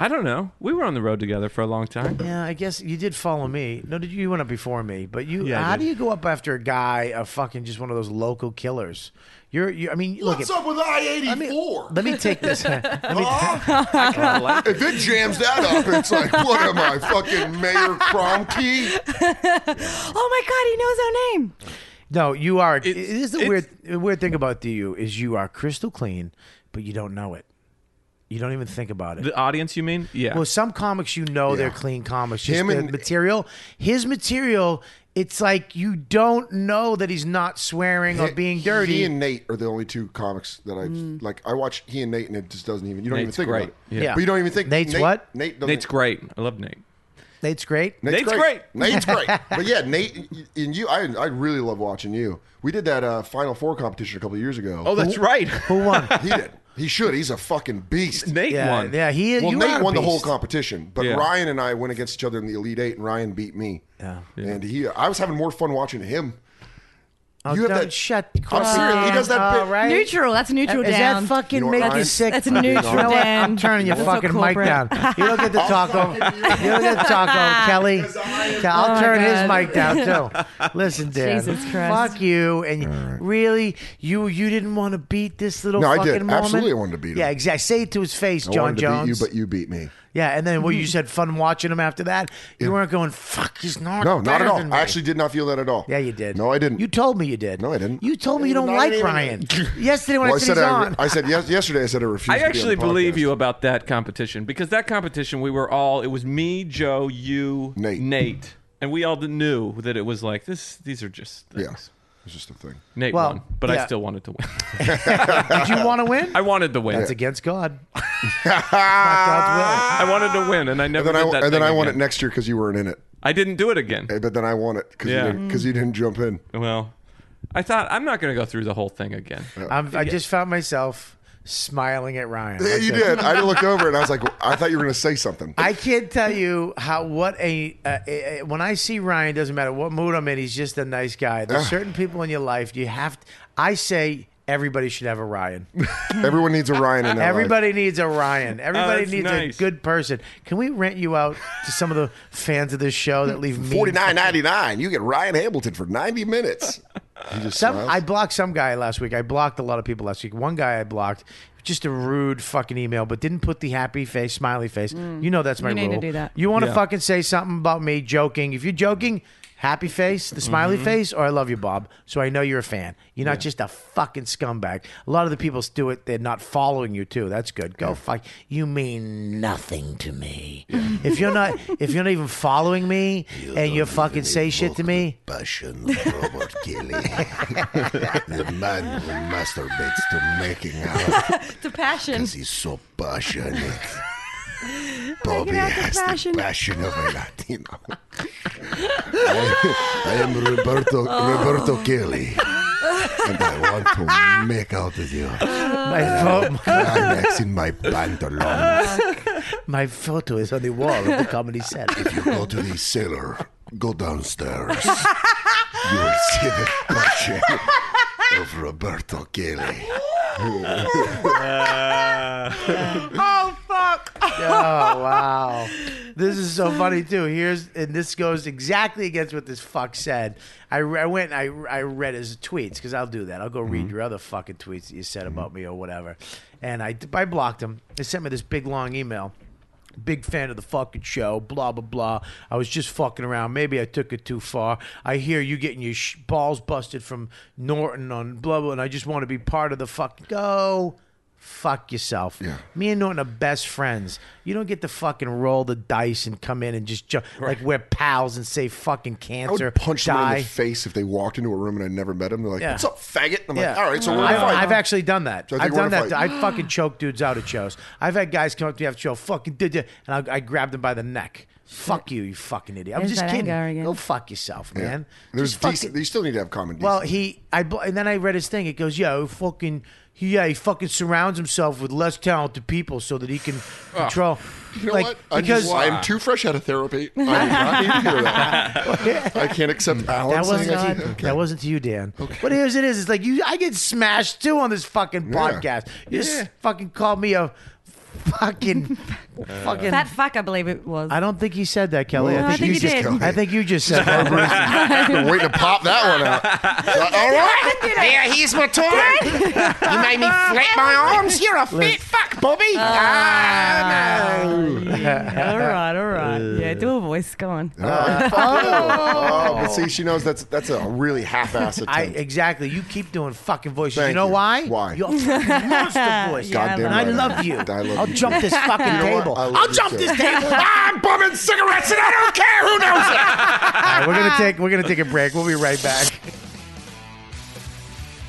Speaker 1: I don't know. We were on the road together for a long time.
Speaker 2: Yeah, I guess you did follow me. No, did you, you went up before me? But you,
Speaker 1: Yeah, I
Speaker 2: how
Speaker 1: did.
Speaker 2: do you go up after a guy, a fucking just one of those local killers? You're, you, I mean, look
Speaker 9: What's
Speaker 2: at-
Speaker 9: up with I eighty
Speaker 2: let me-
Speaker 9: four?
Speaker 2: Let me take this. let me,
Speaker 9: If it jams that up, it's like, what am I, fucking Mayor Cromkey?
Speaker 4: Oh my God, he knows our name.
Speaker 2: no, you are. It
Speaker 1: It's-
Speaker 2: is the
Speaker 1: it's-
Speaker 2: weird, the weird thing about you is you are crystal clean, but you don't know it. You don't even think about it.
Speaker 1: The audience, you mean? Yeah.
Speaker 2: Well, some comics you know they're clean comics. Just
Speaker 9: Him
Speaker 2: the
Speaker 9: and-
Speaker 2: material, his material, it's like you don't know that he's not swearing or being dirty. Mm.
Speaker 9: He and Nate are the only two comics that I like. I watch he and Nate, and it just doesn't even. You don't
Speaker 1: Nate's
Speaker 9: even think
Speaker 1: great.
Speaker 9: about it.
Speaker 1: Yeah.
Speaker 2: Yeah.
Speaker 9: But you don't even think
Speaker 2: Nate's
Speaker 9: Nate,
Speaker 2: what?
Speaker 9: Nate doesn't,
Speaker 1: Nate's great. I love Nate.
Speaker 2: Nate's great.
Speaker 1: Nate's
Speaker 9: Nate's great. But yeah, Nate and you, I, I really love watching you. We did that uh, Final Four competition a couple of years ago.
Speaker 1: Oh, that's right.
Speaker 2: Who
Speaker 9: (laughs)
Speaker 2: won?
Speaker 9: he did. He should. He's a fucking beast.
Speaker 1: (laughs) Nate
Speaker 2: yeah,
Speaker 1: won.
Speaker 2: yeah. He.
Speaker 9: well,
Speaker 2: you are
Speaker 9: Nate
Speaker 2: a
Speaker 9: won the whole
Speaker 2: beast.
Speaker 9: competition, but
Speaker 1: Yeah.
Speaker 9: Ryan and I went against each other in the Elite Eight, and Ryan beat me.
Speaker 2: Yeah.
Speaker 9: And he, I was having more fun watching him.
Speaker 2: Oh,
Speaker 9: you have
Speaker 2: don't
Speaker 9: that-
Speaker 2: shut.
Speaker 9: I'm serious. He does that
Speaker 2: All
Speaker 9: bit.
Speaker 2: right.
Speaker 4: Neutral. That's neutral
Speaker 2: Is
Speaker 4: down.
Speaker 2: that fucking
Speaker 9: You know what,
Speaker 2: make you
Speaker 9: Ryan?
Speaker 2: sick?
Speaker 4: That's neutral
Speaker 2: You know what?
Speaker 4: down.
Speaker 2: I'm turning your
Speaker 4: That's so
Speaker 2: fucking mic
Speaker 4: corporate.
Speaker 2: down. You look
Speaker 9: (laughs)
Speaker 2: at the taco. You look at the
Speaker 4: (laughs)
Speaker 2: taco, Kelly. I'll
Speaker 4: my
Speaker 2: turn his
Speaker 4: God.
Speaker 2: mic down
Speaker 4: (laughs)
Speaker 2: too. Listen, Dan.
Speaker 4: Jesus Christ.
Speaker 2: Fuck you. And really, you you didn't want to beat this little
Speaker 9: No, I
Speaker 2: fucking
Speaker 9: did.
Speaker 2: moment?
Speaker 9: Absolutely I wanted to beat him.
Speaker 2: Yeah, exactly. Say it to his face,
Speaker 9: I
Speaker 2: John
Speaker 9: wanted to beat you,
Speaker 2: Jones.
Speaker 9: but you beat me.
Speaker 2: yeah, and then what
Speaker 4: (laughs)
Speaker 2: you said, fun watching him after that. You weren't going, fuck, he's not.
Speaker 9: No, not
Speaker 2: better
Speaker 9: at all.
Speaker 2: than me."
Speaker 9: I actually did not feel that at all.
Speaker 2: Yeah, you did.
Speaker 9: No, I didn't.
Speaker 2: You told me you did.
Speaker 9: No, I didn't.
Speaker 2: You told me you
Speaker 9: I did
Speaker 2: don't
Speaker 9: not
Speaker 2: like
Speaker 9: even-
Speaker 2: Ryan. (laughs) Yesterday when
Speaker 9: well, I
Speaker 2: I said
Speaker 9: said
Speaker 2: he's
Speaker 9: I,
Speaker 2: on.
Speaker 9: I said yes, yesterday. I said I refused.
Speaker 1: I
Speaker 9: to be on the
Speaker 1: actually believe
Speaker 9: podcast.
Speaker 1: you about that competition because that competition we were all it was me, Joe, you,
Speaker 9: Nate.
Speaker 1: and we all knew that it was like this. These are just things.
Speaker 9: Yeah, it's just a thing.
Speaker 1: Nate
Speaker 2: Well,
Speaker 1: won, but
Speaker 2: yeah.
Speaker 1: I still wanted to win.
Speaker 6: (laughs)
Speaker 1: (laughs)
Speaker 2: (laughs) Did you want to
Speaker 9: (laughs)
Speaker 2: win?
Speaker 1: I wanted to win.
Speaker 2: That's against God. It's not God's
Speaker 9: (laughs)
Speaker 1: I wanted to win, and I
Speaker 9: And
Speaker 1: never
Speaker 9: then I
Speaker 1: did that.
Speaker 9: and then
Speaker 1: thing
Speaker 9: I won it
Speaker 1: again.
Speaker 9: next year because you weren't in it.
Speaker 1: I didn't do it again.
Speaker 9: Hey, But then I won it because
Speaker 1: Yeah.
Speaker 9: you didn't because you didn't jump in.
Speaker 1: Well, I thought I'm not going to go through the whole thing again.
Speaker 2: will. I'm, I just found myself smiling at Ryan.
Speaker 9: Yeah,
Speaker 2: Like
Speaker 9: you
Speaker 2: that.
Speaker 9: did. I looked over and I was like, I thought you were going to say something.
Speaker 2: I can't tell you how what a, uh, a, a- when I see Ryan doesn't matter what mood I'm in he's just a nice guy. There's certain people in your life you have. To, I say everybody should have a Ryan.
Speaker 9: Everyone needs a Ryan in their life.
Speaker 2: Everybody needs
Speaker 1: (laughs)
Speaker 2: a Ryan. Everybody
Speaker 1: Oh, that's
Speaker 2: needs
Speaker 1: nice.
Speaker 2: a good person. Can we rent you out to some of the fans of this show that leave me
Speaker 7: Forty nine ninety nine.
Speaker 6: You get Ryan Hamilton for
Speaker 2: (laughs)
Speaker 6: 90 minutes.
Speaker 9: He just
Speaker 2: Some
Speaker 9: smiles.
Speaker 2: I blocked some guy last week. I blocked a lot of people last week. One guy I blocked, just a rude fucking email, but didn't put the happy face, smiley face. You know that's my
Speaker 4: Mm. You need
Speaker 2: rule.
Speaker 4: to do that.
Speaker 2: You want to
Speaker 1: Yeah.
Speaker 2: fucking say something about me joking? If you're joking, happy face, the smiley face, or I love you, Bob. So I know you're a fan. You're not just a fucking scumbag. A lot of the people do it. They're not following you too. That's good. Go fuck. You mean nothing to me. If you're not, if you're not even following me, and you fucking say shit to me.
Speaker 7: Passion, Robert Kelly. the man who masturbates to making out
Speaker 4: It's a passion.
Speaker 7: because he's so passionate. Bobby
Speaker 4: out the
Speaker 7: has
Speaker 4: passion.
Speaker 7: the passion of a
Speaker 2: (laughs)
Speaker 7: Latino.
Speaker 6: I am Roberto, Roberto Kelly. And I want to make out with you.
Speaker 2: My vote,
Speaker 6: Climax in my pantalons.
Speaker 2: My photo is on the wall of the comedy set.
Speaker 6: You go to the cellar, go downstairs. You will see the passion of Roberto Kelly.
Speaker 2: Oh wow, this is so funny too. Here's and this goes exactly against what this fuck said. I, re- I went and I I read his tweets because I'll do that. I'll go read your other fucking tweets that you said about me or whatever. And I I blocked him. They sent me this big long email. Big fan of the fucking show, blah blah blah. I was just fucking around. Maybe I took it too far. I hear you getting your sh- balls busted from Norton on blah blah, and I just want to be part of the fucking go. Fuck yourself.
Speaker 9: Yeah.
Speaker 2: Me and Norton are best friends. You don't get to fucking roll the dice and come in and just jump like we're pals and say fucking
Speaker 9: I
Speaker 2: cancer.
Speaker 9: would punch
Speaker 2: die.
Speaker 9: someone in the face if they walked into a room and I never met them. They're like,
Speaker 2: Yeah.
Speaker 9: "What's up, faggot?" And I'm
Speaker 2: Yeah.
Speaker 9: like, "All right, so we're
Speaker 2: I've,
Speaker 9: gonna fight."
Speaker 2: I've actually done that.
Speaker 9: So I think
Speaker 2: I've
Speaker 9: we're
Speaker 2: done
Speaker 9: in a
Speaker 2: that.
Speaker 9: fight.
Speaker 2: I fucking choke dudes out at shows. I've had guys come up to me after show, fucking did you, and I, I grabbed them by the neck. Fuck you, you fucking idiot. I'm
Speaker 4: There's
Speaker 2: just
Speaker 4: that
Speaker 2: kidding.
Speaker 4: anger again.
Speaker 2: Go fuck yourself, man.
Speaker 6: There's
Speaker 2: Just fucking-
Speaker 6: decent, they still need to have common decency.
Speaker 2: Well, he, I, bl- and then I read his thing. It goes, yo, fucking, he, yeah, he fucking surrounds himself with less talented people so that he can
Speaker 9: Ah.
Speaker 2: control.
Speaker 6: you know
Speaker 2: like,
Speaker 6: what?
Speaker 2: Because
Speaker 6: I am too fresh out
Speaker 2: (laughs)
Speaker 6: of therapy. I do not need to hear that. I can't accept
Speaker 2: that
Speaker 6: Alan
Speaker 2: wasn't
Speaker 6: saying
Speaker 2: to,
Speaker 6: I can't- okay.
Speaker 2: that wasn't to you, Dan. But here's it is. It's like you, I get smashed too on this fucking podcast. You
Speaker 6: Yeah.
Speaker 2: just fucking called me a fucking, (laughs) fucking.
Speaker 4: Fat fuck, I believe it was.
Speaker 2: I don't think you said that, Kelly.
Speaker 6: No,
Speaker 2: I
Speaker 6: I
Speaker 2: think,
Speaker 6: think
Speaker 2: you
Speaker 6: you
Speaker 2: just.
Speaker 6: did.
Speaker 2: I think you just said (laughs) that.
Speaker 6: Been waiting to pop that one out.
Speaker 2: (laughs)
Speaker 6: All right.
Speaker 4: (laughs)
Speaker 3: There, he's my toy. you made me flap
Speaker 4: (laughs)
Speaker 3: my arms. You're a fit fuck, Bobby. ah, no.
Speaker 4: Yeah, all right,
Speaker 2: (laughs)
Speaker 4: all right. Yeah, do a voice. Go on.
Speaker 6: Oh, but see, she knows that's that's a really half-ass attempt.
Speaker 2: I exactly. You keep doing fucking voices. you
Speaker 6: Thank
Speaker 2: know
Speaker 6: you.
Speaker 2: why?
Speaker 6: Why?
Speaker 2: You're a fucking monster voice.
Speaker 6: Goddamn
Speaker 2: and I
Speaker 6: right.
Speaker 2: love you.
Speaker 6: I love
Speaker 2: will
Speaker 6: you.
Speaker 2: jump (laughs) this fucking
Speaker 6: know what?
Speaker 2: table.
Speaker 6: I love
Speaker 2: I'll
Speaker 6: you
Speaker 2: jump
Speaker 6: too.
Speaker 2: this
Speaker 4: (laughs)
Speaker 2: table.
Speaker 3: I'm bumming cigarettes and I don't care who knows it.
Speaker 2: All right, we're gonna take we're gonna take a break. We'll be right back.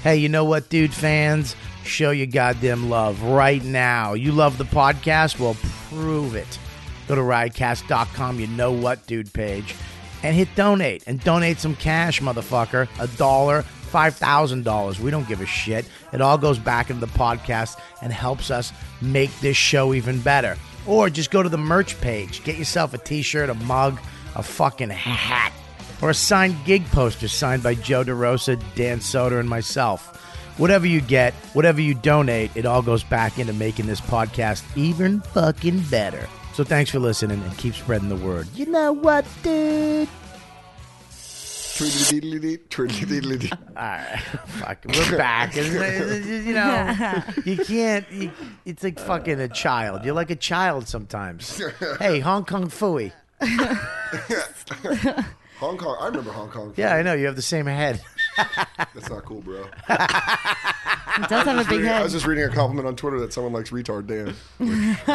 Speaker 2: Hey, you know what, dude? Fans, show your goddamn love right now. You love the podcast? Well, prove it. Go to ridecast.com, you know what, dude page, and hit donate. And donate some cash, motherfucker. A dollar, $5,000. We don't give a shit. It all goes back into the podcast and helps us make this show even better. Or just go to the merch page, get yourself a t shirt, a mug, a fucking hat or a signed gig poster signed by Joe DeRosa, Dan Soder, and myself. Whatever you get, whatever you donate, it all goes back into making this podcast even fucking better. So thanks for listening and keep spreading the word. You know what, dude?
Speaker 6: Twiddly-diddly-dee, twiddly-diddly-dee.
Speaker 2: Fuck, we're back. Isn't it? It's just, You know, you can't. You, it's like fucking a child. You're like a child sometimes. Hey, Hong Kong fooey.
Speaker 6: Hong Kong. I remember Hong Kong.
Speaker 2: Yeah, I know you have the same head.
Speaker 6: That's not cool, bro.
Speaker 4: It does have a big
Speaker 6: I was
Speaker 4: head.
Speaker 6: just reading a compliment on Twitter that someone likes retard Dan.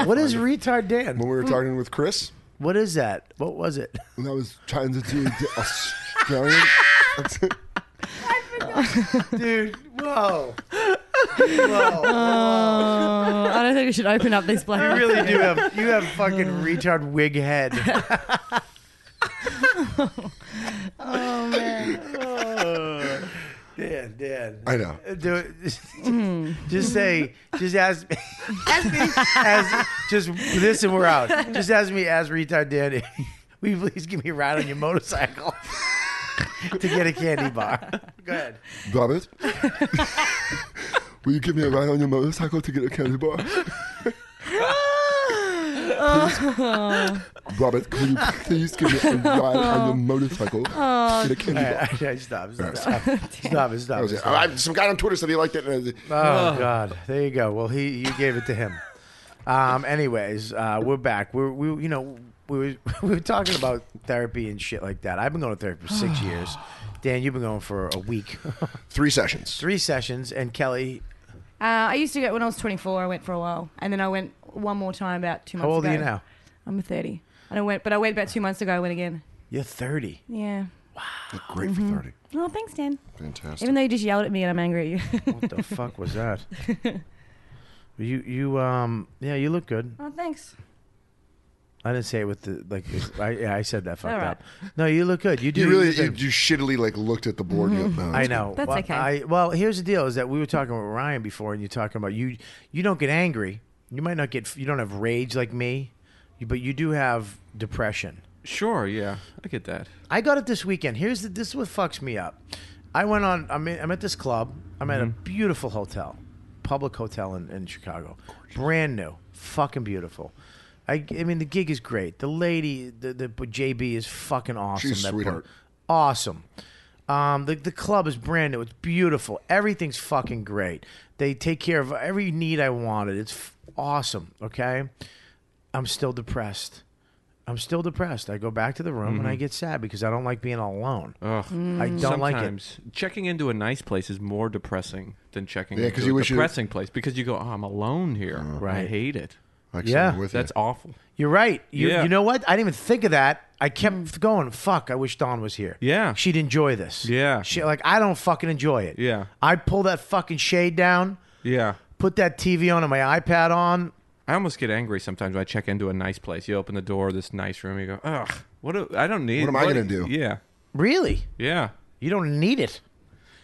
Speaker 2: What is retard Dan?
Speaker 6: When we were talking with Chris,
Speaker 2: What is that? What was it?
Speaker 6: and I was trying to do the (laughs) Australian. That's it.
Speaker 2: Dude, whoa.
Speaker 4: oh, I don't think we should open up this
Speaker 2: You
Speaker 4: black.
Speaker 2: really do (laughs) have you have fucking retard wig (laughs) head. oh man. (laughs) Dan, Dan.
Speaker 6: I know.
Speaker 2: Do it. Just say, just ask, Mm-hmm. ask me, as, just this and we're out. Just ask me, as retard Dan, will you please give me a ride on your motorcycle to get a candy bar? Go ahead.
Speaker 6: Robert, will you give me a ride on your motorcycle to get a candy bar? Please. Robert, will you please give me a ride on your motorcycle to get a candy
Speaker 2: All
Speaker 6: bar?
Speaker 2: right, all right, stop, stop, stop, stop, it,
Speaker 6: That
Speaker 2: stop.
Speaker 6: was
Speaker 2: it,
Speaker 6: it.
Speaker 2: stop.
Speaker 6: I- I- some guy on Twitter said he liked it. And I was-
Speaker 2: Oh God, there you go. Well, he you gave it to him. Um, anyways, uh, we're back. We're we you know we were, (laughs) we were talking about therapy and shit like that. I've been going to therapy for
Speaker 4: (sighs)
Speaker 2: six years. Dan, you've been going for a
Speaker 4: (laughs)
Speaker 2: week,
Speaker 6: three sessions.
Speaker 2: three sessions, and Kelly.
Speaker 4: Uh, I used to go when I was 24. I went for a while, and then I went one more time about two months
Speaker 2: How
Speaker 4: ago.
Speaker 2: old are you now?
Speaker 4: I'm 30. And I went, but I went about two months ago. I went again.
Speaker 2: You're thirty.
Speaker 4: Yeah.
Speaker 6: Great for 30.
Speaker 4: Oh, thanks, Dan.
Speaker 6: Fantastic.
Speaker 4: Even though you just yelled at me and I'm angry at you. (laughs)
Speaker 2: What the fuck was that? You you um yeah you look good.
Speaker 4: oh, thanks.
Speaker 2: I didn't say it with the like I yeah I said that fucked
Speaker 4: All right.
Speaker 2: up. No, you look good. You do
Speaker 6: You really,
Speaker 2: look
Speaker 6: you,
Speaker 2: good.
Speaker 6: you shittily like looked at the board. and you- no,
Speaker 2: I
Speaker 6: it's
Speaker 2: know.
Speaker 4: That's
Speaker 2: well,
Speaker 4: okay.
Speaker 2: I, well, here's the deal: is that we were talking with Ryan before, and you're talking about you. You don't get angry. You might not get. You don't have rage like me, you- but you do have depression.
Speaker 1: Sure, yeah, I get that.
Speaker 2: I got it this weekend. Here's the, this is what fucks me up. I went on. I'm, in, I'm at this club. I'm at a
Speaker 6: Mm-hmm.
Speaker 2: beautiful hotel, public hotel in, in Chicago, brand new, fucking beautiful. I, I mean, the gig is great. The lady, the, the JB is fucking awesome.
Speaker 6: She's a
Speaker 2: That
Speaker 6: sweetheart.
Speaker 2: bro- awesome. Um, the, the club is brand new. It's beautiful. Everything's fucking great. They take care of every need I wanted. It's f- awesome. Okay. I'm still depressed. I'm still depressed. I go back to the room
Speaker 1: Mm-hmm.
Speaker 2: and I get sad because I don't like being alone.
Speaker 1: Ugh.
Speaker 6: Mm.
Speaker 2: I don't like it.
Speaker 1: Mm-hmm. Sometimes checking into a nice place is more depressing than checking
Speaker 6: Yeah, 'cause
Speaker 1: into
Speaker 6: you
Speaker 1: a
Speaker 6: wish you-
Speaker 1: depressing place because you go, oh, I'm alone here. I
Speaker 2: Right.
Speaker 1: hate it.
Speaker 6: like
Speaker 2: Yeah.
Speaker 6: someone with
Speaker 1: That's
Speaker 6: you.
Speaker 1: awful.
Speaker 2: You're right. You,
Speaker 1: Yeah.
Speaker 2: you know what? I didn't even think of that. I
Speaker 1: Mm.
Speaker 2: kept going. Fuck. I wish Dawn was here.
Speaker 1: Yeah.
Speaker 2: She'd enjoy this.
Speaker 1: Yeah.
Speaker 2: She like I don't fucking enjoy it.
Speaker 1: Yeah.
Speaker 2: I pull that fucking shade down,
Speaker 1: Yeah.
Speaker 2: put that TV on and my iPad on,
Speaker 1: I almost get angry sometimes when I check into a nice place. You open the door, this nice room, you go, ugh, what? Do, I don't need.
Speaker 6: What am I gonna do?
Speaker 1: Yeah,
Speaker 2: Really?
Speaker 1: yeah.
Speaker 2: You don't need it.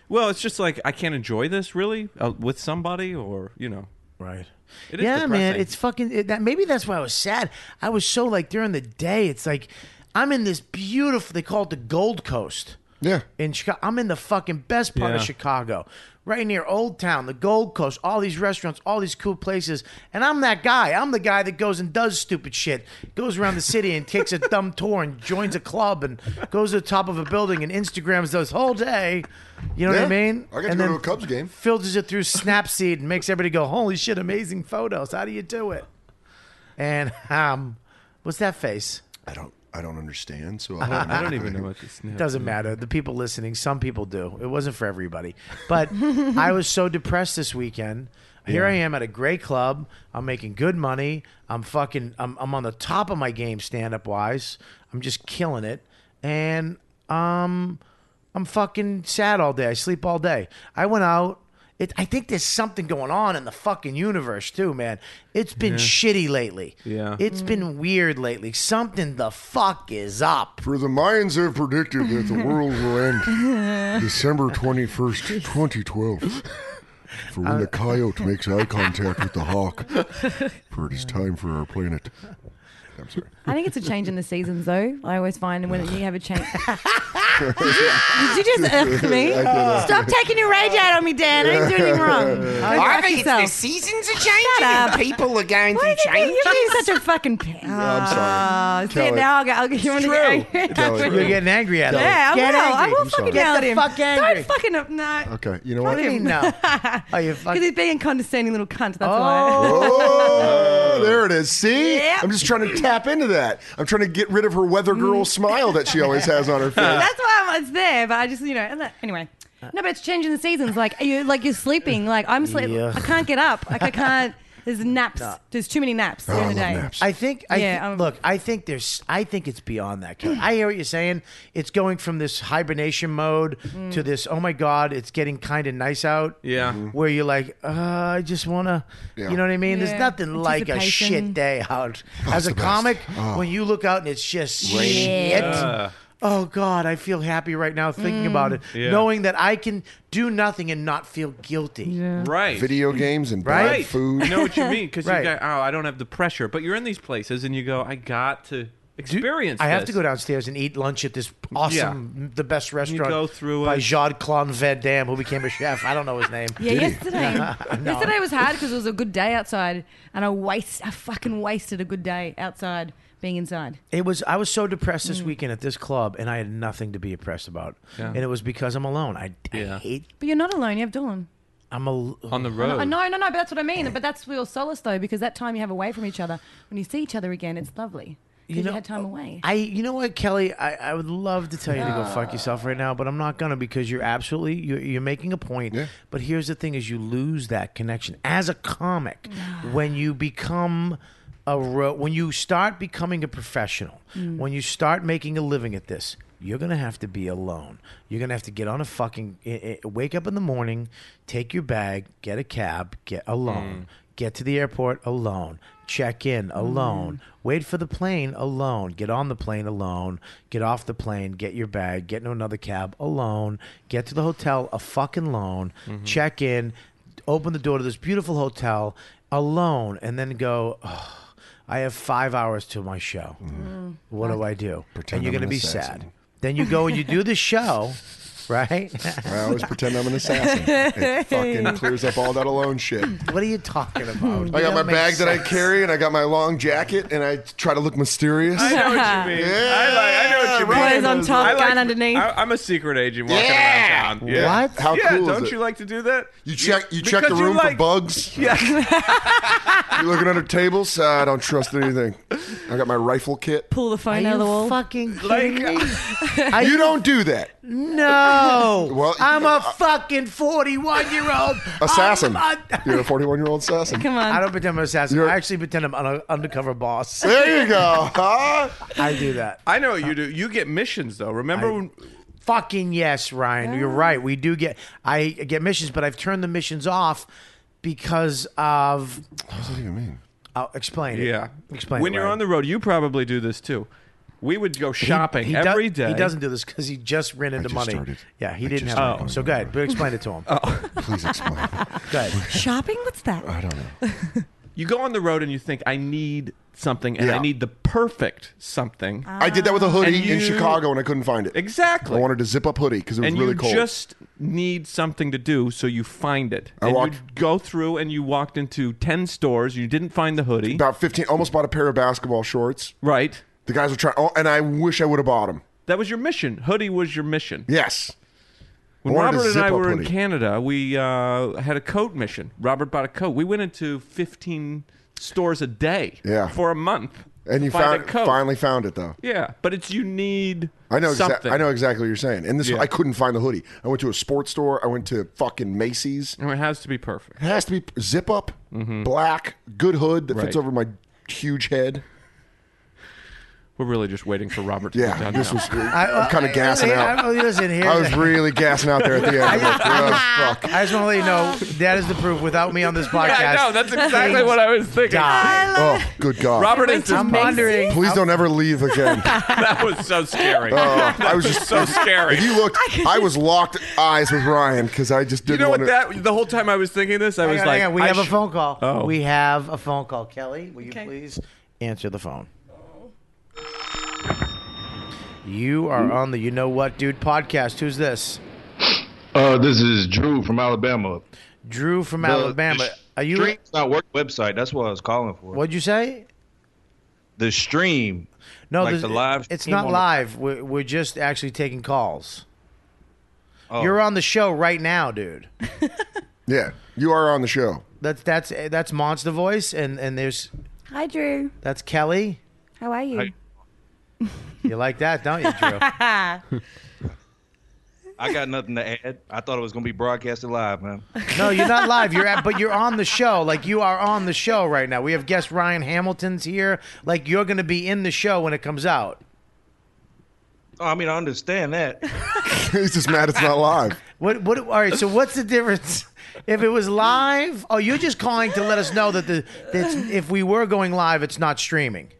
Speaker 1: Well, it's just like I can't enjoy this really uh, with somebody, or you know,
Speaker 2: Right.
Speaker 1: It is
Speaker 2: yeah, man.
Speaker 1: depressing.
Speaker 2: It's fucking. It, that maybe that's why I was sad. I was so like during the day. It's like I'm in this beautiful. They call it the Gold Coast.
Speaker 6: Yeah.
Speaker 2: In Chicago, I'm in the fucking best part of
Speaker 1: Yeah.
Speaker 2: Chicago, right near Old Town, the Gold Coast, all these restaurants, all these cool places, and I'm that guy. I'm the guy that goes and does stupid shit, goes around the city and takes a dumb (laughs) tour and joins a club and goes to the top of a building and Instagrams those whole day. You know what I
Speaker 6: Yeah.
Speaker 2: mean?
Speaker 6: I got to
Speaker 2: And
Speaker 6: go
Speaker 2: then
Speaker 6: to a Cubs game.
Speaker 2: filters it through Snapseed and makes everybody go, "Holy shit, amazing photos! How do you do it?" And um, what's that face?
Speaker 6: I don't. I don't understand. So I
Speaker 2: Uh-huh.
Speaker 6: don't,
Speaker 1: I don't even know what
Speaker 6: (laughs)
Speaker 1: this. No.
Speaker 2: Doesn't matter. The people listening, some people do. It wasn't for everybody, but I was so depressed this weekend. Here I am at a great club. I'm making good money. I'm fucking. I'm, I'm on the top of my game stand up wise. I'm just killing it, and um, I'm fucking sad all day. I sleep all day. I went out. It, I think there's something going on in the fucking universe too, man. It's been shitty lately.
Speaker 1: Yeah.
Speaker 2: it's been weird lately. Something the fuck is up.
Speaker 6: For the Mayans have predicted that the world will end December 21st, 2012. For when the coyote makes eye contact with the hawk, for it is time for our planet. I'm sorry.
Speaker 4: I think it's a change in the seasons, though. I always find when you have a (laughs) change. Did you just F me? Stop taking your rage out on me, Dan. I didn't do anything wrong.
Speaker 3: I
Speaker 4: Rock
Speaker 3: think
Speaker 4: yourself.
Speaker 3: it's the seasons are
Speaker 4: Shut
Speaker 3: changing
Speaker 4: up.
Speaker 3: and people are going
Speaker 4: Why
Speaker 3: through
Speaker 4: do you think
Speaker 3: changes.
Speaker 4: you're being such a fucking pain?
Speaker 6: I'm sorry.
Speaker 4: See,
Speaker 6: Kelly.
Speaker 4: now I'll get, I'll get you want to
Speaker 6: true.
Speaker 4: get angry.
Speaker 6: Kelly.
Speaker 2: You're getting angry at it.
Speaker 4: (laughs) Yeah, I
Speaker 2: Get
Speaker 4: will. I
Speaker 2: angry.
Speaker 4: will
Speaker 6: I'm sorry.
Speaker 4: fucking
Speaker 2: Get
Speaker 4: yell
Speaker 2: the
Speaker 4: at him.
Speaker 2: fuck angry.
Speaker 4: Don't fucking up. No.
Speaker 6: Okay, you know
Speaker 2: What do you
Speaker 6: what?
Speaker 2: mean
Speaker 4: (laughs)
Speaker 2: no? Are you
Speaker 4: Because
Speaker 2: fucking?
Speaker 4: he's being a condescending little cunt. That's (laughs) why.
Speaker 2: Oh,
Speaker 6: Oh, (laughs) there it is. See?
Speaker 4: Yeah.
Speaker 6: I'm just trying to tap into that. I'm trying to get rid of her weather girl smile that she always has on her face.
Speaker 4: (laughs) That's why I'm, it's there. But I just, you know, and that- anyway.
Speaker 2: Uh.
Speaker 4: No, but it's changing the seasons. Like you, like you're sleeping. Like I'm sleeping.
Speaker 2: Yeah.
Speaker 4: I can't get up. Like I can't. There's naps. There's too many naps
Speaker 6: Oh,
Speaker 4: during the day.
Speaker 2: Oh, I think. I
Speaker 4: Yeah,
Speaker 2: thi-
Speaker 4: I'm-
Speaker 2: look, I think there's. I think it's beyond that. Kelly. I hear what you're saying. It's going from this hibernation mode
Speaker 4: Mm.
Speaker 2: to this. Oh my god, it's getting kind of nice out.
Speaker 1: Yeah.
Speaker 6: Mm-hmm.
Speaker 2: Where you're like, uh, I just wanna,
Speaker 6: Yeah.
Speaker 2: you know what I mean?
Speaker 4: Yeah.
Speaker 2: There's nothing like a
Speaker 4: Anticipation.
Speaker 2: shit day out. As a
Speaker 6: the best.
Speaker 2: comic, when you look out and it's just shit.
Speaker 1: Uh,
Speaker 2: Oh God, I feel happy right now thinking about it,
Speaker 1: Mm. Yeah.
Speaker 2: knowing that I can do nothing and not feel guilty.
Speaker 1: Right.
Speaker 6: Video games and bad
Speaker 1: right.
Speaker 6: food.
Speaker 1: I (laughs) know what you mean because
Speaker 6: (laughs)
Speaker 2: Right.
Speaker 1: you go, oh, I don't have the pressure. But you're in these places and you go, I got to experience.
Speaker 2: I have
Speaker 1: this."
Speaker 2: to go downstairs and eat lunch at this awesome, the best restaurant
Speaker 1: go through
Speaker 2: by
Speaker 1: it.
Speaker 2: Jean Claude Van Damme, who became a chef. I don't
Speaker 1: (laughs)
Speaker 2: know his name. (laughs)
Speaker 4: Yeah, yesterday. Yesterday was hard because it was a good day outside, and I waste, I fucking wasted a good day outside being inside.
Speaker 2: It was. I was so depressed
Speaker 1: Mm.
Speaker 2: this weekend at this club, and I had nothing to be depressed about. And it was because I'm alone. I, I
Speaker 1: Yeah.
Speaker 2: hate.
Speaker 4: But you're not alone. You have Dawn.
Speaker 2: I'm a.
Speaker 1: on the road.
Speaker 4: Oh, no, no, no. But that's what I mean. But that's real solace, though, because that time you have away from each other, when you see each other again, it's lovely. 'Cause You,
Speaker 2: know-
Speaker 4: had time away.
Speaker 2: I. You know what, Kelly? I, I would love to tell you to go fuck yourself right now, but I'm not gonna because you're absolutely you're, you're making a point.
Speaker 6: Yeah.
Speaker 2: But here's the thing: is you lose that connection as a comic when you become a ro- when you start becoming a professional, when you start making a living at this. You're gonna have to be alone. You're gonna have to get on a fucking i- i- wake up in the morning, take your bag, get a cab, get alone, get to the airport alone, check in alone,
Speaker 6: Mm-hmm.
Speaker 2: wait for the plane alone, get on the plane alone, get off the plane, get your bag, get into another cab alone, get to the hotel a fucking loan,
Speaker 6: Mm-hmm.
Speaker 2: check in, open the door to this beautiful hotel alone, and then go. "Ugh, I have five hours to my show. What do I do?
Speaker 6: Mm-hmm. Pretend
Speaker 2: and you're
Speaker 6: I'm
Speaker 2: going to
Speaker 6: an
Speaker 2: be
Speaker 6: assassin.
Speaker 2: sad. Then you go and you do the
Speaker 6: (laughs)
Speaker 2: show, right?
Speaker 6: I always pretend I'm an assassin. It fucking clears up all that alone shit.
Speaker 2: what are you talking about?
Speaker 6: I got my
Speaker 2: That makes
Speaker 6: bag that I
Speaker 2: sense.
Speaker 6: carry, and I got my long jacket, and I try to look mysterious.
Speaker 1: I know what
Speaker 4: (laughs)
Speaker 1: you mean. I, like, I know what you mean.
Speaker 4: Boys on top,
Speaker 1: I like-
Speaker 4: gun underneath.
Speaker 1: I, I'm a secret agent walking
Speaker 3: Yeah.
Speaker 1: around town. Yeah.
Speaker 2: What?
Speaker 6: How
Speaker 1: yeah,
Speaker 6: cool
Speaker 1: don't
Speaker 6: is it?
Speaker 1: you like to do that?
Speaker 6: You check you check the
Speaker 1: because you
Speaker 6: room for
Speaker 1: like-
Speaker 6: bugs.
Speaker 1: Yeah.
Speaker 6: (laughs) You're looking under tables. Uh, I don't trust anything. I got my rifle kit.
Speaker 4: Pull the phone
Speaker 2: Are
Speaker 4: out of the
Speaker 2: you
Speaker 4: wall.
Speaker 2: fucking
Speaker 1: Like-
Speaker 2: kidding
Speaker 6: (laughs)
Speaker 2: me?
Speaker 6: You don't do that.
Speaker 2: No.
Speaker 6: Well,
Speaker 2: I'm
Speaker 6: uh,
Speaker 2: a fucking 41 year old
Speaker 6: Assassin.
Speaker 2: I'm a-
Speaker 6: You're a 41 year old assassin.
Speaker 4: Come
Speaker 2: I
Speaker 4: on.
Speaker 2: don't pretend I'm an assassin.
Speaker 6: You're-
Speaker 2: I actually pretend I'm an undercover boss.
Speaker 6: There you go. (laughs) Huh?
Speaker 2: I do that.
Speaker 1: I know what you do. You get missions though. Remember when?
Speaker 2: Fucking yes, Ryan. You're right. We do get I get missions, but I've turned the missions off because of
Speaker 6: What do you mean?
Speaker 2: I'll explain it.
Speaker 1: Yeah.
Speaker 2: Explain
Speaker 1: When
Speaker 2: it,
Speaker 1: you're
Speaker 2: Ryan.
Speaker 1: on the road, you probably do this too. We would go
Speaker 2: He-
Speaker 1: shopping
Speaker 2: he does-
Speaker 1: every day.
Speaker 2: He doesn't do this because he just ran into
Speaker 9: just
Speaker 2: money.
Speaker 9: started.
Speaker 2: Yeah, he
Speaker 9: I
Speaker 2: didn't
Speaker 9: just
Speaker 2: have.
Speaker 9: started
Speaker 2: money.
Speaker 9: going
Speaker 2: So
Speaker 9: over
Speaker 2: go ahead, but explain it to him.
Speaker 9: Please explain.
Speaker 2: Go ahead.
Speaker 4: Shopping? What's that?
Speaker 9: I don't know.
Speaker 1: You go on the road and you think, I need something, and I
Speaker 6: Yeah.
Speaker 1: need the perfect something.
Speaker 6: I did that with a hoodie
Speaker 1: Uh, And
Speaker 6: in
Speaker 1: you-
Speaker 6: Chicago, and I couldn't find it.
Speaker 1: Exactly.
Speaker 6: I wanted a zip-up hoodie because it was
Speaker 1: and
Speaker 6: really
Speaker 1: you
Speaker 6: cold.
Speaker 1: just need something to do, so you find it.
Speaker 6: I
Speaker 1: and you
Speaker 6: walked-
Speaker 1: go through and you walked into ten stores. You didn't find the hoodie,
Speaker 6: About fifteen, almost bought a pair of basketball shorts.
Speaker 1: right?
Speaker 6: The guys were trying, oh, and I wish I would have bought them.
Speaker 1: That was your mission. Hoodie was your mission.
Speaker 6: Yes,
Speaker 1: When
Speaker 6: wanted a
Speaker 1: Robert and I
Speaker 6: zip-up
Speaker 1: were in
Speaker 6: hoodie.
Speaker 1: Canada, we uh, had a coat mission. Robert bought a coat. We went into fifteen stores a day
Speaker 6: Yeah.
Speaker 1: for a month.
Speaker 6: and
Speaker 1: to
Speaker 6: you
Speaker 1: find
Speaker 6: found
Speaker 1: a
Speaker 6: it,
Speaker 1: coat.
Speaker 6: finally found it though.
Speaker 1: Yeah, but it's you need.
Speaker 6: I know. Exa-
Speaker 1: something.
Speaker 6: I know exactly what you're saying. And this,
Speaker 1: Yeah.
Speaker 6: I couldn't find the hoodie. I went to a sports store. I went to fucking Macy's.
Speaker 1: And it has to be perfect.
Speaker 6: It has to be zip up, black, good hood that fits
Speaker 1: Mm-hmm. Right.
Speaker 6: over my huge head.
Speaker 1: We're really just waiting for Robert to
Speaker 6: Yeah,
Speaker 1: get done.
Speaker 6: this
Speaker 1: now. (laughs)
Speaker 6: was. I'm kind of
Speaker 2: (laughs)
Speaker 6: gassing
Speaker 2: Hey,
Speaker 6: out.
Speaker 2: I'm- listen, here's
Speaker 6: I was
Speaker 2: the-
Speaker 6: really gassing out there at the (laughs) end. Like, oh, fuck.
Speaker 2: I just want to let you know that is the proof. Without me on this
Speaker 1: (laughs)
Speaker 2: podcast,
Speaker 1: Yeah, I know. That's exactly what I was thinking.
Speaker 2: die.
Speaker 6: Oh, good God.
Speaker 1: Robert is just
Speaker 2: I'm wondering.
Speaker 6: Please don't ever leave (laughs) again.
Speaker 1: (laughs) That was so scary.
Speaker 6: Oh, I was
Speaker 1: (laughs)
Speaker 6: just
Speaker 1: so scary.
Speaker 6: If you looked, I was locked eyes with Ryan because I just
Speaker 1: You
Speaker 6: didn't
Speaker 1: know what?
Speaker 6: want to.
Speaker 1: That the whole time I was thinking this, I
Speaker 2: Hang
Speaker 1: was
Speaker 2: on,
Speaker 1: like,
Speaker 2: hang on. we
Speaker 1: I
Speaker 2: have a
Speaker 1: sh-
Speaker 2: phone call.
Speaker 1: Oh.
Speaker 2: We have a phone call. Kelly, will you
Speaker 4: Okay.
Speaker 2: please answer the phone? You
Speaker 1: Hmm?
Speaker 2: are on the You Know What Dude podcast. Who's this?
Speaker 10: Uh, this is Drew from Alabama.
Speaker 2: Drew from
Speaker 10: The-
Speaker 2: Alabama.
Speaker 10: the
Speaker 2: Are you?
Speaker 10: Stream's not work website. That's what I was calling for.
Speaker 2: What'd you say?
Speaker 10: The stream.
Speaker 2: No,
Speaker 10: Like
Speaker 2: this-
Speaker 10: the live
Speaker 2: It's
Speaker 10: stream
Speaker 2: not
Speaker 10: on-
Speaker 2: live. We're, we're just actually taking calls.
Speaker 10: Oh.
Speaker 2: You're on the show right now, dude.
Speaker 6: Yeah, you are on the show. (laughs)
Speaker 2: That's that's that's Monster Voice, and and there's
Speaker 8: Hi, Drew.
Speaker 2: that's Kelly.
Speaker 8: How are you?
Speaker 2: Hmm.
Speaker 10: I,
Speaker 2: You like that, don't you, Drew?
Speaker 10: I got nothing to add. I thought it was gonna be broadcasted live, man.
Speaker 2: No, you're not live. You're at, but you're on the show. Like you are on the show right now. We have guest Ryan Hamilton's here. Like you're going to be in the show when it comes out.
Speaker 10: Oh, I mean, I understand that.
Speaker 6: He's just mad it's not live.
Speaker 2: What? What? All right. So what's the difference? If it was live, oh, you're just calling to let us know that the that if we were going live, it's not streaming.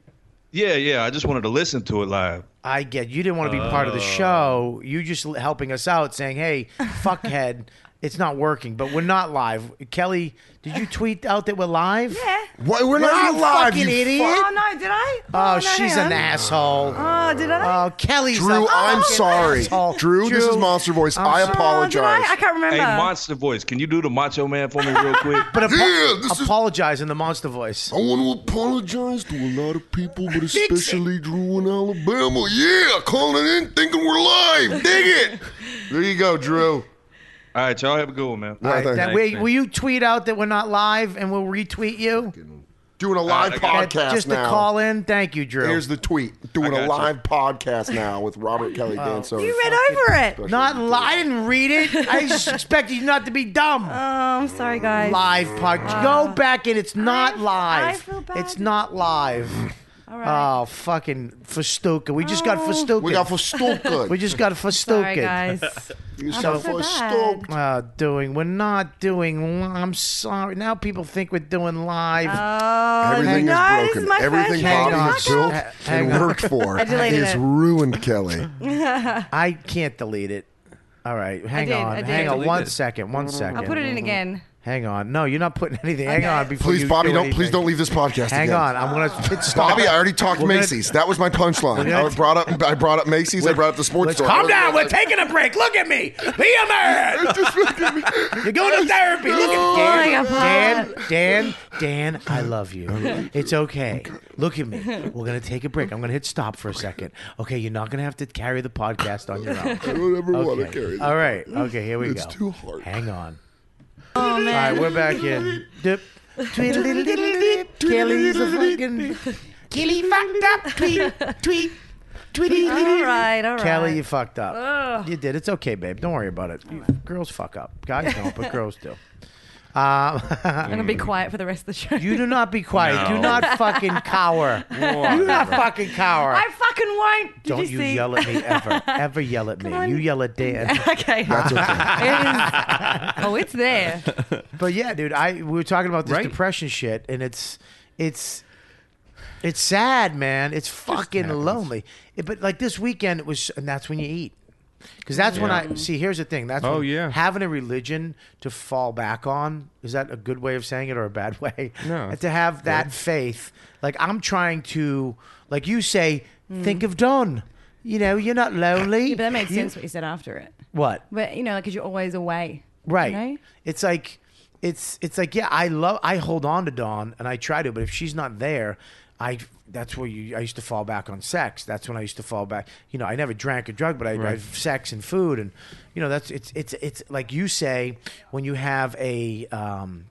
Speaker 10: Yeah, yeah. I just wanted to listen to it live.
Speaker 2: I get you didn't want to be part of the show. You just l- helping us out, saying, "Hey, fuckhead, it's not working." But we're not live. Kelly, did you tweet out that we're live?
Speaker 4: Yeah.
Speaker 6: What?
Speaker 2: What
Speaker 6: We're not
Speaker 2: you
Speaker 6: live,
Speaker 2: fucking
Speaker 6: you
Speaker 2: idiot.
Speaker 4: Oh no, did I?
Speaker 2: Oh,
Speaker 4: no,
Speaker 2: she's
Speaker 4: hang
Speaker 2: an
Speaker 4: on.
Speaker 2: asshole.
Speaker 4: Oh, did I?
Speaker 2: Oh, Kelly's
Speaker 6: Drew,
Speaker 2: a
Speaker 6: I'm
Speaker 2: fucking
Speaker 6: sorry.
Speaker 2: asshole.
Speaker 6: Drew, this is Monster Voice.
Speaker 2: I'm
Speaker 6: I
Speaker 2: sorry.
Speaker 4: oh, did
Speaker 6: apologize.
Speaker 4: I? I can't
Speaker 2: Uh-huh.
Speaker 4: remember.
Speaker 10: Hey, Monster Voice, can you do the Macho Man for me
Speaker 2: (laughs)
Speaker 10: real quick?
Speaker 2: But apo-
Speaker 9: Yeah, this is-
Speaker 2: apologize in the monster voice.
Speaker 9: I want to apologize to a lot of people, but especially Drew in Alabama. Yeah, calling in thinking we're live. Dig it.
Speaker 6: there you go, Drew.
Speaker 10: All right, y'all have a good one, man.
Speaker 6: I think-
Speaker 2: That way, will you tweet out that we're not live and we'll retweet you?
Speaker 6: Doing a live
Speaker 10: I got-
Speaker 6: podcast
Speaker 2: That- just
Speaker 6: now.
Speaker 2: to call in. Thank you, Drew.
Speaker 6: Here's the tweet. Doing
Speaker 10: I
Speaker 6: a
Speaker 10: gotcha.
Speaker 6: live podcast now with Robert Kelly Danso.
Speaker 4: you read over it. Oh,
Speaker 2: not li- I didn't read it.
Speaker 4: (laughs)
Speaker 2: I just expected you not to be dumb.
Speaker 4: Oh, I'm sorry, guys.
Speaker 2: live podcast. Go back in. It's not live.
Speaker 4: Uh, I feel bad.
Speaker 2: It's not live.
Speaker 4: All right.
Speaker 2: Oh, fucking Festuca. We just got
Speaker 4: Oh.
Speaker 2: Festuca.
Speaker 6: We got for Stoker.
Speaker 2: We just got
Speaker 4: sorry,
Speaker 2: Festuca.
Speaker 4: guys.
Speaker 6: You
Speaker 4: I'm
Speaker 6: saw
Speaker 4: so
Speaker 6: for
Speaker 4: bad.
Speaker 6: Stoker.
Speaker 2: Uh, doing. We're not doing. I'm sorry. Now people think we're doing live.
Speaker 4: Oh,
Speaker 6: Everything
Speaker 4: no,
Speaker 6: is
Speaker 4: This
Speaker 6: broken.
Speaker 4: is my
Speaker 6: Everything
Speaker 4: first
Speaker 2: Hang
Speaker 6: Bobby
Speaker 2: on.
Speaker 6: has built
Speaker 2: Ha- hang
Speaker 6: and
Speaker 2: on.
Speaker 6: worked for
Speaker 4: deleted
Speaker 6: is
Speaker 4: it.
Speaker 6: ruined Kelly.
Speaker 2: (laughs) I can't delete it. All right, hang
Speaker 4: did,
Speaker 2: on,
Speaker 4: I did.
Speaker 2: hang on,
Speaker 1: Delete
Speaker 2: one
Speaker 1: it.
Speaker 2: second, one second.
Speaker 4: I'll put it in again.
Speaker 2: Hang on, no, you're not putting anything. Hang on, before
Speaker 6: Please,
Speaker 2: you
Speaker 6: Bobby,
Speaker 2: do
Speaker 6: don't please
Speaker 2: anything.
Speaker 6: don't leave this podcast.
Speaker 2: Hang
Speaker 6: again.
Speaker 2: on, I'm
Speaker 6: (laughs)
Speaker 2: gonna pit stop.
Speaker 6: Bobby, I already talked
Speaker 2: We're gonna-
Speaker 6: Macy's. That was my punchline. I brought up I brought up Macy's. I brought up the sports
Speaker 2: Let's
Speaker 6: store.
Speaker 2: calm down. We're taking a break. Look at me. Be a
Speaker 6: (laughs)
Speaker 2: man. You're going to therapy. Look
Speaker 4: Oh
Speaker 2: at Dan. Dan, Dan, Dan, I love
Speaker 6: Oh,
Speaker 2: you. It's okay. Look at me. We're going to take a break. I'm going to hit stop for a second. Okay, you're not going to have to carry the podcast on your
Speaker 9: I
Speaker 6: (laughs)
Speaker 2: own.
Speaker 9: don't ever want to carry
Speaker 2: Okay.
Speaker 9: this.
Speaker 2: All right. Okay, here we
Speaker 9: It's
Speaker 2: go.
Speaker 9: too hard.
Speaker 2: Hang on. Oh, man. All right, we're back in. Dip. Tweedle-diddle-diddle-dip. Kelly's a fucking.
Speaker 3: Killy fucked up. Tweet, tweet,
Speaker 4: All
Speaker 3: tweety.
Speaker 4: right, all right.
Speaker 2: Kelly, you fucked up. You did. It's okay, babe. Don't worry about it. You- Girls fuck up. Guys don't, but girls do. Um,
Speaker 4: I'm gonna be quiet for the rest of the show.
Speaker 2: (laughs) You do not be quiet. Do not fucking cower. Do not fucking cower.
Speaker 4: (laughs) I fucking won't. Did
Speaker 2: don't you,
Speaker 4: see?
Speaker 2: yell at me ever. Ever yell at me.
Speaker 4: on.
Speaker 2: You yell at Dan.
Speaker 4: (laughs) okay. (laughs)
Speaker 2: (laughs)
Speaker 4: That's okay. oh, it's there.
Speaker 2: but yeah, dude, I we were talking about this
Speaker 1: Right.
Speaker 2: depression shit, and it's it's it's sad, man. It's fucking lonely. It- but like this weekend, it was, and that's when you eat. Because that's when I see. Here's the thing. That's
Speaker 1: Oh,
Speaker 2: when
Speaker 1: yeah.
Speaker 2: having a religion to fall back on is that a good way of saying it or a bad (laughs) way? Uh,
Speaker 1: No.
Speaker 2: to have that faith, like I'm trying to, like you say,
Speaker 1: Mm.
Speaker 2: think of Don. You know, you're not lonely.
Speaker 4: Yeah, but that makes sense what you said after it.
Speaker 2: What?
Speaker 4: But you know, because you're always away.
Speaker 2: Right.
Speaker 4: You know?
Speaker 2: It's like it's it's like yeah, I love I hold on to Dawn and I try to, but if she's not there, I that's where you I used to fall back on sex. That's when I used to fall back. You know, I never drank or drug, but I, I
Speaker 1: Right.
Speaker 2: sex and food and you know that's it's it's it's like you say when you have a um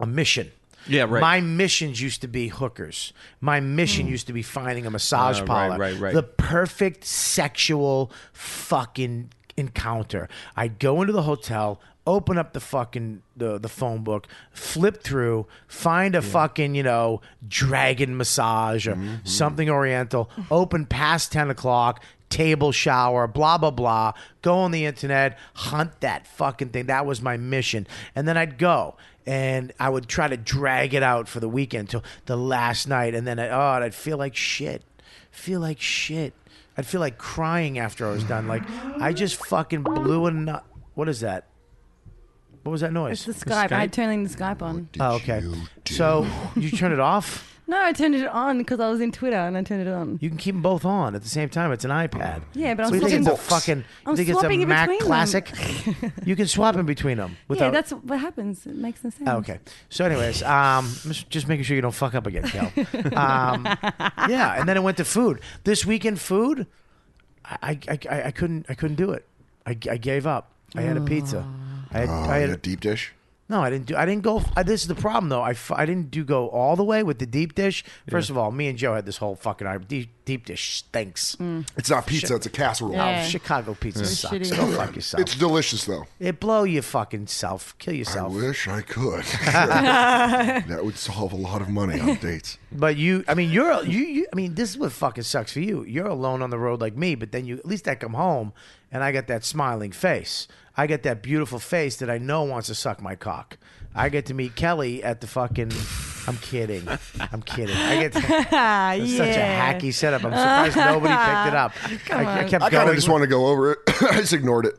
Speaker 2: a mission.
Speaker 1: Yeah, right.
Speaker 2: My missions used to be hookers. My mission used to be finding a massage
Speaker 1: Uh, right,
Speaker 2: parlor.
Speaker 1: right, right.
Speaker 2: The perfect sexual fucking encounter. I'd go into the hotel, open up the fucking the, the phone book, flip through, find a fucking, you know, dragon massage or
Speaker 1: Mm-hmm.
Speaker 2: something oriental, open past 10 o'clock, table shower, blah, blah, blah, go on the internet, hunt that fucking thing. That was my mission. And then I'd go and I would try to drag it out for the weekend till the last night. And then, I, oh, and I'd feel like shit feel like shit. I'd feel like crying after I was done. Like I just fucking blew a nut. What is that? What was that
Speaker 4: It's
Speaker 2: noise?
Speaker 4: the Skype. I'm turning the Skype on.
Speaker 2: Oh, okay. So you turn it off.
Speaker 4: No, I turned it on because I was in Twitter and I turned it on.
Speaker 2: You can keep them both on at the same time. It's an iPad.
Speaker 4: Yeah, but I'm
Speaker 2: so you think it's a
Speaker 4: swapping-
Speaker 2: fucking.
Speaker 4: I'm
Speaker 2: you think it's a
Speaker 4: swapping in
Speaker 2: Mac
Speaker 4: between them. (laughs)
Speaker 2: Classic? you can swap in between them. Without,
Speaker 4: yeah, that's what happens. It makes no sense.
Speaker 2: Oh, Okay. So, anyways, um, just- just making sure you don't fuck up again,
Speaker 4: (laughs)
Speaker 2: Kel. Um, yeah, and then it went to food. This weekend, food, I, I, I, I couldn't, I couldn't do it. I, I gave up. I had a pizza. I
Speaker 4: Oh,
Speaker 2: had, I had,
Speaker 6: a Oh, deep dish.
Speaker 2: no, I didn't do. I didn't go. I, this is the problem, though. I, f- I didn't do go all the way with the deep dish. First of all, me and Joe had this whole fucking I- deep, deep dish stinks. Oh,
Speaker 6: It's not pizza. It's a casserole.
Speaker 4: Mm. Yeah.
Speaker 2: Chicago pizza sucks.
Speaker 4: shitty.
Speaker 2: Go fuck yourself.
Speaker 6: It's delicious though.
Speaker 2: it blow your fucking self. Kill
Speaker 6: I
Speaker 2: yourself.
Speaker 6: wish I
Speaker 2: (laughs)
Speaker 6: could. that would solve a lot of money on dates.
Speaker 2: But you, I mean, you're you, you. I mean, this is what fucking sucks for you. You're alone on the road like me, but then you at least I come home and I got that smiling face. I got that beautiful face that I know wants to suck my cock. I get to meet Kelly at the fucking. I'm kidding. I'm kidding. I get to,
Speaker 4: Ah,
Speaker 2: it's
Speaker 4: yeah.
Speaker 2: such a hacky setup. I'm surprised nobody picked it up. I, I kept
Speaker 6: I kind
Speaker 2: going.
Speaker 6: of just want to go over it. (laughs) I just ignored it.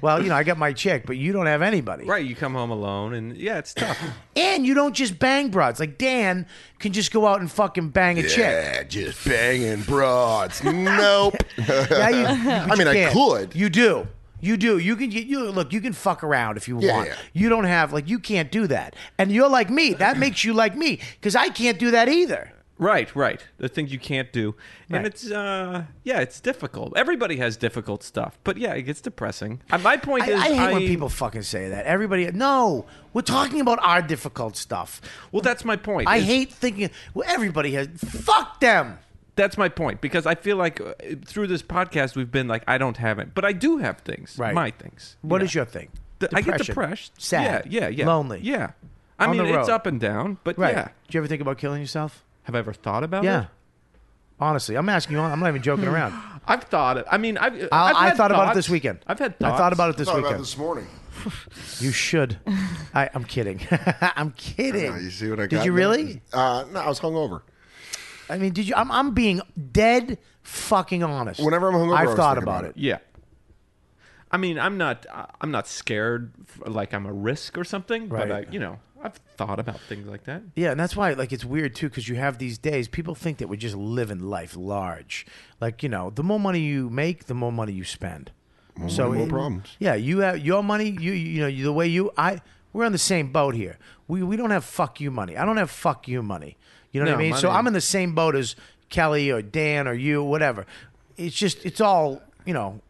Speaker 2: well, you know, I got my chick, but you don't have anybody.
Speaker 1: Right, you come home alone, and yeah, it's tough.
Speaker 2: And you don't just bang broads. Like Dan can just go out and fucking bang a chick.
Speaker 6: Yeah, just banging broads. (laughs) nope.
Speaker 2: Yeah, you- you- but
Speaker 6: mean,
Speaker 2: you
Speaker 6: I
Speaker 2: can't.
Speaker 6: could.
Speaker 2: You do. You do. You can. You, you look. You can fuck around if you
Speaker 6: Yeah,
Speaker 2: want.
Speaker 6: yeah.
Speaker 2: You don't have like you can't do that. And you're like me.
Speaker 6: (clears throat)
Speaker 2: That makes you like me because I can't do that either.
Speaker 1: Right, right. The things you can't do,
Speaker 2: Right.
Speaker 1: and it's uh, yeah, it's difficult. Everybody has difficult stuff, but yeah, it gets depressing. Uh, my point
Speaker 2: I,
Speaker 1: is,
Speaker 2: I hate when people fucking say that. Everybody, no, we're talking about our difficult stuff.
Speaker 1: Well, that's my point.
Speaker 2: I
Speaker 1: is-
Speaker 2: hate thinking. Well, everybody has. Fuck them.
Speaker 1: That's my point because I feel like uh, through this podcast we've been like I don't have it, but I do have things.
Speaker 2: Right.
Speaker 1: My things.
Speaker 2: What is your thing?
Speaker 1: Th- I get
Speaker 2: Depression.
Speaker 1: depressed.
Speaker 2: Sad.
Speaker 1: Yeah, yeah, yeah.
Speaker 2: Lonely.
Speaker 1: Yeah. I
Speaker 2: On
Speaker 1: mean,
Speaker 2: the road.
Speaker 1: it's up and down, but
Speaker 2: Right.
Speaker 1: yeah.
Speaker 2: Do you ever think about killing yourself?
Speaker 1: Have I ever thought about
Speaker 2: Yeah.
Speaker 1: it?
Speaker 2: Honestly, I'm asking you. I'm not
Speaker 1: (sighs)
Speaker 2: even joking around.
Speaker 1: I've thought. It. I mean, I've.
Speaker 2: i
Speaker 1: I've
Speaker 2: I
Speaker 1: had
Speaker 2: thought about it this
Speaker 1: thoughts.
Speaker 2: weekend.
Speaker 1: I've had.
Speaker 2: I
Speaker 1: Thoughts.
Speaker 2: thought about it this
Speaker 6: Thought about
Speaker 2: weekend.
Speaker 6: this morning.
Speaker 1: (laughs)
Speaker 2: You should. I, I'm kidding. (laughs) I'm kidding.
Speaker 6: Uh, you see what I got?
Speaker 2: Did you
Speaker 6: there?
Speaker 2: really?
Speaker 6: Uh, no, I was hungover.
Speaker 2: I mean, did you? I'm, I'm being dead fucking honest.
Speaker 6: Whenever I'm hungover, I
Speaker 2: I've
Speaker 6: was
Speaker 2: thought
Speaker 6: thinking
Speaker 2: about,
Speaker 6: about
Speaker 2: it.
Speaker 1: Yeah. I mean, I'm not. I- I'm not scared. f- Like I'm a risk or something. But
Speaker 2: Right.
Speaker 1: I, you know, I've thought about things like that.
Speaker 2: Yeah, and that's why like it's weird too because you have these days people think that we're just living life large. Like you know, the more money you make, the more money you spend. so
Speaker 6: money, more
Speaker 2: it-
Speaker 6: problems.
Speaker 2: Yeah, you have your money. You you know the way you I we're on the same boat here. We we don't have fuck you money. I don't have fuck you money. You know what I
Speaker 1: No,
Speaker 2: mean?
Speaker 1: mine
Speaker 2: So
Speaker 1: ain't.
Speaker 2: I'm in the same boat as Kelly or Dan or you, whatever. It's just it's all you know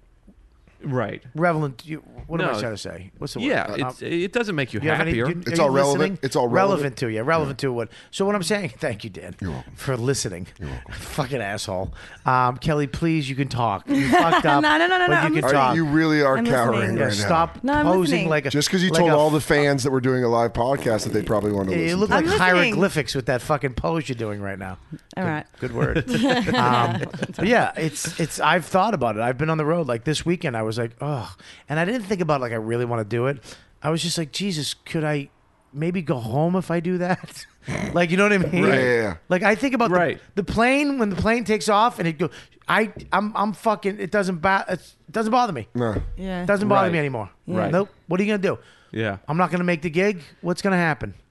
Speaker 1: Right.
Speaker 2: relevant. You, what am I
Speaker 1: No.
Speaker 2: trying to say? What's the word?
Speaker 1: Yeah.
Speaker 2: Uh,
Speaker 1: It's,
Speaker 2: um,
Speaker 1: it doesn't make you,
Speaker 2: you have any-
Speaker 1: happier.
Speaker 2: you-
Speaker 6: It's
Speaker 2: are you
Speaker 6: all relevant.
Speaker 2: listening?
Speaker 6: It's all
Speaker 2: relevant
Speaker 6: relevant.
Speaker 2: to you. Relevant to what? So what I'm saying. (laughs) Thank you, Dan, for listening. (laughs) Fucking asshole, um, Kelly. Please, you can talk.
Speaker 4: (laughs)
Speaker 2: You fucked up.
Speaker 4: No, no, no,
Speaker 2: But
Speaker 4: no, no,
Speaker 2: you
Speaker 4: I'm
Speaker 2: can
Speaker 6: Are-
Speaker 2: talk.
Speaker 6: you really are
Speaker 4: I'm
Speaker 6: cowering
Speaker 4: listening.
Speaker 2: Yeah,
Speaker 6: right now.
Speaker 2: stop
Speaker 4: No, I'm
Speaker 2: posing
Speaker 4: listening.
Speaker 2: like a.
Speaker 6: Just because you
Speaker 2: like
Speaker 6: told
Speaker 2: a-
Speaker 6: all the fans that we're doing a live podcast that they probably want to
Speaker 2: You
Speaker 6: listen
Speaker 2: look
Speaker 6: to.
Speaker 2: like
Speaker 6: (laughs)
Speaker 4: listening.
Speaker 2: hieroglyphics with that fucking pose you're doing right now.
Speaker 4: All right.
Speaker 2: Good
Speaker 1: (laughs)
Speaker 2: word. um, but yeah, it's it's. I've thought about it. I've been on the road like this weekend. I was like, oh, and I didn't think about like I really want to do it. I was just like, Jesus, could I? maybe go home if I do that. (laughs) like you know what I mean?
Speaker 6: Right, yeah, yeah.
Speaker 2: Like I think about the-
Speaker 1: Right.
Speaker 2: the, plane when the plane takes off and it go. I I'm I'm fucking. It doesn't ba- it's- it doesn't bother me.
Speaker 6: Nah.
Speaker 4: Yeah.
Speaker 2: It doesn't bother
Speaker 1: Right.
Speaker 2: me anymore.
Speaker 1: Right.
Speaker 2: Nope. What are you gonna do?
Speaker 1: Yeah.
Speaker 2: I'm not gonna make the gig. What's gonna happen? I'm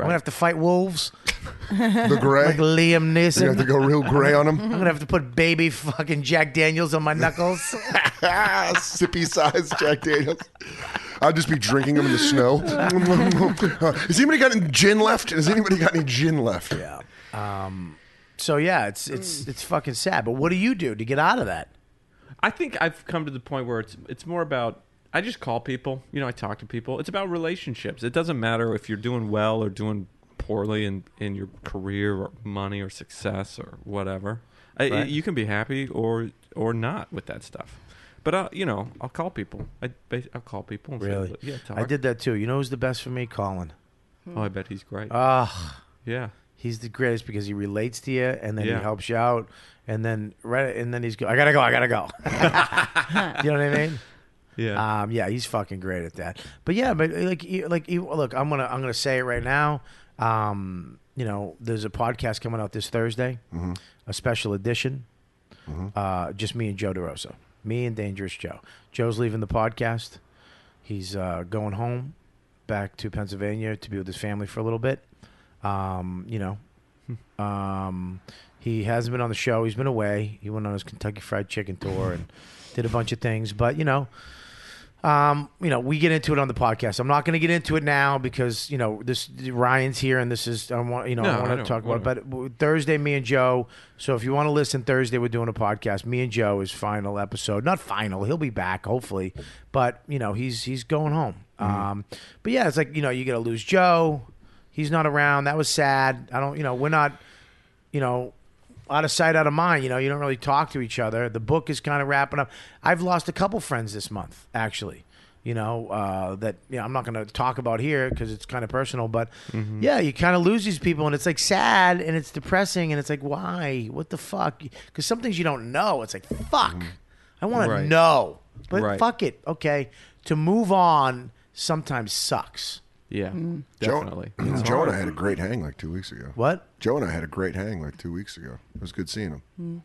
Speaker 1: Right.
Speaker 2: gonna have to fight wolves
Speaker 6: The gray.
Speaker 2: (laughs) like Liam
Speaker 6: you have to
Speaker 2: Neeson.
Speaker 6: go real gray on him.
Speaker 2: (laughs) I'm gonna have to put baby fucking Jack Daniels on my knuckles.
Speaker 6: Ah, (laughs) sippy size Jack Daniels. I'd just be drinking them in the snow. (laughs) Has anybody got any gin left? Has anybody got any gin left? Yeah.
Speaker 2: so yeah, it's it's it's fucking sad. But what do you do to get out of that?
Speaker 1: I think I've come to the point where it's it's more about I just call people, you know, I talk to people. It's about relationships. It doesn't matter if you're doing well or doing poorly in in your career or money or success or whatever. I,
Speaker 2: Right.
Speaker 1: You can be happy or or not with that stuff. But I, you know, I'll call people. I I'll call people. And say,
Speaker 2: Really?
Speaker 1: yeah, talk.
Speaker 2: I did that too. You know who's the best for me? Colin.
Speaker 1: Oh, I bet he's great.
Speaker 2: Uh, Ugh.
Speaker 1: yeah.
Speaker 2: He's the greatest because he relates to you and then
Speaker 1: Yeah.
Speaker 2: he helps you out and then right and then he's go I gotta go, I gotta go. (laughs) you know what I mean?
Speaker 1: Yeah.
Speaker 2: Um, yeah, he's fucking great at that. But yeah, but like, you- like, you- look, I'm gonna, I'm gonna say it right now. Um, you know, there's a podcast coming out this Thursday, a special edition. Uh, just me and Joe DeRosa, me and Dangerous Joe. Joe's leaving the podcast. He's uh, going home, back to Pennsylvania to be with his family for a little bit. Um, you know, um, he hasn't been on the show. He's been away. He went on his Kentucky Fried Chicken tour and did a bunch of things. But you know, um, you know, we get into it on the podcast. I'm not going to get into it now because you know this Ryan's here and this is I want you know
Speaker 1: No,
Speaker 2: I
Speaker 1: I
Speaker 2: want to
Speaker 1: don't
Speaker 2: talk about.
Speaker 1: wanna-
Speaker 2: But w- Thursday, me and Joe. So if you want to listen, Thursday we're doing a podcast. Me and Joe is final episode. Not final. He'll be back hopefully, but you know he's he's going home.
Speaker 1: Mm-hmm.
Speaker 2: Um, but yeah, it's like you know you got to lose Joe. He's not around. That was sad. I don't. You know we're not you know, out of sight, out of mind. You know, you don't really talk to each other. The book is kind of wrapping up. I've lost a couple friends this month, actually. You know, uh, that you know, I'm not going to talk about here because it's kind of personal. But
Speaker 1: Mm-hmm.
Speaker 2: yeah, you kind of lose these people, and it's like sad and it's depressing, and it's like, why? What the fuck? Because some things you don't know. It's like, fuck, I want
Speaker 1: Mm-hmm. Right.
Speaker 2: to know, but
Speaker 1: Right.
Speaker 2: fuck it. Okay, to move on sometimes sucks.
Speaker 1: yeah.
Speaker 6: Mm.
Speaker 1: Definitely. It's
Speaker 6: Joe and I
Speaker 1: hard.
Speaker 6: had a great hang like two weeks ago.
Speaker 2: What?
Speaker 6: Joe and I had a great hang like two weeks ago. It was good seeing him.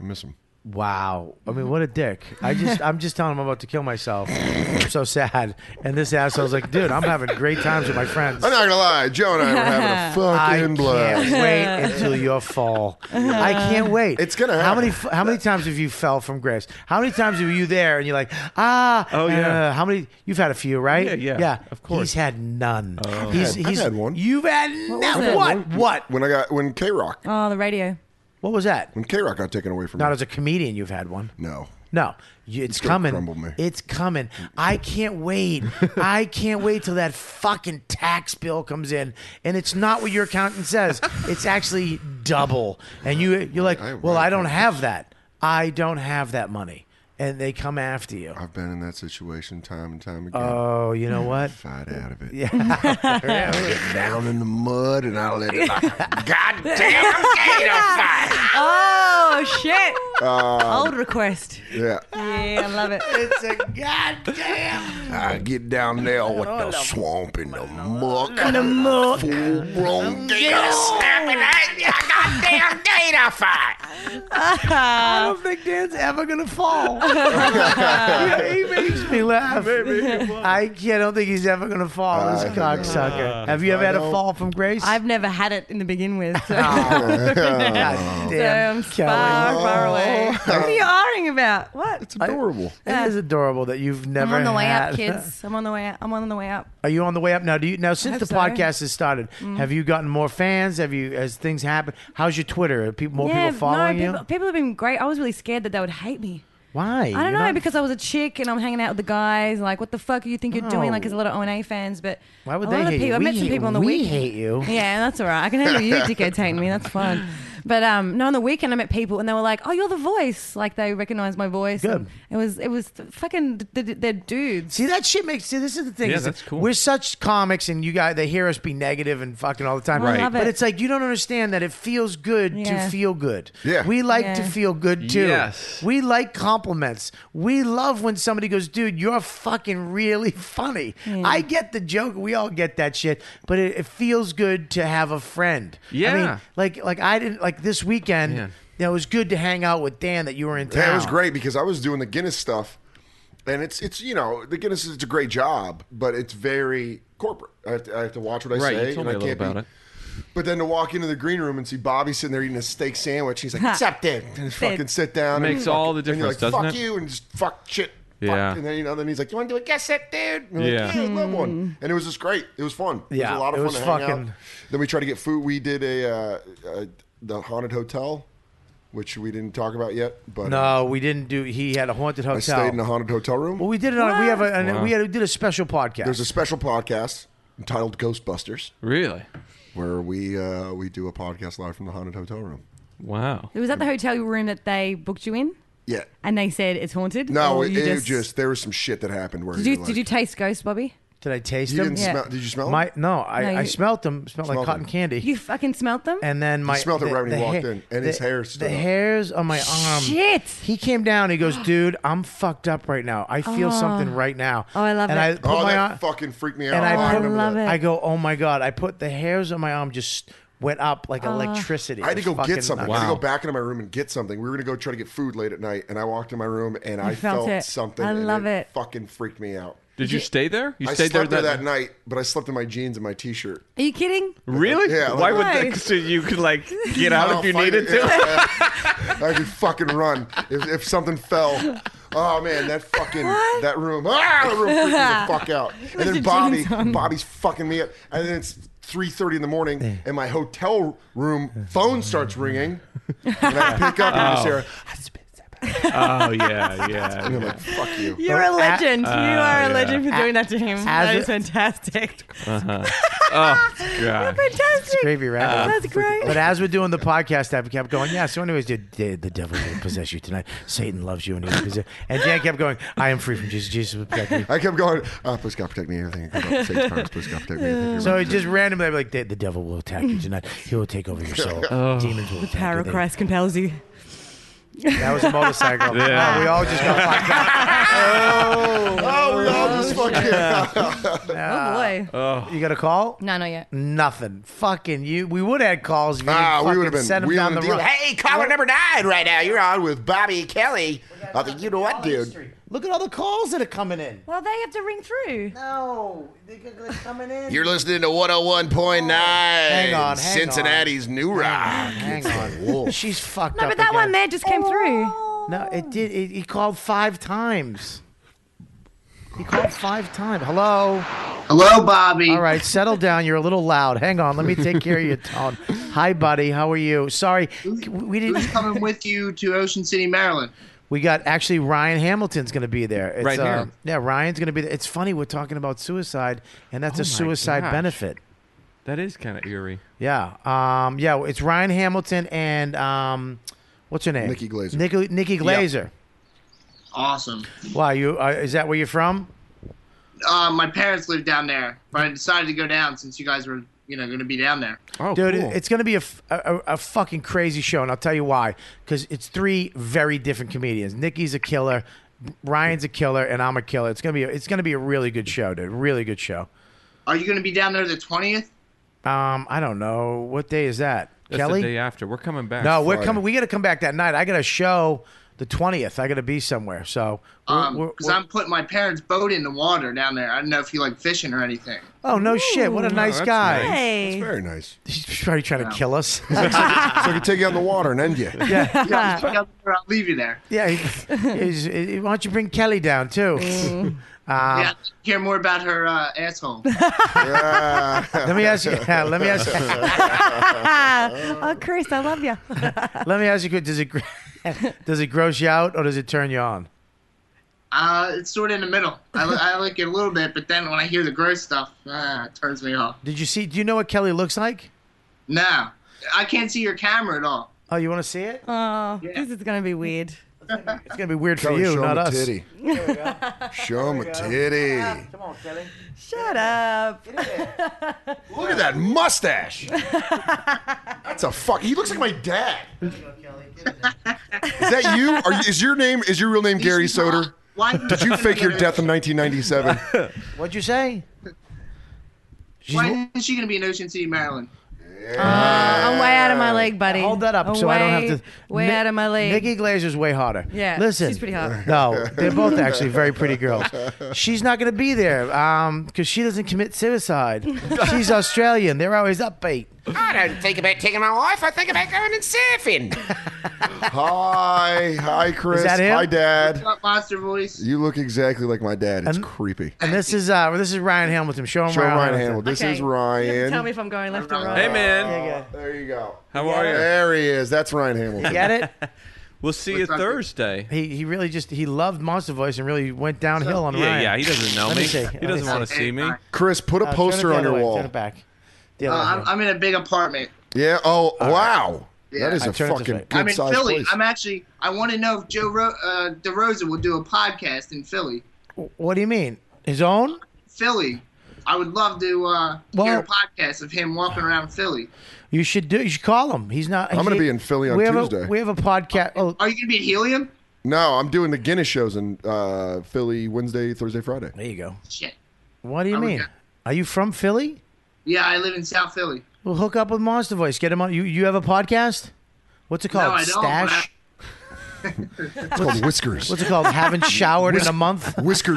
Speaker 6: I miss him.
Speaker 2: Wow. I mean, what a dick. I
Speaker 4: (laughs)
Speaker 2: just, I'm just telling him I'm about to kill myself. I'm so sad. And this asshole's like, dude, I'm having great times with my friends.
Speaker 6: I'm not gonna lie, Joe and I were (laughs) having a
Speaker 2: I
Speaker 6: fucking
Speaker 2: can't
Speaker 6: blast.
Speaker 2: wait until your fall. I can't wait.
Speaker 6: It's gonna
Speaker 2: How
Speaker 6: happen.
Speaker 2: many How many times have you fell from grace? How many times were you there and you're like, ah?
Speaker 1: Oh, yeah.
Speaker 2: uh, how many? You've had a few, right?
Speaker 1: Yeah, yeah, of course. Oh.
Speaker 2: He's had none. He's,
Speaker 6: had- I've
Speaker 2: he's
Speaker 6: had one.
Speaker 2: You've had
Speaker 4: was
Speaker 2: none.
Speaker 4: it?
Speaker 2: What? What?
Speaker 6: (laughs) When I got when K Rock
Speaker 4: Oh, the radio.
Speaker 2: What was that?
Speaker 6: when K Rock got taken away from
Speaker 2: Not
Speaker 6: me.
Speaker 2: as a comedian, you've had one.
Speaker 6: no.
Speaker 2: No, you, it's
Speaker 6: gonna
Speaker 2: coming.
Speaker 6: crumble me.
Speaker 2: It's coming. I can't wait. I can't wait till that fucking tax bill comes in, and it's not what your accountant says. It's actually double, and you you're like,
Speaker 6: I- I-
Speaker 2: well, I don't have that. I don't have that money, and they come after you.
Speaker 6: I've been in that situation time and time again.
Speaker 2: Oh, you know
Speaker 6: (laughs)
Speaker 2: what?
Speaker 6: Fight out of it. Uh, Yeah. Get down in the mud and I let (laughs) it
Speaker 3: Goddamn
Speaker 6: (laughs)
Speaker 3: gator fight.
Speaker 4: Oh
Speaker 2: (laughs)
Speaker 4: shit!
Speaker 6: Uh,
Speaker 4: Old request.
Speaker 6: Yeah.
Speaker 4: Yeah, I love it.
Speaker 2: (laughs)
Speaker 4: (laughs)
Speaker 2: It's a goddamn.
Speaker 6: I get down there with Oh, the swamp and the muck.
Speaker 2: The more-
Speaker 6: Full blown gator.
Speaker 3: Snapping at you. Goddamn gator fight.
Speaker 2: I don't think Dan's ever gonna fall. he makes me laugh. I can't. I don't think he's ever gonna fall.
Speaker 6: I
Speaker 2: this
Speaker 6: think-
Speaker 2: cocksucker. Have you ever had a
Speaker 6: don't-
Speaker 2: fall from grace?
Speaker 4: I've never had it in the begin with. (laughs) So.
Speaker 2: Oh. (laughs) God
Speaker 4: So
Speaker 2: damn,
Speaker 4: I'm far,
Speaker 2: Kelly. Oh.
Speaker 4: far away. What are you arguing about? What?
Speaker 6: It's adorable.
Speaker 2: That is adorable that you've never.
Speaker 4: I'm on the way
Speaker 2: had.
Speaker 4: up, kids. I'm on the way up. I'm on the way up.
Speaker 2: Are you on the way up now? Do you now since
Speaker 4: hope
Speaker 2: the
Speaker 4: so. Mm.
Speaker 2: podcast has started? Have you gotten more fans? Have you as things happen? How's your Twitter? Are people, more people following
Speaker 4: no,
Speaker 2: you?
Speaker 4: people, people have been great. I was really scared that they would hate me.
Speaker 2: Why?
Speaker 4: I don't know because I was a chick and I'm hanging out with the guys. Like, what the fuck do you think you're doing? Like, there's a lot of ONA fans, but
Speaker 2: Why would
Speaker 4: a
Speaker 2: they
Speaker 4: lot
Speaker 2: hate
Speaker 4: of people.
Speaker 2: you?
Speaker 4: I met
Speaker 2: We
Speaker 4: some
Speaker 2: hate-
Speaker 4: people on the
Speaker 2: we
Speaker 4: weekend.
Speaker 2: hate you. (laughs)
Speaker 4: Yeah, that's all right. I can handle you dickheads hating me. That's fine. But um, no, on the weekend I met people and they were like, "Oh, you're the voice!" Like they recognized my voice.
Speaker 2: Good.
Speaker 4: and It was it was fucking th- th- they're dudes.
Speaker 2: See that shit makes. See, this is the thing.
Speaker 1: Yeah,
Speaker 2: is that
Speaker 1: that's cool.
Speaker 2: We're such comics, and you guys they hear us be negative and fucking all the time.
Speaker 4: I Right. love
Speaker 2: But
Speaker 4: it.
Speaker 2: it's like you don't understand that it feels good
Speaker 4: Yeah.
Speaker 2: to feel good.
Speaker 9: Yeah.
Speaker 2: We like to
Speaker 4: Yeah.
Speaker 2: feel good too.
Speaker 1: Yes.
Speaker 2: We like compliments. We love when somebody goes, "Dude, you're fucking really funny." I get the joke. We all get that shit. But it, it feels good to have a friend. I
Speaker 1: Yeah.
Speaker 2: mean, like like I didn't like this weekend.
Speaker 1: Man.
Speaker 2: You know, it was good to hang out with Dan that you were in town.
Speaker 6: Yeah, it was great because I was doing the Guinness stuff, and it's it's you know the Guinness is it's a great job, but it's very corporate. I have to, I have to watch what I
Speaker 1: Right,
Speaker 6: say.
Speaker 1: you told
Speaker 6: and
Speaker 1: me a little
Speaker 6: I can't be-
Speaker 1: about it.
Speaker 6: But then to walk into the green room and see Bobby sitting there eating a steak
Speaker 1: (laughs)
Speaker 6: sandwich, he's like, "What's up, dude?" And just fucking sit down.
Speaker 1: Makes
Speaker 6: and
Speaker 1: all the
Speaker 6: fucking-
Speaker 1: difference,
Speaker 6: and you're
Speaker 1: doesn't
Speaker 6: like, "Fuck
Speaker 1: it?"
Speaker 6: you!" and just fuck shit. fuck.
Speaker 1: Yeah.
Speaker 6: And then you know, then he's like, "You want to do a guess set, dude?" And we're
Speaker 1: Yeah. Mm.
Speaker 6: Like, yeah, I'd love one. And it was just great. It was fun. It was
Speaker 2: Yeah,
Speaker 6: a lot of
Speaker 2: it was
Speaker 6: fun to hang
Speaker 2: fucking-
Speaker 6: out. Then we tried to get food. We did a uh, uh, the haunted hotel, which we didn't talk about yet, but
Speaker 2: No, we didn't do. He had a haunted hotel.
Speaker 6: I stayed in a haunted hotel room.
Speaker 2: Well, we did it on. We have a. an- We had, we did a special podcast.
Speaker 6: There's a special podcast entitled Ghostbusters
Speaker 1: Really?
Speaker 6: where we uh, we do a podcast live from the haunted hotel room.
Speaker 1: Wow.
Speaker 4: It was at the hotel room that they booked you in,
Speaker 6: Yeah.
Speaker 4: and they said it's haunted.
Speaker 6: No,
Speaker 4: Or
Speaker 6: it,
Speaker 4: Oh, you
Speaker 6: it just... there was some shit that happened where
Speaker 4: did
Speaker 6: you're
Speaker 4: you
Speaker 6: like,
Speaker 4: did you taste ghost, Bobby?
Speaker 2: did I taste
Speaker 6: you
Speaker 2: them?
Speaker 6: didn't
Speaker 4: Yeah.
Speaker 6: smell? Did you smell?
Speaker 2: My
Speaker 6: it?
Speaker 2: no, I,
Speaker 4: No,
Speaker 2: I
Speaker 4: you-
Speaker 2: smelled them. Smelled like
Speaker 6: Smelled
Speaker 2: cotton
Speaker 6: them.
Speaker 2: candy.
Speaker 4: You fucking smelt them.
Speaker 2: and then my
Speaker 6: smelled it right when he walked in, and his
Speaker 2: the-
Speaker 6: hair stood
Speaker 2: The
Speaker 6: up.
Speaker 2: hairs on my arm.
Speaker 4: Shit.
Speaker 2: He came down. He goes,
Speaker 4: (gasps)
Speaker 2: dude, I'm fucked up right now. I feel something right now.
Speaker 4: Oh, I love
Speaker 2: and
Speaker 4: it.
Speaker 2: I put
Speaker 6: Oh,
Speaker 2: my
Speaker 6: that
Speaker 2: arm,
Speaker 6: fucking freaked me out.
Speaker 2: and
Speaker 6: Oh,
Speaker 2: I, put,
Speaker 6: remember
Speaker 4: love
Speaker 6: that.
Speaker 4: it.
Speaker 2: I go, oh my god! I put the hairs on my arm just went up like electricity.
Speaker 6: I had to
Speaker 2: It
Speaker 6: go
Speaker 2: was
Speaker 6: get
Speaker 2: fucking
Speaker 6: something.
Speaker 2: nuts.
Speaker 6: I had to
Speaker 1: Wow.
Speaker 6: go back into my room and get something. We were gonna go try to get food late at night, and I walked in my room and I
Speaker 4: felt it.
Speaker 6: something.
Speaker 4: I
Speaker 6: and
Speaker 4: love it.
Speaker 6: Fucking freaked me out.
Speaker 1: Did you stay there? You
Speaker 6: I
Speaker 1: stayed
Speaker 6: slept there that, night, but I slept in my jeans and my t-shirt.
Speaker 4: Are you kidding?
Speaker 1: Really?
Speaker 6: Yeah,
Speaker 1: Why
Speaker 6: like-
Speaker 1: would
Speaker 4: Why?
Speaker 1: that, so you could like
Speaker 6: (laughs)
Speaker 1: get out
Speaker 6: I'll
Speaker 1: if you
Speaker 6: fight
Speaker 1: needed
Speaker 6: it.
Speaker 1: to? (laughs)
Speaker 6: Yeah, yeah. I could fucking run if, if something fell. Oh man, that fucking that room, ah, that room freaked me the
Speaker 4: (laughs)
Speaker 6: fuck out. And
Speaker 4: your
Speaker 6: then
Speaker 4: jeans
Speaker 6: Bobby,
Speaker 4: on.
Speaker 6: Bobby's fucking me up. And then it's three thirty in the morning, and my hotel room phone starts ringing, and I pick up
Speaker 2: (laughs)
Speaker 6: and Sarah,
Speaker 1: Oh yeah, yeah.
Speaker 6: (laughs) I'm like, "Fuck you."
Speaker 4: You're a legend. you are uh, a
Speaker 1: yeah.
Speaker 4: legend for doing that to him. That
Speaker 2: it-
Speaker 4: is fantastic.
Speaker 1: God.
Speaker 4: (laughs) Fantastic.
Speaker 2: Gravy wrap.
Speaker 4: That's Uh, great.
Speaker 2: But as we're doing the podcast, I kept going, yeah, so anyways, dude, the, the devil will possess you tonight. Satan loves you. And, he will possess-" and Dan kept going, I am free from Jesus. Jesus will protect me.
Speaker 6: I kept going. Oh, please God protect me. Everything. that comes up to Satan's powers. Please God protect me. Everything.
Speaker 2: So it just randomly, I'd be like, the, the devil will attack you tonight. He will take over your
Speaker 6: (laughs)
Speaker 2: soul.
Speaker 6: Oh.
Speaker 2: Demons will attack you.
Speaker 4: Power of Christ compels you.
Speaker 2: That was a
Speaker 6: (laughs)
Speaker 2: motorcycle.
Speaker 1: Yeah.
Speaker 2: Oh, we all just got fucked up.
Speaker 6: oh, we all just fucking. (laughs)
Speaker 4: oh boy.
Speaker 2: You got a call?
Speaker 4: no, not yet.
Speaker 2: Nothing. Fucking you. We would have had calls if you didn't
Speaker 6: Ah, we
Speaker 2: fucking
Speaker 6: would have been
Speaker 2: send them
Speaker 6: wheeling
Speaker 2: down the
Speaker 6: and dealing.
Speaker 2: road.
Speaker 7: Hey, caller number nine right now. You're on with Bobby Kelly.
Speaker 6: I think you know what, dude.
Speaker 2: Look at all the calls that are coming in.
Speaker 4: Well, they have to ring through.
Speaker 2: No, they're coming in.
Speaker 7: You're listening to 101.9
Speaker 2: Hang on, hang on.
Speaker 7: Cincinnati's New Rock.
Speaker 6: (laughs)
Speaker 2: Hang on. She's fucked
Speaker 4: No,
Speaker 2: up.
Speaker 4: but Oh, that
Speaker 2: again.
Speaker 4: one there just came through.
Speaker 2: No, it did. It, he called five times. He called five times. Hello.
Speaker 11: Hello, Bobby.
Speaker 2: All right, settle down. You're a little loud. Hang on. Let me take care of
Speaker 11: (laughs)
Speaker 2: your tone. Hi, buddy. How are you? Sorry, we
Speaker 11: Who's
Speaker 2: didn't.
Speaker 11: coming with you to Ocean City, Maryland?
Speaker 2: We got actually Ryan Hamilton's going to be there. It's,
Speaker 1: Right
Speaker 2: uh,
Speaker 1: here.
Speaker 2: yeah, Ryan's going to be there. It's funny we're talking about suicide, and that's
Speaker 1: Oh my
Speaker 2: a suicide
Speaker 1: gosh.
Speaker 2: benefit.
Speaker 1: That is kind of eerie.
Speaker 2: Yeah. Um, yeah, it's Ryan Hamilton and um, what's her name?
Speaker 6: Nikki Glaser.
Speaker 2: Nikki, Nikki Glazer.
Speaker 11: Awesome.
Speaker 2: Wow, you uh, is that where you're from?
Speaker 11: Uh, my parents live down there, but I decided to go down since you guys were, you know, going to be down there.
Speaker 1: Oh,
Speaker 2: Dude,
Speaker 1: cool.
Speaker 2: it's going to be a, f- a- a- a fucking crazy show, and I'll tell you why. Because it's three very different comedians. Nikki's a killer, Ryan's a killer, and I'm a killer. It's gonna be a, it's gonna be a really good show, dude. Really good show.
Speaker 11: Are you going to be down there the twentieth?
Speaker 2: Um, I don't know what day is that,
Speaker 1: That's
Speaker 2: Kelly.
Speaker 1: the day after. We're coming back.
Speaker 2: no, we're
Speaker 6: Friday.
Speaker 2: coming. We got to come back that night. I got a show the twentieth. I got to be somewhere. So, we're- we're-
Speaker 11: Because
Speaker 2: we're-
Speaker 11: Um, I'm putting my parents' boat in the water down there. I don't know if you like fishing or
Speaker 6: (laughs)
Speaker 11: anything.
Speaker 2: oh no shit! What a nice
Speaker 1: that's
Speaker 2: guy.
Speaker 1: nice.
Speaker 4: Hey.
Speaker 6: Very nice. (laughs)
Speaker 2: He's probably trying to
Speaker 1: (laughs)
Speaker 2: kill us. (laughs)
Speaker 6: So I could take you out in the water and end you.
Speaker 2: yeah,
Speaker 11: You guys get down there, I'll leave you there.
Speaker 2: yeah. he- he's- he- why don't you bring Kelly down too?
Speaker 6: Ah.
Speaker 11: yeah, hear more about her uh, asshole.
Speaker 2: Let me ask you. yeah, let me ask you.
Speaker 4: (laughs) oh, Chris, I love you.
Speaker 2: Let me ask you: Does it gr- (laughs) does it gross you out or does it turn you on?
Speaker 11: uh, it's sort of in the middle. I, li- I like it a little bit, but then when I hear the gross stuff, uh, it turns me off.
Speaker 2: Did you see? Do you know what Kelly looks like?
Speaker 11: No, I can't see your camera at all.
Speaker 2: Oh, you want to see it?
Speaker 4: Oh, this is gonna be weird.
Speaker 2: It's gonna be weird for
Speaker 4: Kelly,
Speaker 2: you,
Speaker 4: show 'em
Speaker 2: not
Speaker 4: a
Speaker 2: us.
Speaker 4: titty.
Speaker 6: Show him a titty.
Speaker 2: Come on, Kelly.
Speaker 4: Shut up.
Speaker 6: Look at that mustache. That's a fuck. He looks like my dad. Is that
Speaker 2: (laughs)
Speaker 6: you? Are you, is your name is your real name Gary Soder?
Speaker 2: Why-
Speaker 6: Did you fake your death
Speaker 2: (laughs)
Speaker 6: in 1997?
Speaker 2: What'd you say?
Speaker 11: Why isn't she gonna be in Ocean City, Maryland?
Speaker 4: I'm way out of my league, buddy.
Speaker 2: Hold that up
Speaker 4: I'm
Speaker 2: so I don't
Speaker 4: way-
Speaker 2: have to.
Speaker 4: Way
Speaker 2: Mi-
Speaker 4: out of my league.
Speaker 2: Nikki Glazer's way hotter.
Speaker 4: Yeah,
Speaker 2: listen,
Speaker 4: she's pretty hot.
Speaker 2: No, they're both actually very pretty girls. She's not going to be there because she doesn't commit
Speaker 4: (laughs)
Speaker 2: suicide. She's Australian. They're always upbeat.
Speaker 3: I don't think about taking my life. I think about going and surfing.
Speaker 6: hi, hi, Chris.
Speaker 2: Is that him?
Speaker 6: Hi, Dad.
Speaker 11: What's up, Monster Voice?
Speaker 6: You look exactly like my dad. It's creepy.
Speaker 2: And this is uh, this is Ryan Hamilton. Show him
Speaker 6: Show
Speaker 2: Ryan,
Speaker 6: Ryan Hamill. This
Speaker 4: Okay.
Speaker 6: is
Speaker 4: You have to
Speaker 6: Ryan.
Speaker 4: tell me if I'm going left or right.
Speaker 1: Hey, man.
Speaker 6: Oh, There you go.
Speaker 1: How are you?
Speaker 6: There he is. That's Ryan Hamilton.
Speaker 2: Get it?
Speaker 1: We'll see you Thursday.
Speaker 2: He he really just he loved Monster Voice and really went downhill on
Speaker 1: yeah,
Speaker 2: Ryan.
Speaker 1: yeah. He doesn't know
Speaker 2: Let
Speaker 1: me.
Speaker 2: see. Let
Speaker 1: He doesn't want to see me.
Speaker 6: Chris, put a
Speaker 2: Uh, turn it
Speaker 6: poster
Speaker 2: the
Speaker 6: on
Speaker 2: other
Speaker 6: your
Speaker 2: way.
Speaker 6: wall.
Speaker 2: Turn it back. The
Speaker 11: Uh,
Speaker 2: other way.
Speaker 11: I'm, I'm in a big apartment.
Speaker 6: Yeah. Oh, wow.
Speaker 11: Yeah.
Speaker 6: That is
Speaker 2: I
Speaker 6: a
Speaker 2: turned it this
Speaker 6: fucking
Speaker 2: way.
Speaker 6: good
Speaker 11: I'm in
Speaker 6: sized
Speaker 11: Philly.
Speaker 6: place.
Speaker 11: I'm actually. I want to know if Joe Ro- uh, DeRosa will do a podcast in Philly.
Speaker 2: What do you mean? His own?
Speaker 11: Philly. I would love to uh, hear
Speaker 2: Well-
Speaker 11: a podcast of him walking around Philly.
Speaker 2: You should do. You should call him. He's not.
Speaker 6: I'm gonna
Speaker 2: he-
Speaker 6: be in Philly on
Speaker 2: we have a-
Speaker 6: Tuesday.
Speaker 2: we have a podcast. Oh,
Speaker 11: Are you going to be at Helium?
Speaker 6: No, I'm doing the Guinness shows in uh, Philly Wednesday, Thursday, Friday.
Speaker 2: there you go.
Speaker 11: Shit.
Speaker 2: What do you
Speaker 11: I'm
Speaker 2: mean?
Speaker 11: okay.
Speaker 2: Are you from Philly?
Speaker 11: Yeah, I live in South Philly.
Speaker 2: We'll hook up with Monster Voice. Get him on. You you have a podcast? What's it called?
Speaker 11: No, I don't, but
Speaker 2: Stash.
Speaker 6: It's called Whiskers.
Speaker 2: What's it called?
Speaker 11: (laughs)
Speaker 2: Haven't showered in a month.
Speaker 6: Whisker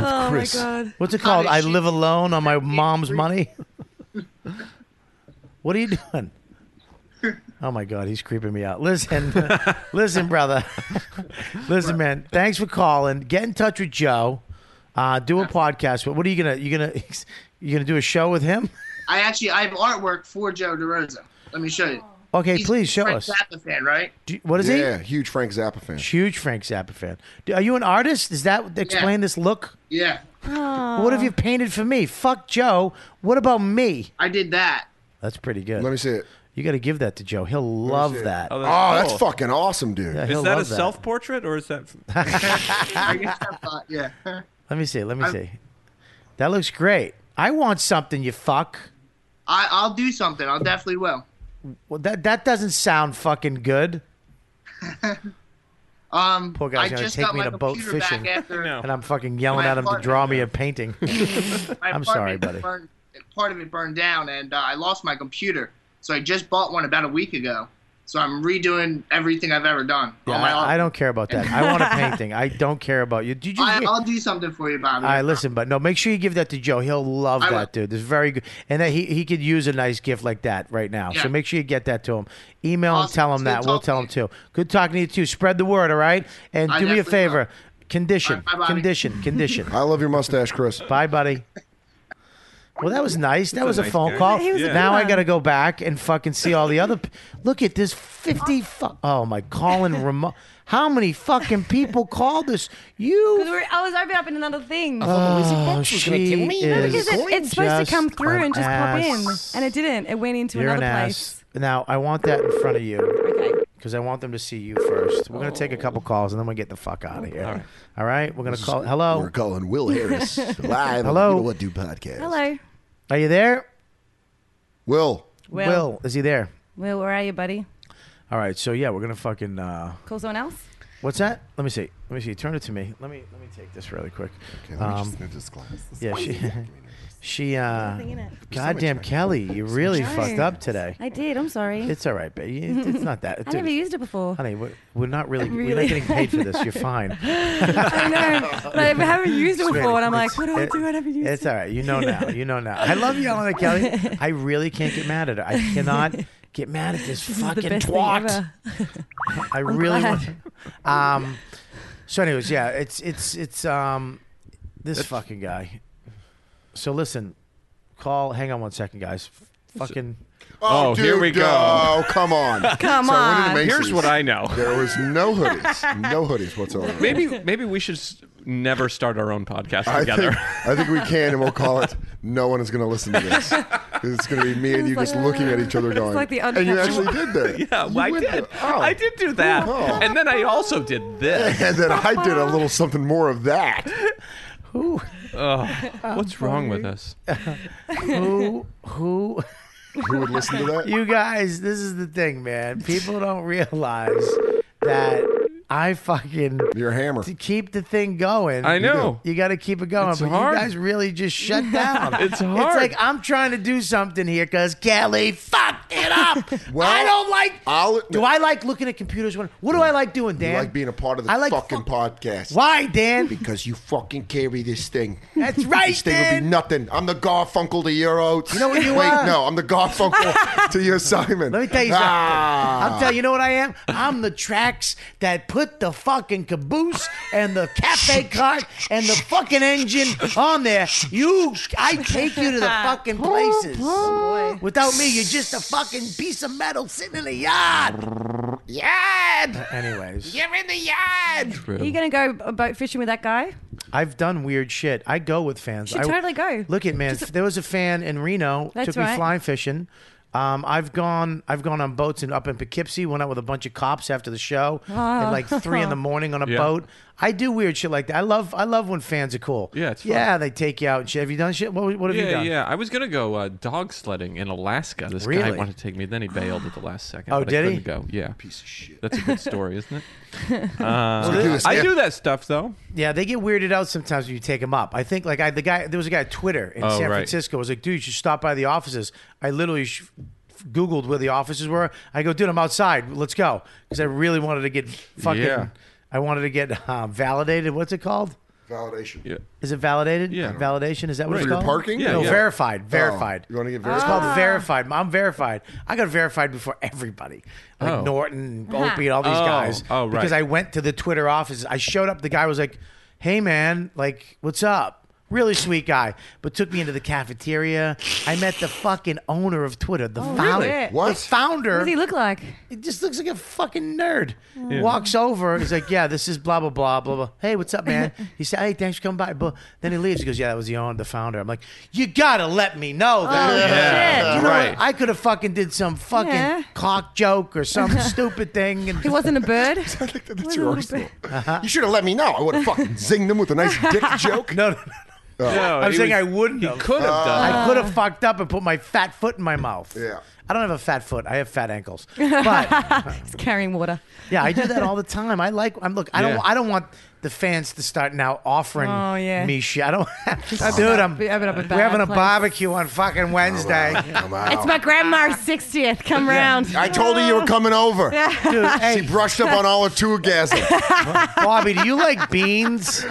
Speaker 2: (laughs)
Speaker 6: with
Speaker 4: Oh
Speaker 6: Chris.
Speaker 4: my god.
Speaker 2: What's it called?
Speaker 11: did
Speaker 2: I
Speaker 11: she-
Speaker 2: live alone on my mom's money. (laughs) what are you doing? Oh my God, he's creeping me out. Listen, (laughs) listen, brother. (laughs) listen, man. Thanks for calling. Get in touch with Joe. Uh, do a podcast. What what are you gonna? You gonna? (laughs) You gonna do a show with him?
Speaker 11: I actually I have artwork for Joe DeRosa. Let me show you.
Speaker 2: Okay,
Speaker 11: He's
Speaker 2: please show
Speaker 11: Frank
Speaker 2: us.
Speaker 11: Zappa fan, right?
Speaker 2: Do, what is
Speaker 6: yeah, huge Frank Zappa fan.
Speaker 2: he? Huge Frank Zappa fan. Do- Are you an artist? Is that explain this look?
Speaker 11: Yeah,
Speaker 2: What
Speaker 11: Uh.
Speaker 2: have you painted for me? Fuck Joe. What about me?
Speaker 11: I did that.
Speaker 2: That's pretty good.
Speaker 6: Let me see it.
Speaker 2: You got to give that to Joe. He'll love
Speaker 6: see.
Speaker 2: that.
Speaker 1: Oh,
Speaker 6: Oh, that's
Speaker 1: cool.
Speaker 6: fucking awesome, dude.
Speaker 2: Yeah, he'll
Speaker 1: Is that a
Speaker 2: love
Speaker 1: self portrait or is that?
Speaker 11: I guess I thought, yeah. (laughs)
Speaker 2: Let me see. Let me see. That looks great. I want something, you fuck.
Speaker 11: I I'll do something. I'll definitely will.
Speaker 2: Well, that that doesn't sound fucking good.
Speaker 11: (laughs) Um,
Speaker 2: Poor guy's
Speaker 11: I
Speaker 2: gonna
Speaker 11: just
Speaker 2: take
Speaker 11: got
Speaker 2: me
Speaker 11: my
Speaker 2: in a boat
Speaker 11: computer
Speaker 2: fishing.
Speaker 11: Back
Speaker 1: (laughs)
Speaker 11: after
Speaker 1: No.
Speaker 2: (laughs) And I'm fucking yelling
Speaker 11: My
Speaker 2: at him to
Speaker 11: apartment,
Speaker 2: draw me a
Speaker 11: (laughs)
Speaker 2: painting.
Speaker 11: my
Speaker 2: I'm sorry,
Speaker 11: apartment
Speaker 2: buddy.
Speaker 11: Burned, part of it burned down, and uh, I lost my computer. So I just bought one about a week ago. So I'm redoing everything I've ever done. all
Speaker 2: Yeah,
Speaker 11: my
Speaker 2: I, I
Speaker 11: art.
Speaker 2: don't care about that. I want a painting. I don't care about you. Did you? (laughs)
Speaker 11: (laughs) I, I'll do something for you, Bobby.
Speaker 2: All right, listen, but no, make sure you give that to Joe. He'll love
Speaker 11: I will.
Speaker 2: that, dude. It's very good, and that he, he could use a nice gift like that right now.
Speaker 11: Yeah.
Speaker 2: So make sure you get that to him. Email him,
Speaker 11: Awesome.
Speaker 2: tell
Speaker 11: It's
Speaker 2: him
Speaker 11: good
Speaker 2: that. We'll
Speaker 11: talking
Speaker 2: tell
Speaker 11: to
Speaker 2: him
Speaker 11: you.
Speaker 2: too. Good talking to you too. Spread the word, all right? And
Speaker 11: I
Speaker 2: do me a
Speaker 11: definitely
Speaker 2: favor.
Speaker 11: All
Speaker 2: Condition,
Speaker 11: right, bye, Bobby.
Speaker 2: condition,
Speaker 11: (laughs)
Speaker 2: condition.
Speaker 6: I love your mustache, Chris.
Speaker 2: bye, buddy. Well, that was nice. That was a
Speaker 1: nice
Speaker 2: phone
Speaker 1: guy.
Speaker 2: call.
Speaker 1: He was a
Speaker 2: now
Speaker 4: good
Speaker 2: I
Speaker 4: one.
Speaker 2: got to go back and fucking see all the other. p- Look at this fifty. Fu- oh my, Colin Ramon. How many fucking people called this? You
Speaker 4: We were, I was opening up in another thing.
Speaker 2: Oh,
Speaker 3: was gonna kill
Speaker 2: she
Speaker 3: me.
Speaker 4: no,
Speaker 2: is
Speaker 4: because it, it's supposed
Speaker 2: just
Speaker 4: to come through
Speaker 2: an
Speaker 4: and just
Speaker 2: ass.
Speaker 4: pop in, and it didn't. It went into
Speaker 2: You're an
Speaker 4: another place.
Speaker 2: ass. Now I want that in front of you
Speaker 4: Okay.
Speaker 2: because I want them to see you first. We're gonna take a couple calls and then we get the fuck out of here. All right. We're gonna call. Hello.
Speaker 7: We're calling Will
Speaker 2: (laughs)
Speaker 7: Harris live on
Speaker 2: Hello.
Speaker 7: the You Know What Do podcast.
Speaker 4: Hello.
Speaker 2: Are you there?
Speaker 6: Will.
Speaker 4: Will.
Speaker 2: Will, is he there?
Speaker 4: Will, where are you, buddy?
Speaker 2: All right. So yeah, we're gonna fucking. Uh,
Speaker 4: Call someone else.
Speaker 2: what's that? Let me see. Let me see. Turn it to me. Let me let me take this really quick.
Speaker 6: Okay, let me
Speaker 2: Um,
Speaker 6: just move this glass. This
Speaker 2: Yeah.
Speaker 6: is
Speaker 2: She.
Speaker 6: easy.
Speaker 2: (laughs) she. Uh,
Speaker 4: Nothing in it.
Speaker 2: goddamn, Kelly, you really
Speaker 4: much
Speaker 2: fucked
Speaker 4: time.
Speaker 2: up today.
Speaker 4: I did. I'm sorry.
Speaker 2: It's all right, baby. It- It's not that.
Speaker 4: (laughs) I never used it before.
Speaker 2: Honey, we're, we're not
Speaker 4: (laughs)
Speaker 2: really, we're
Speaker 4: Really?
Speaker 2: not getting paid for this.
Speaker 4: (laughs)
Speaker 2: You're fine.
Speaker 4: I know. But I haven't used it before, and I'm like, what do I
Speaker 2: It-
Speaker 4: do? I never used
Speaker 2: It's
Speaker 4: it.
Speaker 2: all right. You know now. You know now. I love you, Elena Kelly.
Speaker 4: (laughs)
Speaker 2: I really can't get mad at her. I cannot get mad at this,
Speaker 4: (laughs) This is the
Speaker 2: fucking
Speaker 4: best thing
Speaker 2: twat.
Speaker 4: ever.
Speaker 2: (laughs) I really want.
Speaker 4: glad.
Speaker 2: Um. So, anyways, yeah, it's it's it's um, this fucking guy. So listen, call. Hang on one second, guys. Fucking.
Speaker 1: Oh, here we
Speaker 6: dude,
Speaker 1: go.
Speaker 6: Oh,
Speaker 2: (laughs)
Speaker 6: come on.
Speaker 4: Come
Speaker 6: so I went
Speaker 4: on.
Speaker 6: into Macy's.
Speaker 1: Here's what I know.
Speaker 6: There was no hoodies. No hoodies
Speaker 1: (laughs)
Speaker 6: whatsoever.
Speaker 1: Maybe maybe we should s- never start our own podcast
Speaker 6: I
Speaker 1: together.
Speaker 6: think, I think we can, and we'll call it No One Is Going to Listen to This. It's going to be me and you just
Speaker 4: like-
Speaker 6: looking at each other going.
Speaker 4: like the
Speaker 6: and you
Speaker 4: uncut-
Speaker 6: actually did
Speaker 1: (laughs)
Speaker 6: that.
Speaker 1: Yeah, well, I did. I did do that, and then I also did
Speaker 2: (laughs)
Speaker 1: this.
Speaker 6: oh." And then I did a
Speaker 4: (laughs)
Speaker 6: little something more of that.
Speaker 2: Oh,
Speaker 1: Ugh, what's wrong with us?
Speaker 2: who who
Speaker 6: Who would listen to that?
Speaker 2: you guys this is the thing man people don't realize that i fucking
Speaker 6: Your hammer.
Speaker 2: to keep the thing going
Speaker 1: I know.
Speaker 2: you got to keep it going
Speaker 1: It's
Speaker 2: but
Speaker 1: hard.
Speaker 2: you guys really just shut
Speaker 1: (laughs)
Speaker 2: down
Speaker 1: It's
Speaker 2: it's
Speaker 1: hard.
Speaker 2: like i'm trying to do something here because kelly fucked
Speaker 1: (laughs)
Speaker 2: it up
Speaker 6: Well,
Speaker 2: i don't like
Speaker 6: I'll
Speaker 2: do i like looking at computers when what do i like doing dan
Speaker 6: like being a part of the
Speaker 2: I like
Speaker 6: fucking
Speaker 2: fuck-
Speaker 6: podcast.
Speaker 1: (laughs)
Speaker 2: why dan
Speaker 6: Because you fucking carry this thing.
Speaker 2: that's right
Speaker 6: This thing will be
Speaker 2: Dan.
Speaker 6: nothing. I'm the Garfunkel to your oats. You know what you Wait,
Speaker 2: are?
Speaker 6: no, I'm the Garfunkel to your Simon.
Speaker 2: Let me tell you something.
Speaker 6: Ah.
Speaker 2: I'll tell you, you know what I am? I'm the tracks that put the fucking caboose and the cafe cart and the fucking engine on there. You, I take you to the fucking
Speaker 4: Oh,
Speaker 2: places. Without me, you're just a fucking piece of metal sitting in a yard.
Speaker 3: Yad!
Speaker 2: Anyways,
Speaker 3: You're in the yard!
Speaker 1: True.
Speaker 4: Are you going to go boat fishing with that guy?
Speaker 2: I've done weird shit. I go with fans.
Speaker 4: You should
Speaker 2: I-
Speaker 4: totally go.
Speaker 2: Look at man, there was a fan in Reno
Speaker 4: That's
Speaker 2: took me
Speaker 4: right.
Speaker 2: fly fishing. Um, I've gone, I've gone on boats and up in Poughkeepsie. Went out with a bunch of cops after the show at like three
Speaker 4: (laughs)
Speaker 2: in the morning on a
Speaker 1: Yeah.
Speaker 2: boat. I do weird shit like that. I love, I love when fans are cool.
Speaker 1: Yeah, it's fun.
Speaker 2: yeah, they take you out and shit. Have you done shit? What, what have you
Speaker 1: Yeah,
Speaker 2: done?
Speaker 1: yeah. I was gonna go uh, dog sledding in Alaska. This guy
Speaker 2: Really?
Speaker 1: wanted to take me,
Speaker 4: (gasps)
Speaker 1: then he bailed at the last second.
Speaker 2: Oh,
Speaker 1: but
Speaker 2: did
Speaker 1: I
Speaker 2: he?
Speaker 1: couldn't Go, yeah.
Speaker 6: (laughs) Piece of shit.
Speaker 1: That's a good story, isn't it?
Speaker 4: (laughs)
Speaker 1: Um,
Speaker 6: Let's do this.
Speaker 1: I do that stuff though.
Speaker 2: Yeah, they get weirded out sometimes when you take them up. I think like I the guy there was a guy at Twitter in
Speaker 1: Oh,
Speaker 2: San
Speaker 1: right.
Speaker 2: Francisco was like, dude, you should stop by the offices. I literally sh- googled where the offices were. I go, dude, I'm outside. Let's go because I really wanted to get fucking.
Speaker 1: Yeah.
Speaker 2: I wanted to get uh, validated. What's it called?
Speaker 6: Validation.
Speaker 1: Yeah.
Speaker 2: Is it validated?
Speaker 1: Yeah.
Speaker 2: Validation. Is that what
Speaker 6: For
Speaker 2: it's
Speaker 6: your
Speaker 2: called?
Speaker 6: parking?
Speaker 1: Yeah,
Speaker 2: no,
Speaker 1: yeah.
Speaker 2: verified. Verified. Uh,
Speaker 6: Oh, you wanna get
Speaker 2: It's (laughs)
Speaker 6: verified?
Speaker 2: called verified. I'm verified. I got verified before everybody, like
Speaker 1: Oh.
Speaker 2: Norton, Opie, and all these
Speaker 1: Oh,
Speaker 2: guys.
Speaker 1: oh, right.
Speaker 2: Because I went to the Twitter office. I showed up. The guy was like, "Hey, man, like, what's up?" Really sweet guy, but took me into the cafeteria. I met the fucking owner of Twitter, the founder.
Speaker 4: shit.
Speaker 2: The
Speaker 6: What?
Speaker 2: founder?
Speaker 4: What does he look like?
Speaker 2: It just looks like a fucking nerd. Walks over. He's like, "Yeah, this is blah blah blah blah blah." Hey, what's up, man? He said, "Hey, thanks for coming by." But then he leaves. He goes, "Yeah, that was the owner, the founder." I'm like, "You gotta let me know
Speaker 4: Oh,
Speaker 2: that."
Speaker 1: Yeah,
Speaker 2: You know
Speaker 1: right.
Speaker 2: what? I could have fucking did some fucking
Speaker 4: Yeah.
Speaker 2: cock joke or
Speaker 4: (laughs)
Speaker 2: some stupid thing, and
Speaker 4: He wasn't a bird?
Speaker 6: That's your arsenal.
Speaker 2: (laughs)
Speaker 6: You should have let me know. I would have fucking zinged them with a nice dick joke. Oh,
Speaker 2: no, no, no,
Speaker 1: No,
Speaker 2: I'm
Speaker 1: Oh, he
Speaker 2: saying
Speaker 1: was-
Speaker 2: I wouldn't.
Speaker 1: He (laughs)
Speaker 2: have.
Speaker 1: could have done.
Speaker 2: I could have fucked up and put my fat foot in my mouth.
Speaker 6: Yeah.
Speaker 2: I don't have a fat foot. I have fat
Speaker 4: (laughs)
Speaker 2: ankles. But
Speaker 4: He's carrying water.
Speaker 2: yeah, I do that all the time. I like. I'm look. I
Speaker 1: Yeah.
Speaker 2: don't. I don't want the fans to start now offering
Speaker 4: Oh, yeah.
Speaker 2: me shit. I don't. (laughs) dude, I'm.
Speaker 4: Be- open up a
Speaker 2: We're having a
Speaker 4: bad place.
Speaker 2: barbecue on fucking Wednesday.
Speaker 1: Oh,
Speaker 6: I'm out.
Speaker 4: It's
Speaker 2: (laughs)
Speaker 4: my grandma's 60th. Come round.
Speaker 6: I told her you were coming over.
Speaker 1: (laughs)
Speaker 2: Dude,
Speaker 6: She
Speaker 2: hey,
Speaker 6: brushed up on all her two
Speaker 2: (laughs) Bobby, do you like beans?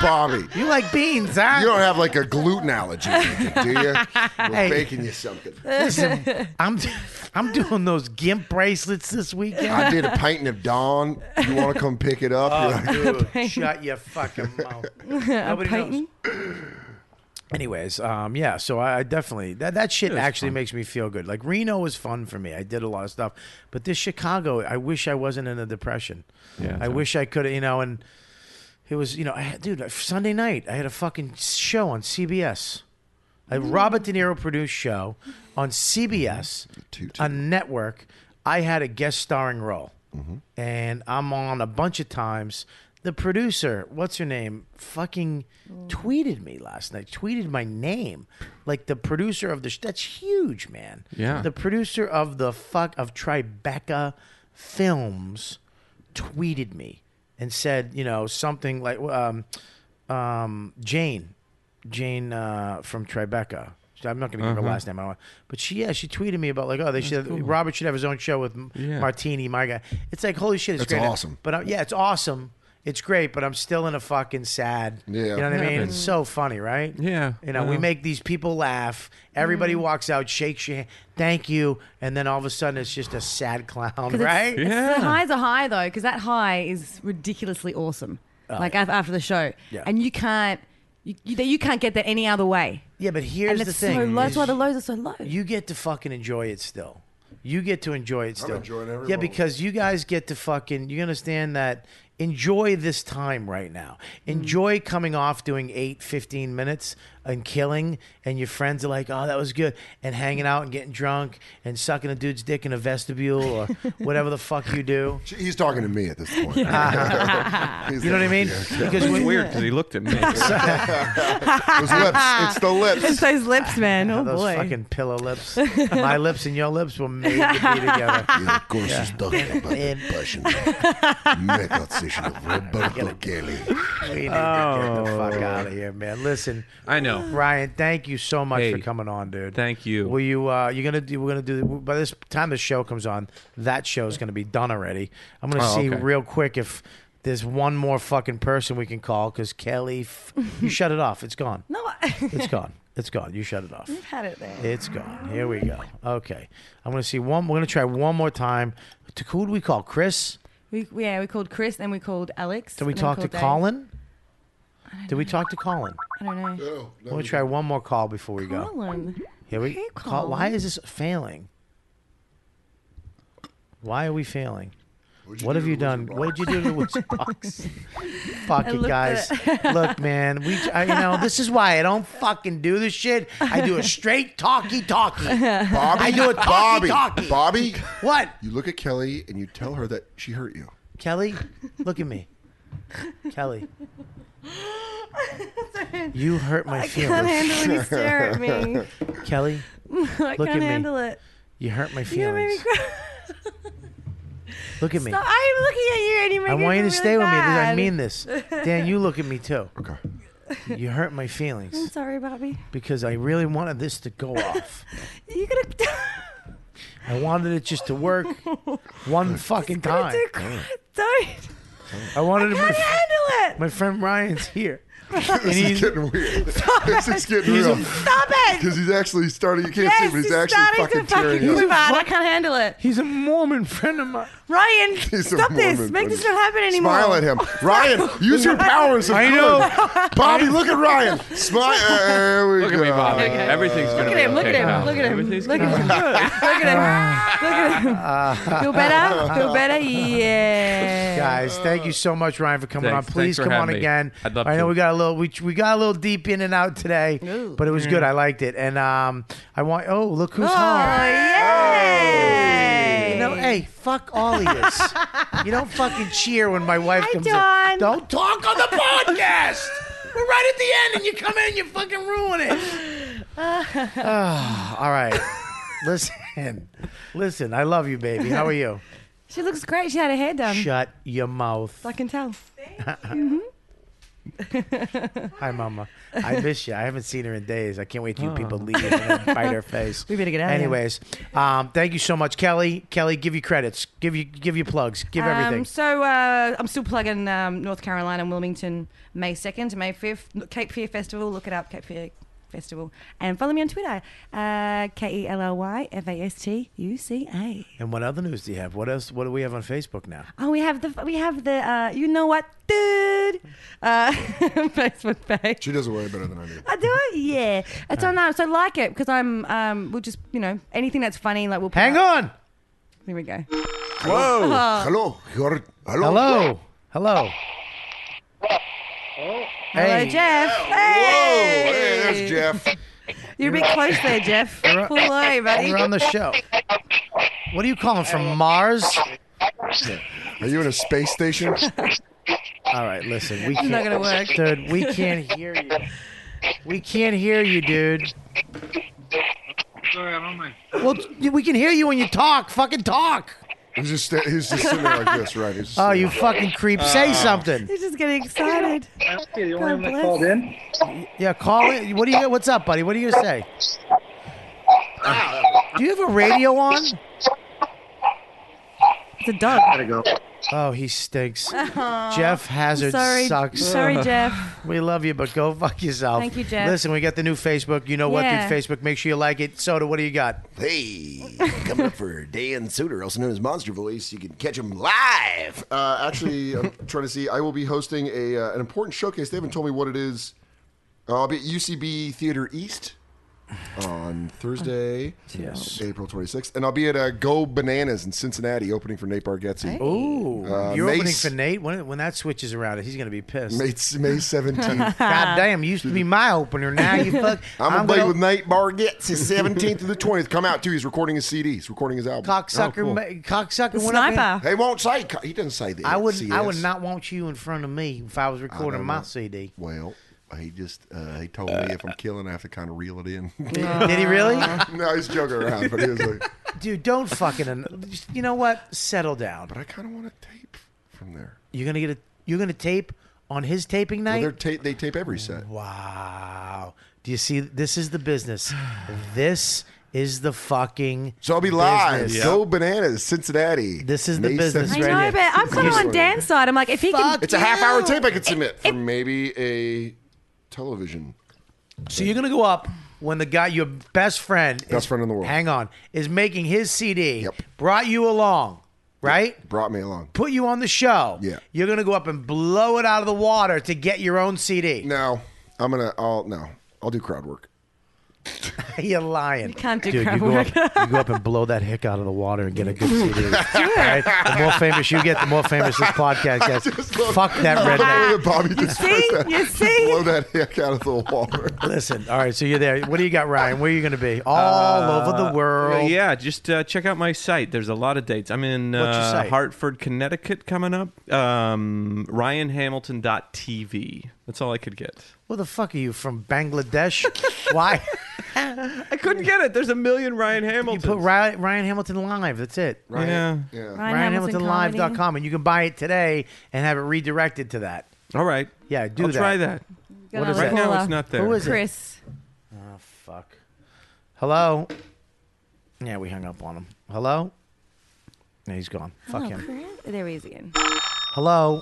Speaker 6: Bobby.
Speaker 2: You like beans, huh?
Speaker 6: You don't have like a gluten allergy, do you?
Speaker 2: (laughs)
Speaker 6: We're baking you something.
Speaker 2: Listen,
Speaker 4: (laughs)
Speaker 2: I'm I'm doing those gimp bracelets this weekend.
Speaker 6: I did a painting of Dawn. You want to come pick it up?
Speaker 2: Uh.
Speaker 6: You're like,
Speaker 2: Shut your fucking mouth. Oh, Nobody knows.
Speaker 4: Peyton?
Speaker 2: Anyways, um, yeah, so I, I definitely that that shit actually makes me feel good. Like Reno was fun for me. I did a lot of stuff, but this Chicago, I wish I wasn't in a depression.
Speaker 1: Yeah,
Speaker 2: I
Speaker 1: so-
Speaker 2: wish I could, you know. And it was, you know, I, had- dude, uh, Sunday night I had a fucking show on CBS, a Robert De Niro produced show on CBS, a network. I had a guest starring role, and I'm on a bunch of times. The producer, what's her name, fucking tweeted me last night. Tweeted my name, like the producer of the. Sh- that's huge, man.
Speaker 1: Yeah.
Speaker 2: The producer of the fuck of Tribeca Films tweeted me and said, you know, something like, um, um, Jane, Jane uh, from Tribeca. I'm not going to give
Speaker 1: Uh-huh.
Speaker 2: her last name, I don't want, but she, yeah, she tweeted me about like, oh, they should, Robert should have his own show with M-
Speaker 1: Yeah.
Speaker 2: Martini, my guy. It's like, holy shit, it's
Speaker 6: That's
Speaker 2: great.
Speaker 6: awesome.
Speaker 2: But I, yeah, it's awesome. It's great, but I'm still in a fucking sad.
Speaker 6: Yeah.
Speaker 2: You know what I mean?
Speaker 1: Happens.
Speaker 2: It's so funny, right?
Speaker 1: Yeah,
Speaker 2: You know,
Speaker 1: I
Speaker 2: we
Speaker 4: Uh-huh.
Speaker 1: know.
Speaker 2: make these people laugh. Everybody
Speaker 4: Mm-hmm.
Speaker 2: walks out, shakes your hand, thank you, and then all of a sudden it's just a sad clown,
Speaker 4: Because it's-
Speaker 2: right?
Speaker 4: It's,
Speaker 1: Yeah.
Speaker 4: The highs are high though, because that high is ridiculously awesome. like af after the show,
Speaker 2: Oh, Yeah.
Speaker 4: and you can't, you, you you can't get that any other way.
Speaker 2: Yeah, but here's
Speaker 4: and
Speaker 2: the
Speaker 4: it's
Speaker 2: thing.
Speaker 4: so low.
Speaker 2: is
Speaker 4: That's why the lows are so low.
Speaker 2: you get to fucking enjoy it still. You get to enjoy it still.
Speaker 6: enjoying every
Speaker 2: yeah,
Speaker 6: moment.
Speaker 2: because you guys get to fucking you understand that
Speaker 4: Mm.
Speaker 2: enjoy this time right now. Enjoy coming off doing 8 15 minutes and killing, and your friends are like, "Oh, that was good," and hanging out and getting drunk and sucking a dude's dick in a vestibule
Speaker 4: (laughs)
Speaker 2: or whatever the fuck you do.
Speaker 6: He's talking to me at this
Speaker 2: (laughs)
Speaker 6: point. (laughs)
Speaker 2: you know what I mean?
Speaker 1: Because it's weird
Speaker 4: (laughs)
Speaker 1: because he looked at me.
Speaker 6: Those lips. It's the lips.
Speaker 4: It's those lips, man. Oh
Speaker 2: those
Speaker 4: boy.
Speaker 2: fucking pillow lips. My lips and your lips were made to be together.
Speaker 6: Of course, he's talking about the passion. Mega session of Roberto Kelly.
Speaker 2: We need to get the fuck out of here, man. Listen,
Speaker 1: Oh. I know.
Speaker 2: Ryan, thank you so much
Speaker 1: Hey.
Speaker 2: for coming on, dude.
Speaker 1: Thank you.
Speaker 2: Will you? Uh, you're gonna do. We're gonna do. By this time the show comes on, that show is gonna be done already. I'm gonna
Speaker 1: Oh,
Speaker 2: see
Speaker 1: okay.
Speaker 2: real quick if there's one more fucking person we can call because Kelly, f- you shut it off. It's gone.
Speaker 4: No, (laughs)
Speaker 2: It's gone. It's gone. You shut it off.
Speaker 4: I've had it there.
Speaker 2: It's gone. Here we go. Okay. I'm gonna see one. We're gonna try one more time. To, who do we call? Chris.
Speaker 4: We, yeah, we called Chris, then we called Alex.
Speaker 2: Did we
Speaker 4: and then
Speaker 2: talk to
Speaker 4: called Dave.
Speaker 2: Colin? Did we talk to Colin?
Speaker 4: I don't know.
Speaker 2: Let me try one more call before we go.
Speaker 4: Colin.
Speaker 2: Here we
Speaker 4: Hey,
Speaker 2: call. Why
Speaker 4: Colin.
Speaker 2: is this failing? Why are we failing?
Speaker 6: you
Speaker 2: What
Speaker 6: do
Speaker 2: have
Speaker 6: to
Speaker 2: you
Speaker 6: the
Speaker 2: done?
Speaker 6: wizard
Speaker 2: What did you do to
Speaker 6: (laughs)
Speaker 2: the wizard box?
Speaker 4: (laughs)
Speaker 2: Fuck
Speaker 4: I
Speaker 2: it,
Speaker 4: looked
Speaker 2: guys. Look, man. We, I, you know, this is why I don't fucking do this shit. I do a straight talkie talkie.
Speaker 4: (laughs)
Speaker 6: Bobby,
Speaker 2: I do a
Speaker 6: Bobby,
Speaker 2: talkie-talkie.
Speaker 6: Bobby.
Speaker 2: What,
Speaker 6: You look at (laughs) Kelly and you tell her that she hurt you.
Speaker 2: Kelly? Look at me,
Speaker 4: (laughs)
Speaker 2: Kelly. You hurt my
Speaker 4: I can't
Speaker 2: feelings,
Speaker 4: handle
Speaker 2: (laughs)
Speaker 4: when you stare at me.
Speaker 2: Kelly.
Speaker 4: (laughs) I
Speaker 2: Look at
Speaker 4: can't
Speaker 2: me.
Speaker 4: handle it.
Speaker 2: You hurt my
Speaker 4: You're gonna make me
Speaker 2: feelings.
Speaker 4: cry.
Speaker 2: Look at me.
Speaker 4: Stop. I'm looking at you and you make
Speaker 2: I
Speaker 4: me
Speaker 2: want you
Speaker 4: feel
Speaker 2: to stay
Speaker 4: really
Speaker 2: with me. because I
Speaker 4: bad.
Speaker 2: mean this. Dan, you look at me too.
Speaker 6: Okay.
Speaker 2: You hurt my
Speaker 4: I'm
Speaker 2: feelings
Speaker 4: sorry, Bobby.
Speaker 2: because I really wanted this to go off.
Speaker 4: You're (laughs) gonna,
Speaker 2: (laughs) I wanted it just to work one fucking
Speaker 4: gonna
Speaker 2: time.
Speaker 4: do cry. Don't.
Speaker 2: I wanted
Speaker 4: Can't
Speaker 2: my,
Speaker 4: handle it. (laughs)
Speaker 2: my friend Ryan's here.
Speaker 6: This is getting weird. (laughs) This is getting
Speaker 2: He's
Speaker 6: real.
Speaker 2: a-
Speaker 4: Stop it.
Speaker 6: Because he's actually starting. You can't see,
Speaker 4: Yes,
Speaker 6: but he's
Speaker 4: it's
Speaker 6: actually
Speaker 4: starting
Speaker 6: fucking
Speaker 4: to fucking
Speaker 6: tearing
Speaker 4: quiver.
Speaker 6: up.
Speaker 4: I can't handle it.
Speaker 2: He's a Mormon friend of mine.
Speaker 4: Ryan,
Speaker 6: He's a
Speaker 4: stop this.
Speaker 6: Mormon,
Speaker 4: Make
Speaker 6: buddy.
Speaker 4: this not happen anymore.
Speaker 6: Smile at him, Ryan. Use your powers. Of
Speaker 2: I
Speaker 6: good.
Speaker 2: know.
Speaker 6: Bobby. Look at Ryan. Smile. There we
Speaker 1: Look
Speaker 6: go. Uh,
Speaker 1: at me, Bobby. Everything's gonna
Speaker 4: Look at
Speaker 1: be
Speaker 4: him. Look at
Speaker 1: okay,
Speaker 4: him.
Speaker 1: pal.
Speaker 4: Look at him.
Speaker 1: Everything's
Speaker 4: Look at
Speaker 1: gonna
Speaker 4: him. Look at him. Look at him. Look at
Speaker 2: (laughs)
Speaker 4: him. Feel better? Feel better? Yeah.
Speaker 2: Guys, thank you so much, Ryan, for coming
Speaker 1: Thanks-
Speaker 2: on. Please
Speaker 1: thanks for
Speaker 2: come on
Speaker 1: having me.
Speaker 2: again.
Speaker 1: I'd love
Speaker 2: I know
Speaker 1: to.
Speaker 2: we got a little we, we got a little deep in and out today, but it was good.
Speaker 1: Mm.
Speaker 2: I liked it, and um, I want. Oh, look who's
Speaker 4: Oh,
Speaker 2: home.
Speaker 4: yay.
Speaker 2: You know, hey, fuck all of this. you don't fucking cheer when my wife
Speaker 4: Hi,
Speaker 2: comes
Speaker 4: John.
Speaker 2: in. Don't talk
Speaker 4: (laughs)
Speaker 2: on the podcast. We're right at the end, and you come in, you fucking ruin
Speaker 4: (laughs)
Speaker 2: it. Ah, all right, listen, listen. I love you, baby. How are you?
Speaker 4: She looks great. She had her hair done.
Speaker 2: Shut your mouth.
Speaker 4: I can tell.
Speaker 2: (laughs) Hi, Mama. I
Speaker 4: (laughs)
Speaker 2: miss you. I haven't seen her in days. I can't wait till you people leave and then
Speaker 4: (laughs)
Speaker 2: bite her face.
Speaker 4: Oh. We better get out of here.
Speaker 2: Anyways, um, thank you so much, Kelly. Kelly, give you credits. Give you give you plugs. Give everything.
Speaker 4: Um, so uh, I'm still plugging um, North Carolina and Wilmington May 2nd to May 5th. Cape Fear Festival. Look it up, Cape Fear Festival. And follow me on Twitter, uh, K E L L Y F A S T U C A.
Speaker 2: And what other news do you have? What else? What do we have on Facebook now?
Speaker 4: Oh, we have the we have the uh, you know what, dude, uh, (laughs) Facebook page.
Speaker 6: She does it way better than I do.
Speaker 4: I do it, yeah. It's on that, so like it because I'm um we'll just you know anything that's funny like we'll put
Speaker 2: Hang
Speaker 4: up.
Speaker 2: on.
Speaker 4: Here we go.
Speaker 6: Whoa. Hello. You're, hello.
Speaker 2: Hello. Hello.
Speaker 4: Hello,
Speaker 2: Hey,
Speaker 4: Jeff. Hey,
Speaker 6: Hey, that's Jeff.
Speaker 4: you're a bit close there, Jeff. Pull away,
Speaker 2: (laughs)
Speaker 4: buddy.
Speaker 2: you're on the show. What are you calling from Mars?
Speaker 6: Are you in a space station?
Speaker 2: All right, listen. We
Speaker 4: This
Speaker 2: can't.
Speaker 4: is not gonna work.
Speaker 2: Dude, we can't hear you. We can't hear you, dude.
Speaker 11: Sorry, I don't mind.
Speaker 2: Well, we can hear you when you talk. Fucking talk.
Speaker 6: He's just sta- he's just sitting there like this, right? He's just
Speaker 2: Oh,
Speaker 6: sitting
Speaker 2: you
Speaker 6: there.
Speaker 2: fucking creep. Say something.
Speaker 4: He's just getting excited.
Speaker 11: Okay, the
Speaker 4: God
Speaker 11: only one that
Speaker 4: bless.
Speaker 11: called in.
Speaker 2: Yeah, call it. What do you? What's up, buddy? What are you gonna say? Do you have a radio on?
Speaker 4: It's a dog. (laughs) Oh,
Speaker 11: Gotta go.
Speaker 2: Oh, he stinks. Jeff Hazard
Speaker 4: Ah, Sorry,
Speaker 2: sucks. (laughs)
Speaker 4: sorry, Jeff.
Speaker 2: We love you, but go fuck yourself.
Speaker 4: Thank you, Jeff.
Speaker 2: Listen, we got the new Facebook. You know
Speaker 4: Yeah.
Speaker 2: what, dude? Facebook. Make sure you like it. Soda, what do you got?
Speaker 7: Hey, coming up for Dan Suter, also known as Monster Voice. You can catch him live.
Speaker 6: Uh, actually, I'm (laughs) trying to see. I will be hosting a uh, an important showcase. They haven't told me what it is. Uh, I'll be at UCB Theater East on Thursday, yes. April 26th. And I'll be at uh, Go Bananas in Cincinnati opening for Nate Bargatze.
Speaker 2: Ooh,
Speaker 6: Uh,
Speaker 2: you're
Speaker 6: May
Speaker 2: opening for Nate. When, when that switches around, he's gonna be pissed.
Speaker 6: May, May 17th.
Speaker 2: (laughs) God damn, you used to be my opener. Now
Speaker 6: (laughs)
Speaker 2: you fuck.
Speaker 6: I'm, gonna play
Speaker 2: gonna-
Speaker 6: with Nate Bargatze 17th to the 20th. Come out too. He's recording his CD. He's recording his album.
Speaker 2: cocksucker. ma- cocksucker. went up in-
Speaker 6: He won't say. co- He doesn't say that.
Speaker 2: I would. not I would
Speaker 6: CS.
Speaker 2: not want you in front of me if I was
Speaker 6: I
Speaker 2: recording
Speaker 6: don't
Speaker 2: my
Speaker 6: know. (laughs)
Speaker 2: CD.
Speaker 6: Well, he just uh, he told me if I'm killing, I have to kind of reel
Speaker 2: (laughs)
Speaker 6: it in.
Speaker 2: Did he really?
Speaker 6: no, he's joking around, but he was (laughs) like
Speaker 2: Dude, don't fucking. an- just- You know what? Settle down. But
Speaker 6: I kind of want to tape. from there.
Speaker 2: You're gonna get a. You're gonna tape on his taping night.
Speaker 6: Well, they they tape every set.
Speaker 2: Wow. Do you see? This is the business. This is the fucking.
Speaker 6: So I'll be live.
Speaker 2: business.
Speaker 6: Go bananas, Cincinnati.
Speaker 2: This is the business
Speaker 4: I know, but I'm kind of on Dan's side. I'm like, if he can,
Speaker 6: It's a half hour tape I could submit for maybe a television.
Speaker 2: So you're gonna go up when the guy, your best friend,
Speaker 6: Best friend in the world.
Speaker 2: Hang on, is making his CD. Brought you along, right?
Speaker 6: Brought me along.
Speaker 2: Put you on the show.
Speaker 6: Yeah.
Speaker 2: You're gonna go up and blow it out of the water to get your own CD.
Speaker 6: No, I'm gonna. I'll no. I'll do crowd work.
Speaker 2: (laughs) you're lying. You
Speaker 4: can't do
Speaker 2: Dude,
Speaker 4: crowd
Speaker 2: you go,
Speaker 4: work.
Speaker 2: up, you go up and blow that hick out of the water and get a good
Speaker 4: (laughs)
Speaker 2: CD. All right? The more famous you get, the more famous this podcast
Speaker 6: (laughs)
Speaker 2: gets. Fuck that redneck.
Speaker 6: Bobby
Speaker 4: you
Speaker 6: just
Speaker 4: see,
Speaker 6: put that-
Speaker 4: you see.
Speaker 6: Blow that (laughs) heck out of the
Speaker 2: (laughs)
Speaker 6: water.
Speaker 2: Listen, all right, so you're there. What do you got, Ryan? Where are you going to be? All over
Speaker 6: Uh,
Speaker 2: the world.
Speaker 1: Yeah, just uh, check out my site. There's a lot of dates. I'm in
Speaker 2: What's your
Speaker 1: uh,
Speaker 2: site?
Speaker 1: Hartford, Connecticut coming up. Um, RyanHamilton.tv. That's all I could get.
Speaker 2: Where the fuck are you from?
Speaker 6: (laughs)
Speaker 2: Bangladesh? Why?
Speaker 1: I couldn't get it. There's a million Ryan Hamiltons.
Speaker 2: You put Ryan, Ryan Hamilton live. That's it.
Speaker 1: Ryan- Yeah. yeah.
Speaker 2: Ryan, RyanHamiltonLive.com, and you can buy it today and have it redirected to that.
Speaker 1: All right.
Speaker 2: Yeah, do
Speaker 1: I'll
Speaker 2: that.
Speaker 1: try that.
Speaker 2: What is
Speaker 1: right
Speaker 2: that?
Speaker 1: now, it's not there.
Speaker 2: Who is it?
Speaker 4: Chris.
Speaker 2: Oh fuck. Hello. Yeah, we hung up on him. Hello. Yeah, he's gone. Fuck
Speaker 4: Hello,
Speaker 2: him.
Speaker 4: Oh, Chris. There he is again.
Speaker 2: Hello.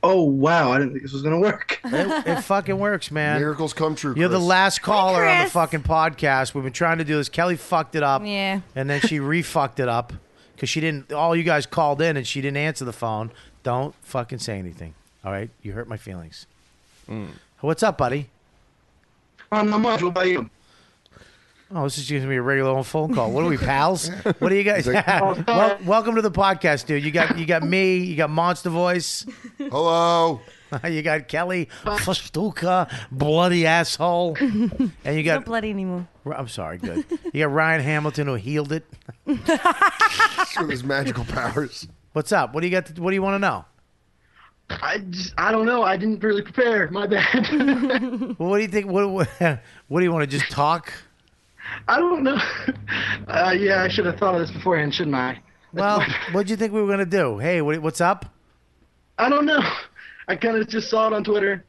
Speaker 11: Oh wow! I didn't think this was gonna work.
Speaker 2: (laughs) It, it fucking works, man.
Speaker 6: Miracles come true.
Speaker 2: You're the
Speaker 6: Chris.
Speaker 2: last caller on the
Speaker 4: Chris.
Speaker 2: fucking podcast. We've been trying to do this. Kelly fucked it up.
Speaker 4: Yeah.
Speaker 2: And then she re fucked it up because she didn't. All you guys called in and she didn't answer the phone. Don't fucking say anything. All right. You hurt my feelings.
Speaker 11: Mm.
Speaker 2: What's up, buddy?
Speaker 11: I'm not much. What about you?
Speaker 2: Oh, this is just gonna be a regular old phone call. What are we pals? What do you guys?
Speaker 11: (laughs)
Speaker 2: (laughs)
Speaker 11: He's like- "Oh,
Speaker 2: Wel- welcome to the podcast, dude. You got you got me. You got Monster Voice. (laughs)
Speaker 6: Hello.
Speaker 2: you got Kelly Fastuka, bloody asshole, and you
Speaker 4: Not
Speaker 2: got.
Speaker 4: bloody anymore.
Speaker 2: I'm sorry. Good. You got Ryan Hamilton who healed it.
Speaker 6: With his
Speaker 2: (laughs)
Speaker 6: magical powers.
Speaker 2: What's up? What do you got? what do you want to know?
Speaker 11: I just, I don't know. I didn't really prepare. My bad. (laughs)
Speaker 2: Well, what do you think? What what, (laughs) what do you want to just talk?
Speaker 11: I don't know. (laughs) Uh, yeah, I should have thought of this beforehand, shouldn't I?
Speaker 2: Well, what do you think we were gonna do? Hey, what, what's up?
Speaker 11: I don't know. I kind of just saw it on Twitter.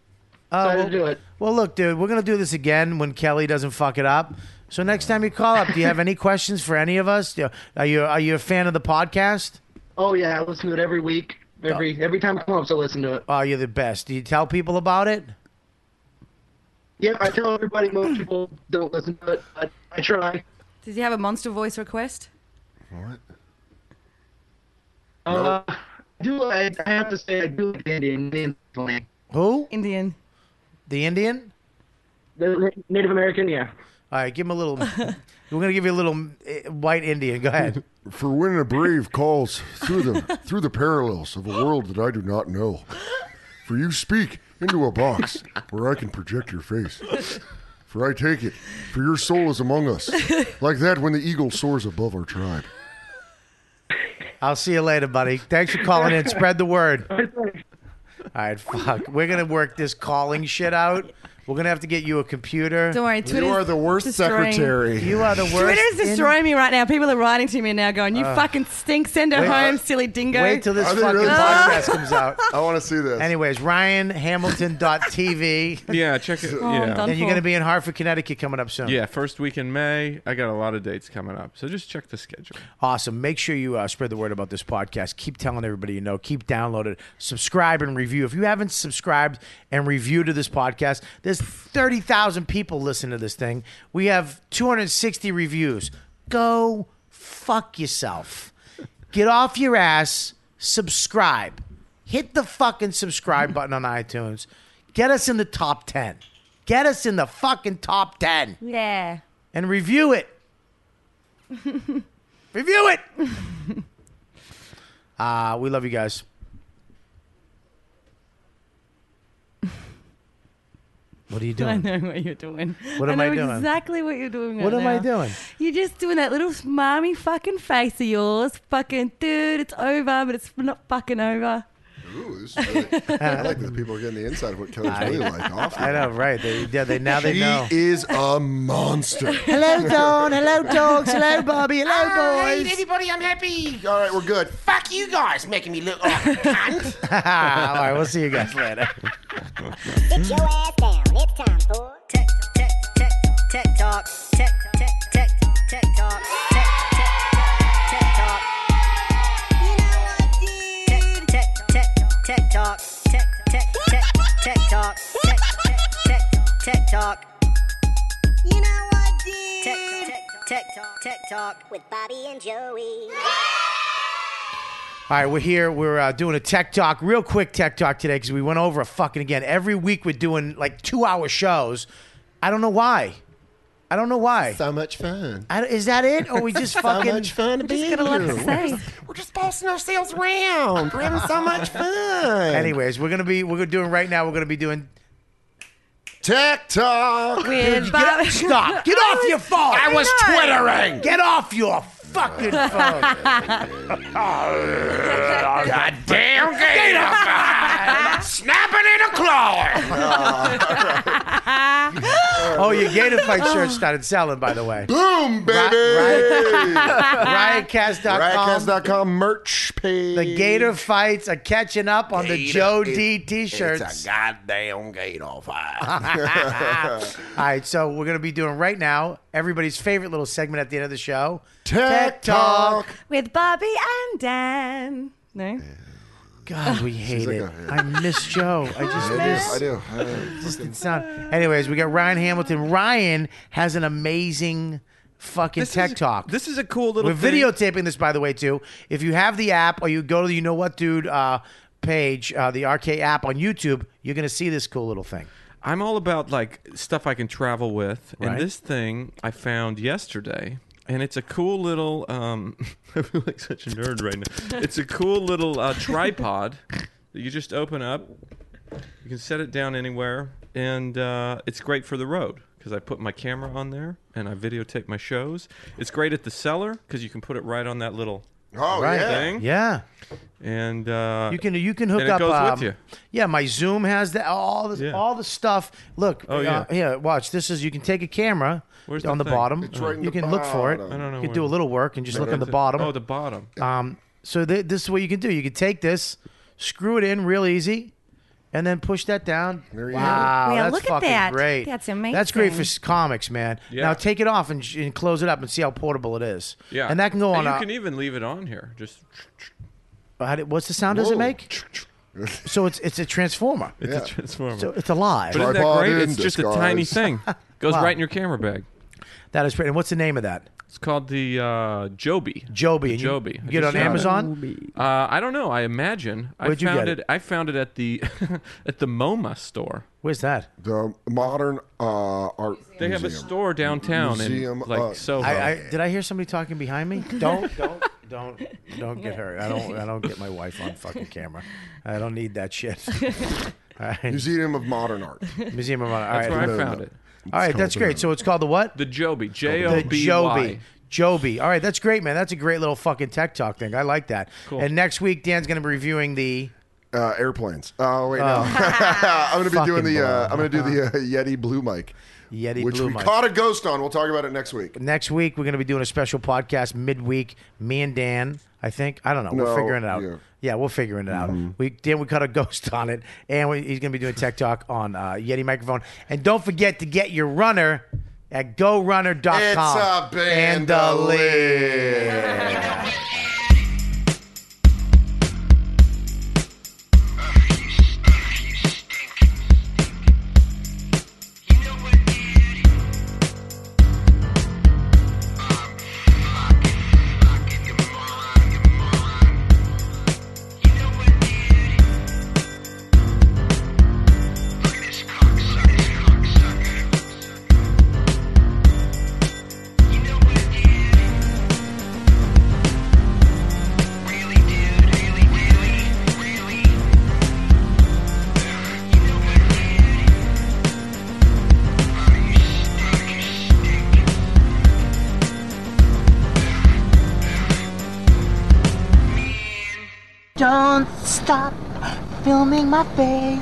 Speaker 2: Oh,
Speaker 11: Decided
Speaker 2: well,
Speaker 11: to do it.
Speaker 2: well, look, dude, we're gonna do this again when Kelly doesn't fuck it up. So next time you call up, do you have any (laughs) questions for any of us? Do- Are you are you a fan of the podcast?
Speaker 11: Oh yeah, I listen to it every week. Every every time it comes, I listen to it.
Speaker 2: Oh, you're the best. Do you tell people about it?
Speaker 11: Yeah, I tell everybody most people don't listen to it, but I try.
Speaker 4: Does he have a monster voice request?
Speaker 11: Uh, I do I, I have to say I do like the Indian Indian's funny.
Speaker 2: Who?
Speaker 4: Indian.
Speaker 2: The Indian?
Speaker 11: The Native American, yeah.
Speaker 2: All right, give him a little. (laughs) we're gonna give you a little eh, white Indian. Go ahead.
Speaker 9: For when a brave calls through the through the parallels of a world that I do not know, for you speak into a box where I can project your face. For I take it, for your soul is among us, like that when the eagle soars above our tribe.
Speaker 2: I'll see you later, buddy. Thanks for calling in. Spread the word. All right, fuck. We're gonna work this calling shit out. We're gonna have to get you a computer.
Speaker 4: Don't worry, Twitter's destroying-
Speaker 2: You are the worst.
Speaker 4: Twitter's
Speaker 2: in-
Speaker 4: destroying me right now. People are writing to me now, going, "You
Speaker 2: Ugh.
Speaker 4: fucking stink! Send her
Speaker 2: Wait- uh,
Speaker 4: home, silly dingo."
Speaker 2: Wait till this fucking podcast comes out.
Speaker 6: I want to see this.
Speaker 2: Anyways, RyanHamilton.tv.
Speaker 1: Yeah, check it. yeah.
Speaker 2: And you're going to be in Hartford, Connecticut coming up soon.
Speaker 1: Yeah, first week in May. I got a lot of dates coming up, so just check the schedule.
Speaker 2: Awesome. Make sure you uh, spread the word about this podcast. Keep telling everybody you know. Keep downloading. Subscribe and review. If you haven't subscribed and reviewed to this podcast, there's 30,000 people listening to this thing. We have 260 reviews. Go fuck yourself. Get off your ass. Subscribe. Hit the fucking subscribe button on iTunes. Get us in the top 10. Get us in the fucking top 10
Speaker 4: Yeah.
Speaker 2: and review (laughs) it. review (laughs) it. Uh, we love you guys. What are you doing?
Speaker 4: (laughs) I know what you're doing.
Speaker 2: What am I
Speaker 4: know
Speaker 2: doing?
Speaker 4: Exactly what you're doing.
Speaker 2: What
Speaker 4: right
Speaker 2: am I (laughs)
Speaker 4: now.
Speaker 2: doing?
Speaker 4: You're just doing that little smarmy fucking face of yours. Fucking dude, it's over, but it's not fucking over.
Speaker 6: Ooh, this is really, I like that people are getting the inside of what Kelly's really like. Off
Speaker 2: I know, right? They, yeah, they now (laughs) they
Speaker 6: She
Speaker 2: know.
Speaker 6: is a monster.
Speaker 2: Hello, Dawn. (laughs) Hello, dogs. Hello, Bobby.
Speaker 3: Hi,
Speaker 2: Hello, boys.
Speaker 3: everybody, I'm happy.
Speaker 6: All right, we're good.
Speaker 3: Fuck you guys, making me look like a cunt.
Speaker 2: (laughs) All right, we'll see you (laughs) guys later.
Speaker 12: Sit your ass down. It's time for tech, tech, tech, tech talk. Tech, tech, tech, tech talk. Tech, tech, tech, tech talk. You know what, dude? Tech, tech, tech, tech talk. Tech, tech, tech, tech talk. Tech, tech, tech, tech talk. You know what, dude? Tech, tech, tech, talk. Tech talk with Bobby and Joey.
Speaker 2: All right, we're here. We're uh, doing a tech talk, real quick tech talk today because we went over a fucking again. Every week we're doing like two hour shows. I don't know why. I don't know why.
Speaker 7: So much fun.
Speaker 2: I, is that it? Or we just fucking.
Speaker 7: fun to be here.
Speaker 3: We're just bossing ourselves around. We're having so much fun.
Speaker 2: Anyways, we're gonna be we're gonna doing right now. We're gonna be doing.
Speaker 6: Tech talk.
Speaker 2: Dude, you get up-
Speaker 4: (laughs)
Speaker 2: stop! Get off your phone! I
Speaker 3: Oh, was
Speaker 2: twittering. Get off
Speaker 3: (laughs)
Speaker 2: your fucking phone!
Speaker 3: God damn gator! Snapping in a claw!
Speaker 2: (laughs) Oh, your Gator Fight shirt started selling, by the
Speaker 3: (laughs)
Speaker 2: way.
Speaker 6: Boom, baby.
Speaker 2: Riotcast.com.
Speaker 6: Riotcast.com merch page.
Speaker 2: The Gator Fights are catching up on the
Speaker 3: Gator,
Speaker 2: Joe
Speaker 3: it-
Speaker 2: D t-shirts.
Speaker 3: It's a goddamn gator fight.
Speaker 2: All right, so we're going to be doing right now everybody's favorite little segment at the end of the show.
Speaker 6: Tech Talk.
Speaker 4: With Bobby and Dan. No?
Speaker 2: God, we hate
Speaker 6: like,
Speaker 2: it.
Speaker 6: "Oh, yeah."
Speaker 2: I miss Joe. I just miss.
Speaker 6: I do. I do.
Speaker 2: It's not. Anyways, we got Ryan Hamilton. Ryan has an amazing fucking tech
Speaker 1: is,
Speaker 2: talk.
Speaker 1: This is a cool little
Speaker 2: We're
Speaker 1: thing.
Speaker 2: videotaping this, by the way, too. If you have the app or you go to the You Know What Dude uh, page, uh, the RK app on YouTube, you're going to see this cool little thing.
Speaker 1: I'm all about like stuff I can travel with,
Speaker 2: Right.
Speaker 1: and this thing I found yesterday, and it's a cool little. Um, (laughs) I feel like such a nerd right
Speaker 2: (laughs)
Speaker 1: now. It's a cool little uh, tripod that you just open up. You can set it down anywhere, and uh, it's great for the road because I put my camera on there and I videotape my shows. It's great at the cellar because you can put it right on that little
Speaker 6: Oh,
Speaker 2: Right.
Speaker 6: yeah.
Speaker 1: thing,
Speaker 2: Yeah.
Speaker 1: and uh,
Speaker 2: You can you can hook
Speaker 1: and it
Speaker 2: up.
Speaker 1: goes
Speaker 2: um,
Speaker 1: with you.
Speaker 2: Yeah, my Zoom has that all the
Speaker 1: Yeah.
Speaker 2: all the stuff. Look,
Speaker 1: Oh, yeah.
Speaker 2: uh, here, watch. This is you can take a camera
Speaker 1: Where's
Speaker 2: on
Speaker 1: the
Speaker 2: the
Speaker 1: thing?
Speaker 2: bottom.
Speaker 6: It's right in
Speaker 2: you
Speaker 6: the
Speaker 2: can look for it.
Speaker 6: bottom.
Speaker 1: I don't know
Speaker 2: You can
Speaker 1: where-
Speaker 2: do a little work and just look on the
Speaker 1: Is it-
Speaker 2: bottom.
Speaker 1: Oh, the bottom.
Speaker 2: um, so th- this is what you can do. You can take this, screw it in real easy, and then push that down.
Speaker 6: There you
Speaker 2: wow,
Speaker 4: go. Yeah,
Speaker 2: that's
Speaker 4: look at
Speaker 2: fucking
Speaker 4: that.
Speaker 2: great.
Speaker 4: That's
Speaker 2: That's great for
Speaker 4: amazing.
Speaker 2: s- comics, man.
Speaker 1: Yeah.
Speaker 2: Now take it off and, sh- and close it up and see how portable it is.
Speaker 1: Yeah,
Speaker 2: and that can go on.
Speaker 1: you
Speaker 2: a-
Speaker 1: can e even leave it on here. Just
Speaker 2: how do- what's the sound does it
Speaker 1: (laughs)
Speaker 6: Whoa.
Speaker 2: make? so it's it's a transformer.
Speaker 1: it's (laughs)
Speaker 6: Yeah.
Speaker 1: a transformer.
Speaker 2: So it's alive.
Speaker 1: but isn't that
Speaker 6: tripod
Speaker 1: great?
Speaker 6: in
Speaker 1: It's just a tiny
Speaker 6: disguise.
Speaker 1: thing.
Speaker 2: (laughs)
Speaker 1: Goes
Speaker 2: Wow.
Speaker 1: right in your camera bag.
Speaker 2: That is pretty. And what's the name of that?
Speaker 1: It's called the uh, Joby.
Speaker 2: Joby.
Speaker 1: The
Speaker 2: And you-
Speaker 1: Joby.
Speaker 2: You,
Speaker 1: I
Speaker 2: get it
Speaker 1: just
Speaker 2: on
Speaker 1: found it.
Speaker 2: Amazon.
Speaker 1: Uh, I don't know. I imagine.
Speaker 2: Where'd
Speaker 1: I
Speaker 2: you
Speaker 1: found
Speaker 2: get it?
Speaker 1: I found it at the (laughs) at the MoMA store.
Speaker 2: Where's that?
Speaker 6: The modern uh, art.
Speaker 1: They have a
Speaker 6: museum.
Speaker 1: store downtown
Speaker 6: Museum,
Speaker 1: in like
Speaker 6: uh,
Speaker 1: Soho.
Speaker 2: I, I did. I hear somebody talking behind (laughs) me. Don't, don't, don't, don't get her. I don't. I don't get my wife on fucking camera. I don't need
Speaker 1: (laughs)
Speaker 2: that shit. All right.
Speaker 6: Museum of Modern Art.
Speaker 2: Museum of Honor. All
Speaker 1: That's
Speaker 2: right.
Speaker 1: where I
Speaker 6: no,
Speaker 1: found
Speaker 6: no.
Speaker 1: it.
Speaker 2: All right. That's great. So it's called the what?
Speaker 1: The Joby. J
Speaker 2: The
Speaker 1: O B Y.
Speaker 2: Joby. Joby. All right. That's great, man. That's a great little fucking tech talk thing. I like that.
Speaker 1: Cool.
Speaker 2: And next week, Dan's going to be reviewing the.
Speaker 6: Uh, airplanes. Oh wait, no. (laughs) I'm gonna be
Speaker 2: Fucking
Speaker 6: doing the. Uh,
Speaker 2: blown.
Speaker 6: I'm gonna
Speaker 2: (laughs)
Speaker 6: do the uh, Yeti Blue Mic,
Speaker 2: Yeti
Speaker 6: which
Speaker 2: Blue
Speaker 6: we
Speaker 2: mic.
Speaker 6: caught a ghost on. We'll talk about it next week.
Speaker 2: next week we're going to be doing a special podcast midweek me and dan i think i don't know we're
Speaker 6: No,
Speaker 2: figuring it out yeah,
Speaker 6: yeah. Mm-hmm.
Speaker 2: we're figuring it out we dan we cut a (laughs) ghost on it and we, he's going to be doing tech talk on uh, yeti microphone and don't forget to get your runner at gorunner.com
Speaker 6: It's a bandolier.
Speaker 12: Cocksucker, cocksucker. Don't stop filming my face.